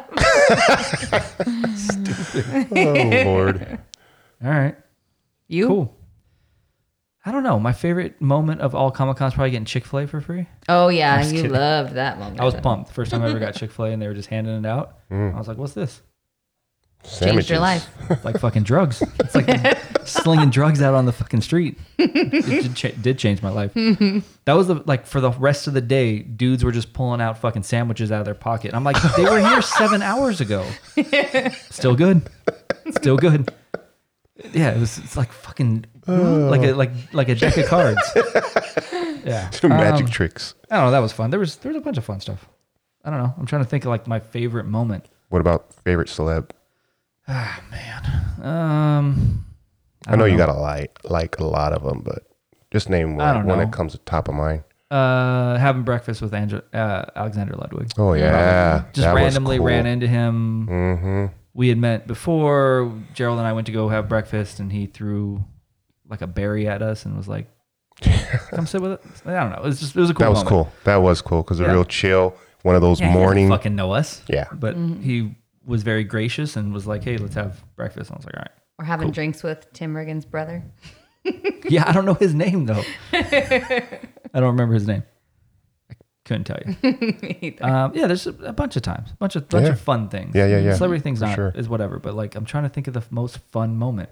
Speaker 3: Oh Lord.
Speaker 1: All right.
Speaker 2: You?
Speaker 1: Cool. I don't know. My favorite moment of all Comic Cons probably getting Chick Fil A for free.
Speaker 2: Oh, yeah. You
Speaker 1: kidding.
Speaker 2: loved that moment.
Speaker 1: I was pumped. First time I ever got Chick Fil A, and they were just handing it out. I was like, "What's this?
Speaker 2: Changed your
Speaker 3: Sandwiches.
Speaker 2: life.
Speaker 1: It's like fucking drugs. It's like slinging drugs out on the fucking street." It did, cha- did change my life. that was the like for the rest of the day, dudes were just pulling out fucking sandwiches out of their pocket. And I'm like, they were here seven hours ago. Still good. Still good. Yeah, it was. It's like fucking like a like like a deck of cards. Yeah,
Speaker 3: Magic
Speaker 1: Um,
Speaker 3: tricks.
Speaker 1: I don't know. That was fun. There was there was a bunch of fun stuff. I don't know. I'm trying to think of like my favorite moment.
Speaker 3: What about favorite celeb?
Speaker 1: Um,
Speaker 3: I, know, you got a lot, like a lot of them, but just name
Speaker 1: I
Speaker 3: one,
Speaker 1: don't
Speaker 3: one
Speaker 1: know.
Speaker 3: that comes to top of mind.
Speaker 1: uh, having breakfast with Andrew, uh, Alexander Ludwig.
Speaker 3: Oh yeah,
Speaker 1: Just randomly ran into him.
Speaker 3: Mm-hmm.
Speaker 1: We had met before. Gerald and I went to go have breakfast, and he threw like a berry at us and was like, "Come sit with us." I don't know. It was just it was a cool.
Speaker 3: That was
Speaker 1: moment.
Speaker 3: cool. That was cool because
Speaker 1: Yeah.
Speaker 3: a real chill, one of those
Speaker 1: Yeah, he doesn't
Speaker 3: morning.
Speaker 1: fucking know us.
Speaker 3: Yeah.
Speaker 1: but he was very gracious and was like, "Hey, let's have breakfast." And I was like, "All right."
Speaker 2: Or having drinks with Tim Riggins' brother.
Speaker 1: Yeah, I don't know his name though. I don't remember his name. I couldn't tell you. um, yeah, there's a, a bunch of times, a bunch of bunch
Speaker 3: Yeah.
Speaker 1: of fun things.
Speaker 3: Yeah, yeah, yeah.
Speaker 1: Celebrity things
Speaker 3: For
Speaker 1: not
Speaker 3: sure.
Speaker 1: is whatever, but like I'm trying to think of the f- most fun moment.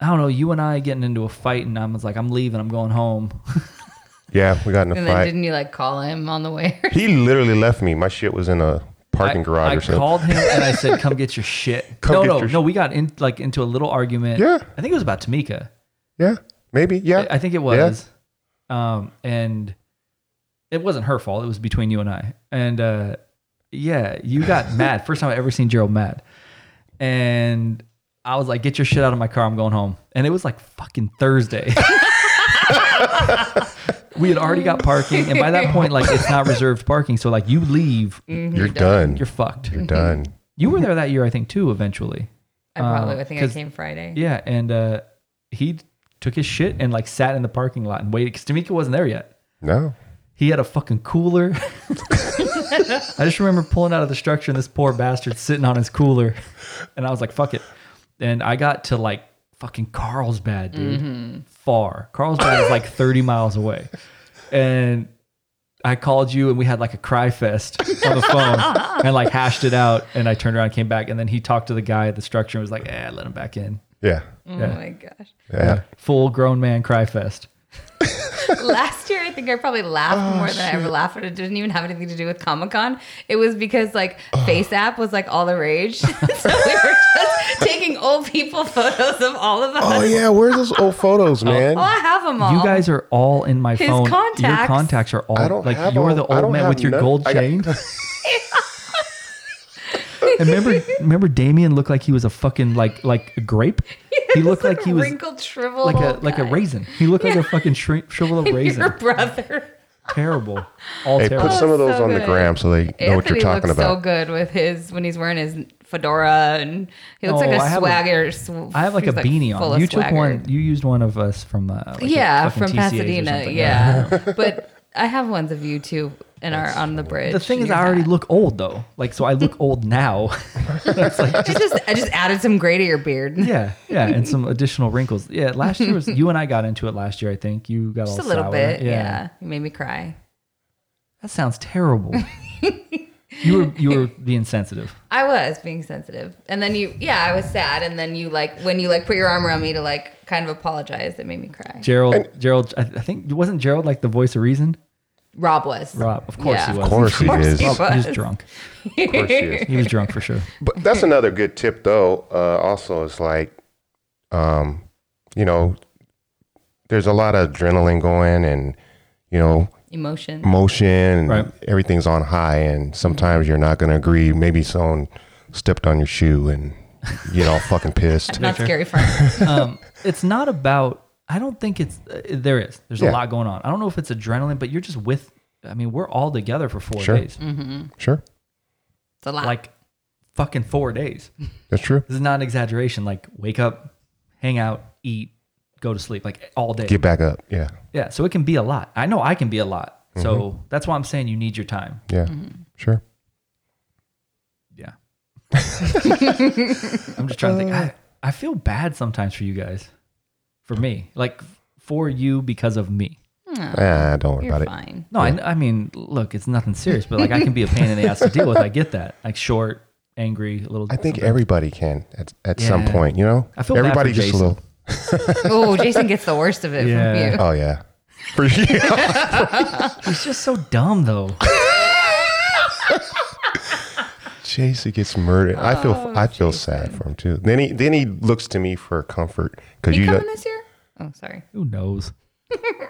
Speaker 1: I don't know. You and I getting into a fight, and I was like, "I'm leaving. I'm going home."
Speaker 3: Yeah, we got in a
Speaker 2: And then
Speaker 3: fight.
Speaker 2: didn't you like call him on the way?
Speaker 3: He literally left me. My shit was in a parking
Speaker 1: I,
Speaker 3: garage
Speaker 1: I
Speaker 3: or something.
Speaker 1: called him and I said, "Come get your shit."
Speaker 3: Come
Speaker 1: no,
Speaker 3: get
Speaker 1: no,
Speaker 3: your sh-
Speaker 1: no. We got in like into a little argument.
Speaker 3: Yeah.
Speaker 1: I think it was about Tamika.
Speaker 3: yeah, maybe. Yeah,
Speaker 1: I think it was. Um, and it wasn't her fault. It was between you and I. And uh, yeah, you got mad. First time I ever seen Gerald mad. And I was like, "Get your shit out of my car. I'm going home." And it was like fucking Thursday. we had already got parking, and by that point, like it's not reserved parking. So like you leave,
Speaker 3: you're done.
Speaker 1: you're fucked.
Speaker 3: You're done.
Speaker 1: You were there that year, I think, too. Eventually,
Speaker 2: I probably, I think I
Speaker 1: Uh, 'cause-
Speaker 2: came Friday.
Speaker 1: yeah, and uh, he took his shit and like sat in the parking lot and waited because Tamika wasn't there yet.
Speaker 3: No,
Speaker 1: He had a fucking cooler. I just remember pulling out of the structure and this poor bastard sitting on his cooler, and I was like, "Fuck it." And I got to like fucking Carlsbad, dude. Far Carlsbad is like thirty miles away, and I called you and we had like a cry fest on the phone and like hashed it out. And I turned around, and came back, and then he talked to the guy at the structure and was like, "Eh, let him back in."
Speaker 3: yeah,
Speaker 2: Oh
Speaker 1: Yeah.
Speaker 2: my gosh.
Speaker 3: yeah.
Speaker 1: full grown man cry fest.
Speaker 2: last year i think i probably laughed more than i ever laughed but it didn't even have anything to do with comic-con it was because like face app was like all the rage so we were just taking old people photos of all of us
Speaker 3: Oh
Speaker 2: oh,
Speaker 3: yeah, where's those old photos, man?
Speaker 2: i have them all
Speaker 1: You guys are all in my
Speaker 2: His
Speaker 1: phone. Your
Speaker 2: contacts.
Speaker 1: contacts are all
Speaker 3: I don't
Speaker 1: like
Speaker 3: have
Speaker 1: you're
Speaker 3: all-
Speaker 1: the
Speaker 3: I
Speaker 1: old
Speaker 3: don't
Speaker 1: man
Speaker 3: have
Speaker 1: with your
Speaker 3: none-
Speaker 1: gold
Speaker 3: I got-
Speaker 1: chain. and remember, remember, Damien looked like he was a fucking like like a grape. he looked like he was
Speaker 2: wrinkled shriveled
Speaker 1: like a
Speaker 2: old
Speaker 1: like a
Speaker 2: guy.
Speaker 1: raisin. He looked like a fucking shri- shrivel of
Speaker 2: your
Speaker 1: raisin.
Speaker 2: brother
Speaker 1: terrible, all
Speaker 3: Hey,
Speaker 1: terrible.
Speaker 3: put some of those
Speaker 2: so
Speaker 3: on the
Speaker 2: good.
Speaker 3: gram so they know what you're
Speaker 2: Anthony
Speaker 3: talking
Speaker 2: looks so
Speaker 3: about.
Speaker 2: good with his when he's wearing his fedora and he looks
Speaker 1: Oh,
Speaker 2: like
Speaker 1: I
Speaker 2: a
Speaker 1: have a-
Speaker 2: swagger. sw-
Speaker 1: I have like a
Speaker 2: he's,
Speaker 1: beanie
Speaker 2: full
Speaker 1: on.
Speaker 2: of
Speaker 1: You took
Speaker 2: swagger.
Speaker 1: one. You used one of us from uh, like a
Speaker 2: yeah,
Speaker 1: fucking
Speaker 2: from
Speaker 1: TCAs or
Speaker 2: Pasadena.
Speaker 1: something.
Speaker 2: Yeah, but I have ones of you too, and are on the bridge.
Speaker 1: The thing
Speaker 2: in
Speaker 1: is,
Speaker 2: your
Speaker 1: I already
Speaker 2: hat.
Speaker 1: look old though. Like, so I look old now. it's like
Speaker 2: I just I just added some gray to your beard,
Speaker 1: Yeah, yeah, and some additional wrinkles. Yeah, last year was you and I got into it last year. I think you got
Speaker 2: just a
Speaker 1: all
Speaker 2: little
Speaker 1: sour.
Speaker 2: bit. Yeah. you made me cry.
Speaker 1: that sounds terrible. you were you were the insensitive.
Speaker 2: I was being sensitive, and then you, yeah, I was sad, and then you like when you like put your arm around me to like kind of apologize, it made me cry.
Speaker 1: Gerald, Gerald, I, I think wasn't Gerald like the voice of reason.
Speaker 2: Rob was.
Speaker 1: Rob, of course
Speaker 2: Yeah.
Speaker 1: he
Speaker 3: Of
Speaker 1: was.
Speaker 3: course he
Speaker 2: course
Speaker 3: is.
Speaker 2: he
Speaker 1: Rob-
Speaker 3: Of
Speaker 1: he was
Speaker 2: was.
Speaker 1: drunk.
Speaker 3: course he is.
Speaker 1: He was drunk for sure.
Speaker 3: But that's another good tip, though. Uh, also, it's like, um, you know, there's a lot of adrenaline going, and you know,
Speaker 2: Emotion.
Speaker 3: motion, and
Speaker 1: Right.
Speaker 3: everything's on high, and sometimes you're not going to agree. Maybe someone stepped on your shoe, and you get all fucking pissed.
Speaker 2: Not scary fun.
Speaker 1: Um, it's not about. I don't think it's uh, there is. There's
Speaker 3: Yeah.
Speaker 1: a lot going on. I don't know if it's adrenaline, but you're just with. I mean, we're all together for four
Speaker 3: Sure.
Speaker 1: days.
Speaker 2: Mm-hmm.
Speaker 3: Sure,
Speaker 2: It's a lot.
Speaker 1: Like fucking four days.
Speaker 3: that's true.
Speaker 1: This is not an exaggeration. Like, wake up, hang out, eat, go to sleep, like all day.
Speaker 3: Get back up. Yeah.
Speaker 1: yeah. So it can be a lot. I know I can be a lot.
Speaker 3: Mm-hmm.
Speaker 1: So that's why I'm saying you need your time.
Speaker 3: Yeah.
Speaker 2: Mm-hmm.
Speaker 3: Sure.
Speaker 1: Yeah. I'm just trying to think. I, I feel bad sometimes for you guys, for me, like for you because of me.
Speaker 3: Ah, don't worry
Speaker 2: You're
Speaker 3: about it.
Speaker 2: fine.
Speaker 1: No, I, I mean, look, it's nothing serious, but like I can be a pain in the ass to deal with. I get that. Like short, angry, a little.
Speaker 3: I think everybody can at, at some
Speaker 1: Yeah.
Speaker 3: point, you know?
Speaker 1: I feel bad for
Speaker 3: everybody
Speaker 1: Jason.
Speaker 3: a little.
Speaker 2: oh, Jason gets the worst of it
Speaker 1: Yeah.
Speaker 2: from you.
Speaker 3: Oh, yeah. For you.
Speaker 1: it's just so dumb though.
Speaker 3: Jason gets murdered. I feel
Speaker 2: Oh,
Speaker 3: I feel sad for him too. Then he then he looks to me for comfort because
Speaker 2: You
Speaker 3: you
Speaker 2: coming
Speaker 3: done,
Speaker 2: this year? Oh, sorry.
Speaker 1: Who knows?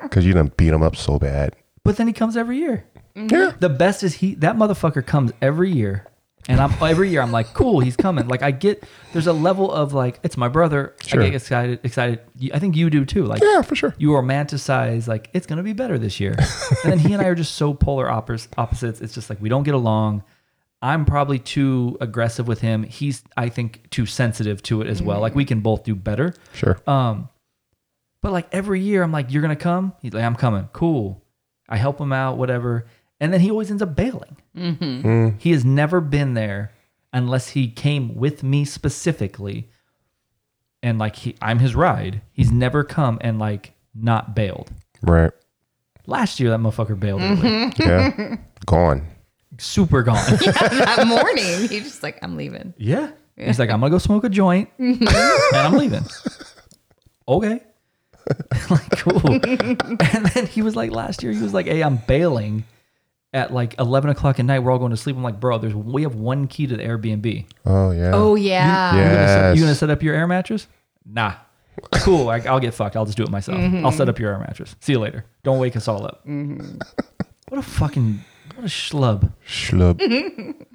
Speaker 3: because you done beat him up so bad.
Speaker 1: But then he comes every year.
Speaker 2: Mm-hmm.
Speaker 3: Yeah.
Speaker 1: The best is he that motherfucker comes every year. And I'm every year I'm like, cool, he's coming. Like I get there's a level of like, it's my brother.
Speaker 3: Sure.
Speaker 1: I get excited excited. You- I think you do too. Like
Speaker 3: Yeah, for sure.
Speaker 1: you romanticize like it's gonna be better this year. and then he and I are just so polar oppos- opposites. It's just like we don't get along. I'm probably too aggressive with him. He's I think too sensitive to it as well. Like we can both do better.
Speaker 3: Sure.
Speaker 1: Um, but like every year, I'm like, "You're gonna come." He's like, "I'm coming." Cool. I help him out, whatever, and then he always ends up bailing. He has never been there unless he came with me specifically, and like he, I'm his ride. He's never come and like not bailed.
Speaker 3: Right.
Speaker 1: Last year, that motherfucker bailed. early.
Speaker 3: Yeah. Gone.
Speaker 1: Super gone.
Speaker 2: that morning, he's just like, I'm leaving.
Speaker 1: Yeah. He's like, I'm gonna go smoke a joint and I'm leaving. okay. like, cool. and then he was like last year, he was like, Hey, I'm bailing at like eleven o'clock at night, we're all going to sleep. I'm like, bro, there's we have one key to the Airbnb.
Speaker 3: Oh yeah.
Speaker 2: Oh yeah.
Speaker 1: You gonna set-
Speaker 3: Yes.
Speaker 1: You gonna set up your air mattress? Nah. Cool. I, I'll get fucked. I'll just do it myself. I'll set up your air mattress. See you later. Don't wake us all up. What a fucking what a schlub.
Speaker 2: Mm-hmm.
Speaker 3: Schlub.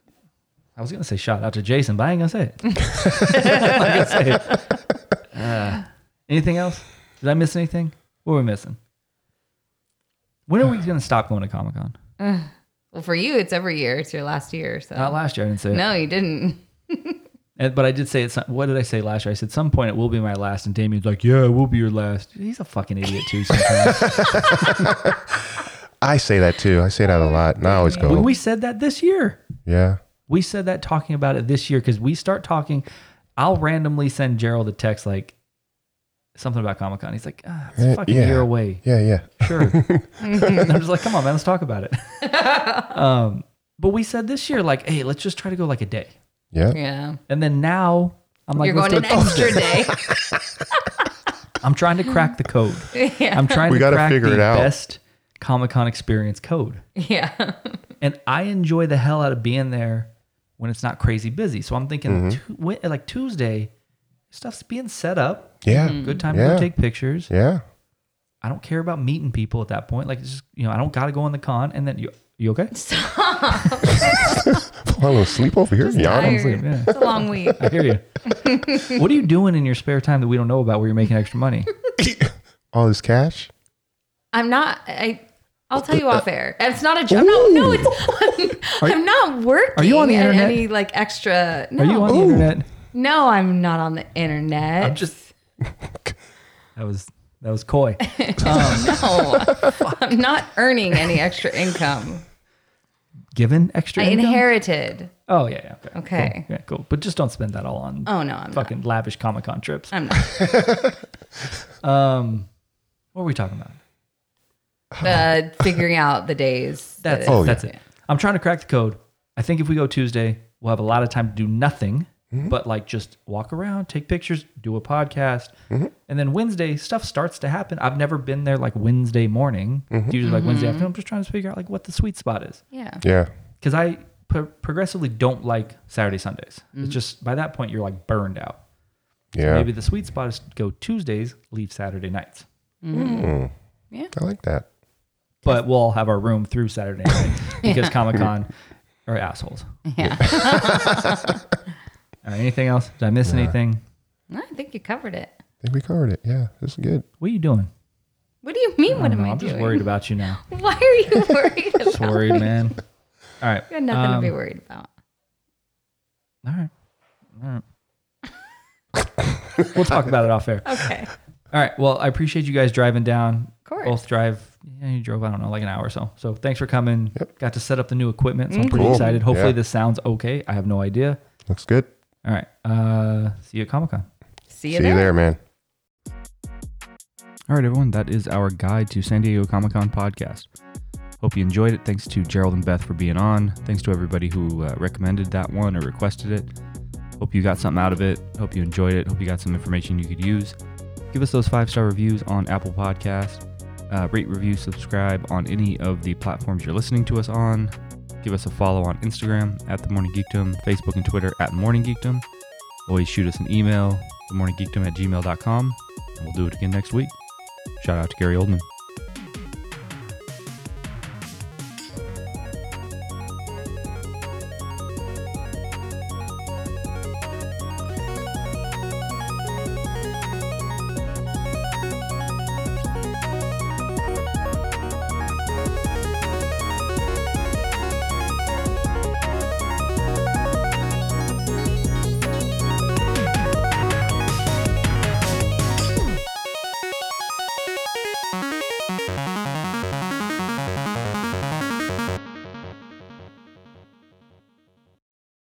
Speaker 1: I was gonna say shout out to Jason, but I ain't gonna say it. I'm not gonna say it. Uh, anything else? Did I miss anything? What are we missing? When are we gonna stop going to Comic Con?
Speaker 2: Well, for you, it's every year. It's your last year. So
Speaker 1: Not last year. I didn't say
Speaker 2: no, you didn't.
Speaker 1: it, And- but I did say it. some- What did I say last year? I said some point it will be my last, and Damien's like, "Yeah, it will be your last." He's a fucking idiot too. Sometimes.
Speaker 3: I say that too. I say
Speaker 2: Oh,
Speaker 3: that a lot, and I always go.
Speaker 1: when we said that this year,
Speaker 3: yeah.
Speaker 1: we said that talking about it this year because we start talking. I'll randomly send Gerald a text like something about Comic Con. He's like, ah, "It's a
Speaker 3: Eh,
Speaker 1: fucking
Speaker 3: yeah.
Speaker 1: year away."
Speaker 3: Yeah. Yeah.
Speaker 1: Sure. and
Speaker 2: Mm-hmm.
Speaker 1: I'm just like, come on, man, let's talk about it. um, but we said this year, like, hey, let's just try to go like a day.
Speaker 3: Yeah.
Speaker 2: Yeah.
Speaker 1: And then now I'm like,
Speaker 2: You're
Speaker 1: let's
Speaker 2: going an
Speaker 1: do it
Speaker 2: extra
Speaker 1: Tuesday.
Speaker 2: day.
Speaker 1: I'm trying to crack the code.
Speaker 2: yeah.
Speaker 1: I'm trying
Speaker 3: We
Speaker 1: to
Speaker 3: gotta
Speaker 1: crack
Speaker 3: figure
Speaker 1: the
Speaker 3: it out.
Speaker 1: best Comic Con experience code.
Speaker 2: Yeah.
Speaker 1: And I enjoy the hell out of being there when it's not crazy busy. So I'm thinking,
Speaker 3: Mm-hmm.
Speaker 1: tu- Wed- like Tuesday, stuff's being set up.
Speaker 2: Mm-hmm.
Speaker 3: Yeah.
Speaker 1: Good time to
Speaker 3: Yeah.
Speaker 1: go take pictures.
Speaker 3: Yeah.
Speaker 1: I don't care about meeting people at that point. Like, it's just you know, I don't got to go on the con. And then you, you okay?
Speaker 3: Fall asleep over here. Yawning.
Speaker 2: Tired.
Speaker 1: yeah.
Speaker 2: It's a long week.
Speaker 1: I hear you. what are you doing in your spare time that we don't know about where you're making extra money?
Speaker 3: All this cash.
Speaker 2: I'm not. I. I'll tell you off air. It's not a job. No, no, it's. I'm, I'm not working.
Speaker 1: are you on the
Speaker 2: at
Speaker 1: internet?
Speaker 2: Any like extra? No,
Speaker 1: Are you on the internet?
Speaker 2: no, I'm not on the internet.
Speaker 1: I'm just. That was that was coy.
Speaker 2: no, I'm Oh, not earning any extra income.
Speaker 1: Given extra
Speaker 2: I
Speaker 1: income?
Speaker 2: inherited.
Speaker 1: Oh yeah, yeah. Okay.
Speaker 2: Okay.
Speaker 1: Cool. Yeah, cool. But just don't spend that all on
Speaker 2: Oh Uh. no, I'm
Speaker 1: fucking lavish Comic Con trips.
Speaker 2: not. I'm not.
Speaker 1: Um, what were we talking about?
Speaker 2: The figuring out the days. that
Speaker 1: That's
Speaker 2: it-
Speaker 1: it.
Speaker 3: Oh,
Speaker 1: that's
Speaker 3: yeah.
Speaker 1: it. I'm trying to crack the code. I think if we go Tuesday, we'll have a lot of time to do nothing,
Speaker 3: Mm-hmm.
Speaker 1: but like just walk around, take pictures, do a podcast,
Speaker 3: Mm-hmm.
Speaker 1: and then Wednesday stuff starts to happen. I've never been there like Wednesday morning.
Speaker 3: Mm-hmm.
Speaker 1: It's usually like Wednesday afternoon. I'm just trying to figure out like what the sweet spot is
Speaker 2: Yeah.
Speaker 3: Yeah.
Speaker 1: because I pro- progressively don't like Saturday Sundays. It's just by that point you're like burned out.
Speaker 3: Yeah.
Speaker 1: Maybe the sweet spot is to go Tuesdays, leave Saturday nights.
Speaker 3: I like that.
Speaker 1: but we'll all have our room through Saturday night because Comic Con are assholes.
Speaker 2: Yeah.
Speaker 1: All right, Uh, anything else? Did I miss anything?
Speaker 2: No, I think you covered it.
Speaker 3: I think we covered it. Yeah. This is good.
Speaker 1: What are you doing?
Speaker 2: What do you mean? What am
Speaker 1: No,
Speaker 2: I
Speaker 1: I'm
Speaker 2: doing?
Speaker 1: just worried about you now.
Speaker 2: Why are you worried? about?
Speaker 1: Just worried, man. All right.
Speaker 2: You got nothing
Speaker 1: um,
Speaker 2: to be worried about.
Speaker 1: All right. All right. we'll talk about it off air.
Speaker 2: Okay.
Speaker 1: All right. Well, I appreciate you guys driving down. Of
Speaker 2: course.
Speaker 1: Both drive. Yeah, you drove. I don't know, like an hour or so. So thanks for coming. Got to set up the new equipment.
Speaker 2: Mm-hmm.
Speaker 1: So I'm pretty
Speaker 3: Cool.
Speaker 1: excited. Hopefully
Speaker 3: Yeah.
Speaker 1: this sounds okay. I have no idea.
Speaker 3: Looks good.
Speaker 1: All right. Uh, see you at Comic Con.
Speaker 2: See
Speaker 3: See you there, man.
Speaker 1: All right, everyone, that is our guide to San Diego Comic Con podcast. Hope you enjoyed it. Thanks to Gerald and Beth for being on. Thanks to everybody who uh, recommended that one or requested it. Hope you got something out of it. Hope you enjoyed it. Hope you got some information you could use. Give us those five star reviews on Apple Podcast. Uh, rate, review, subscribe on any of the platforms you're listening to us on. Give us a follow on Instagram at The Morning Geekdom, Facebook and Twitter at Morning Geekdom. Always shoot us an email, themorninggeekdom at gmail.com, and we'll do it again next week. Shout out to Gary Oldman.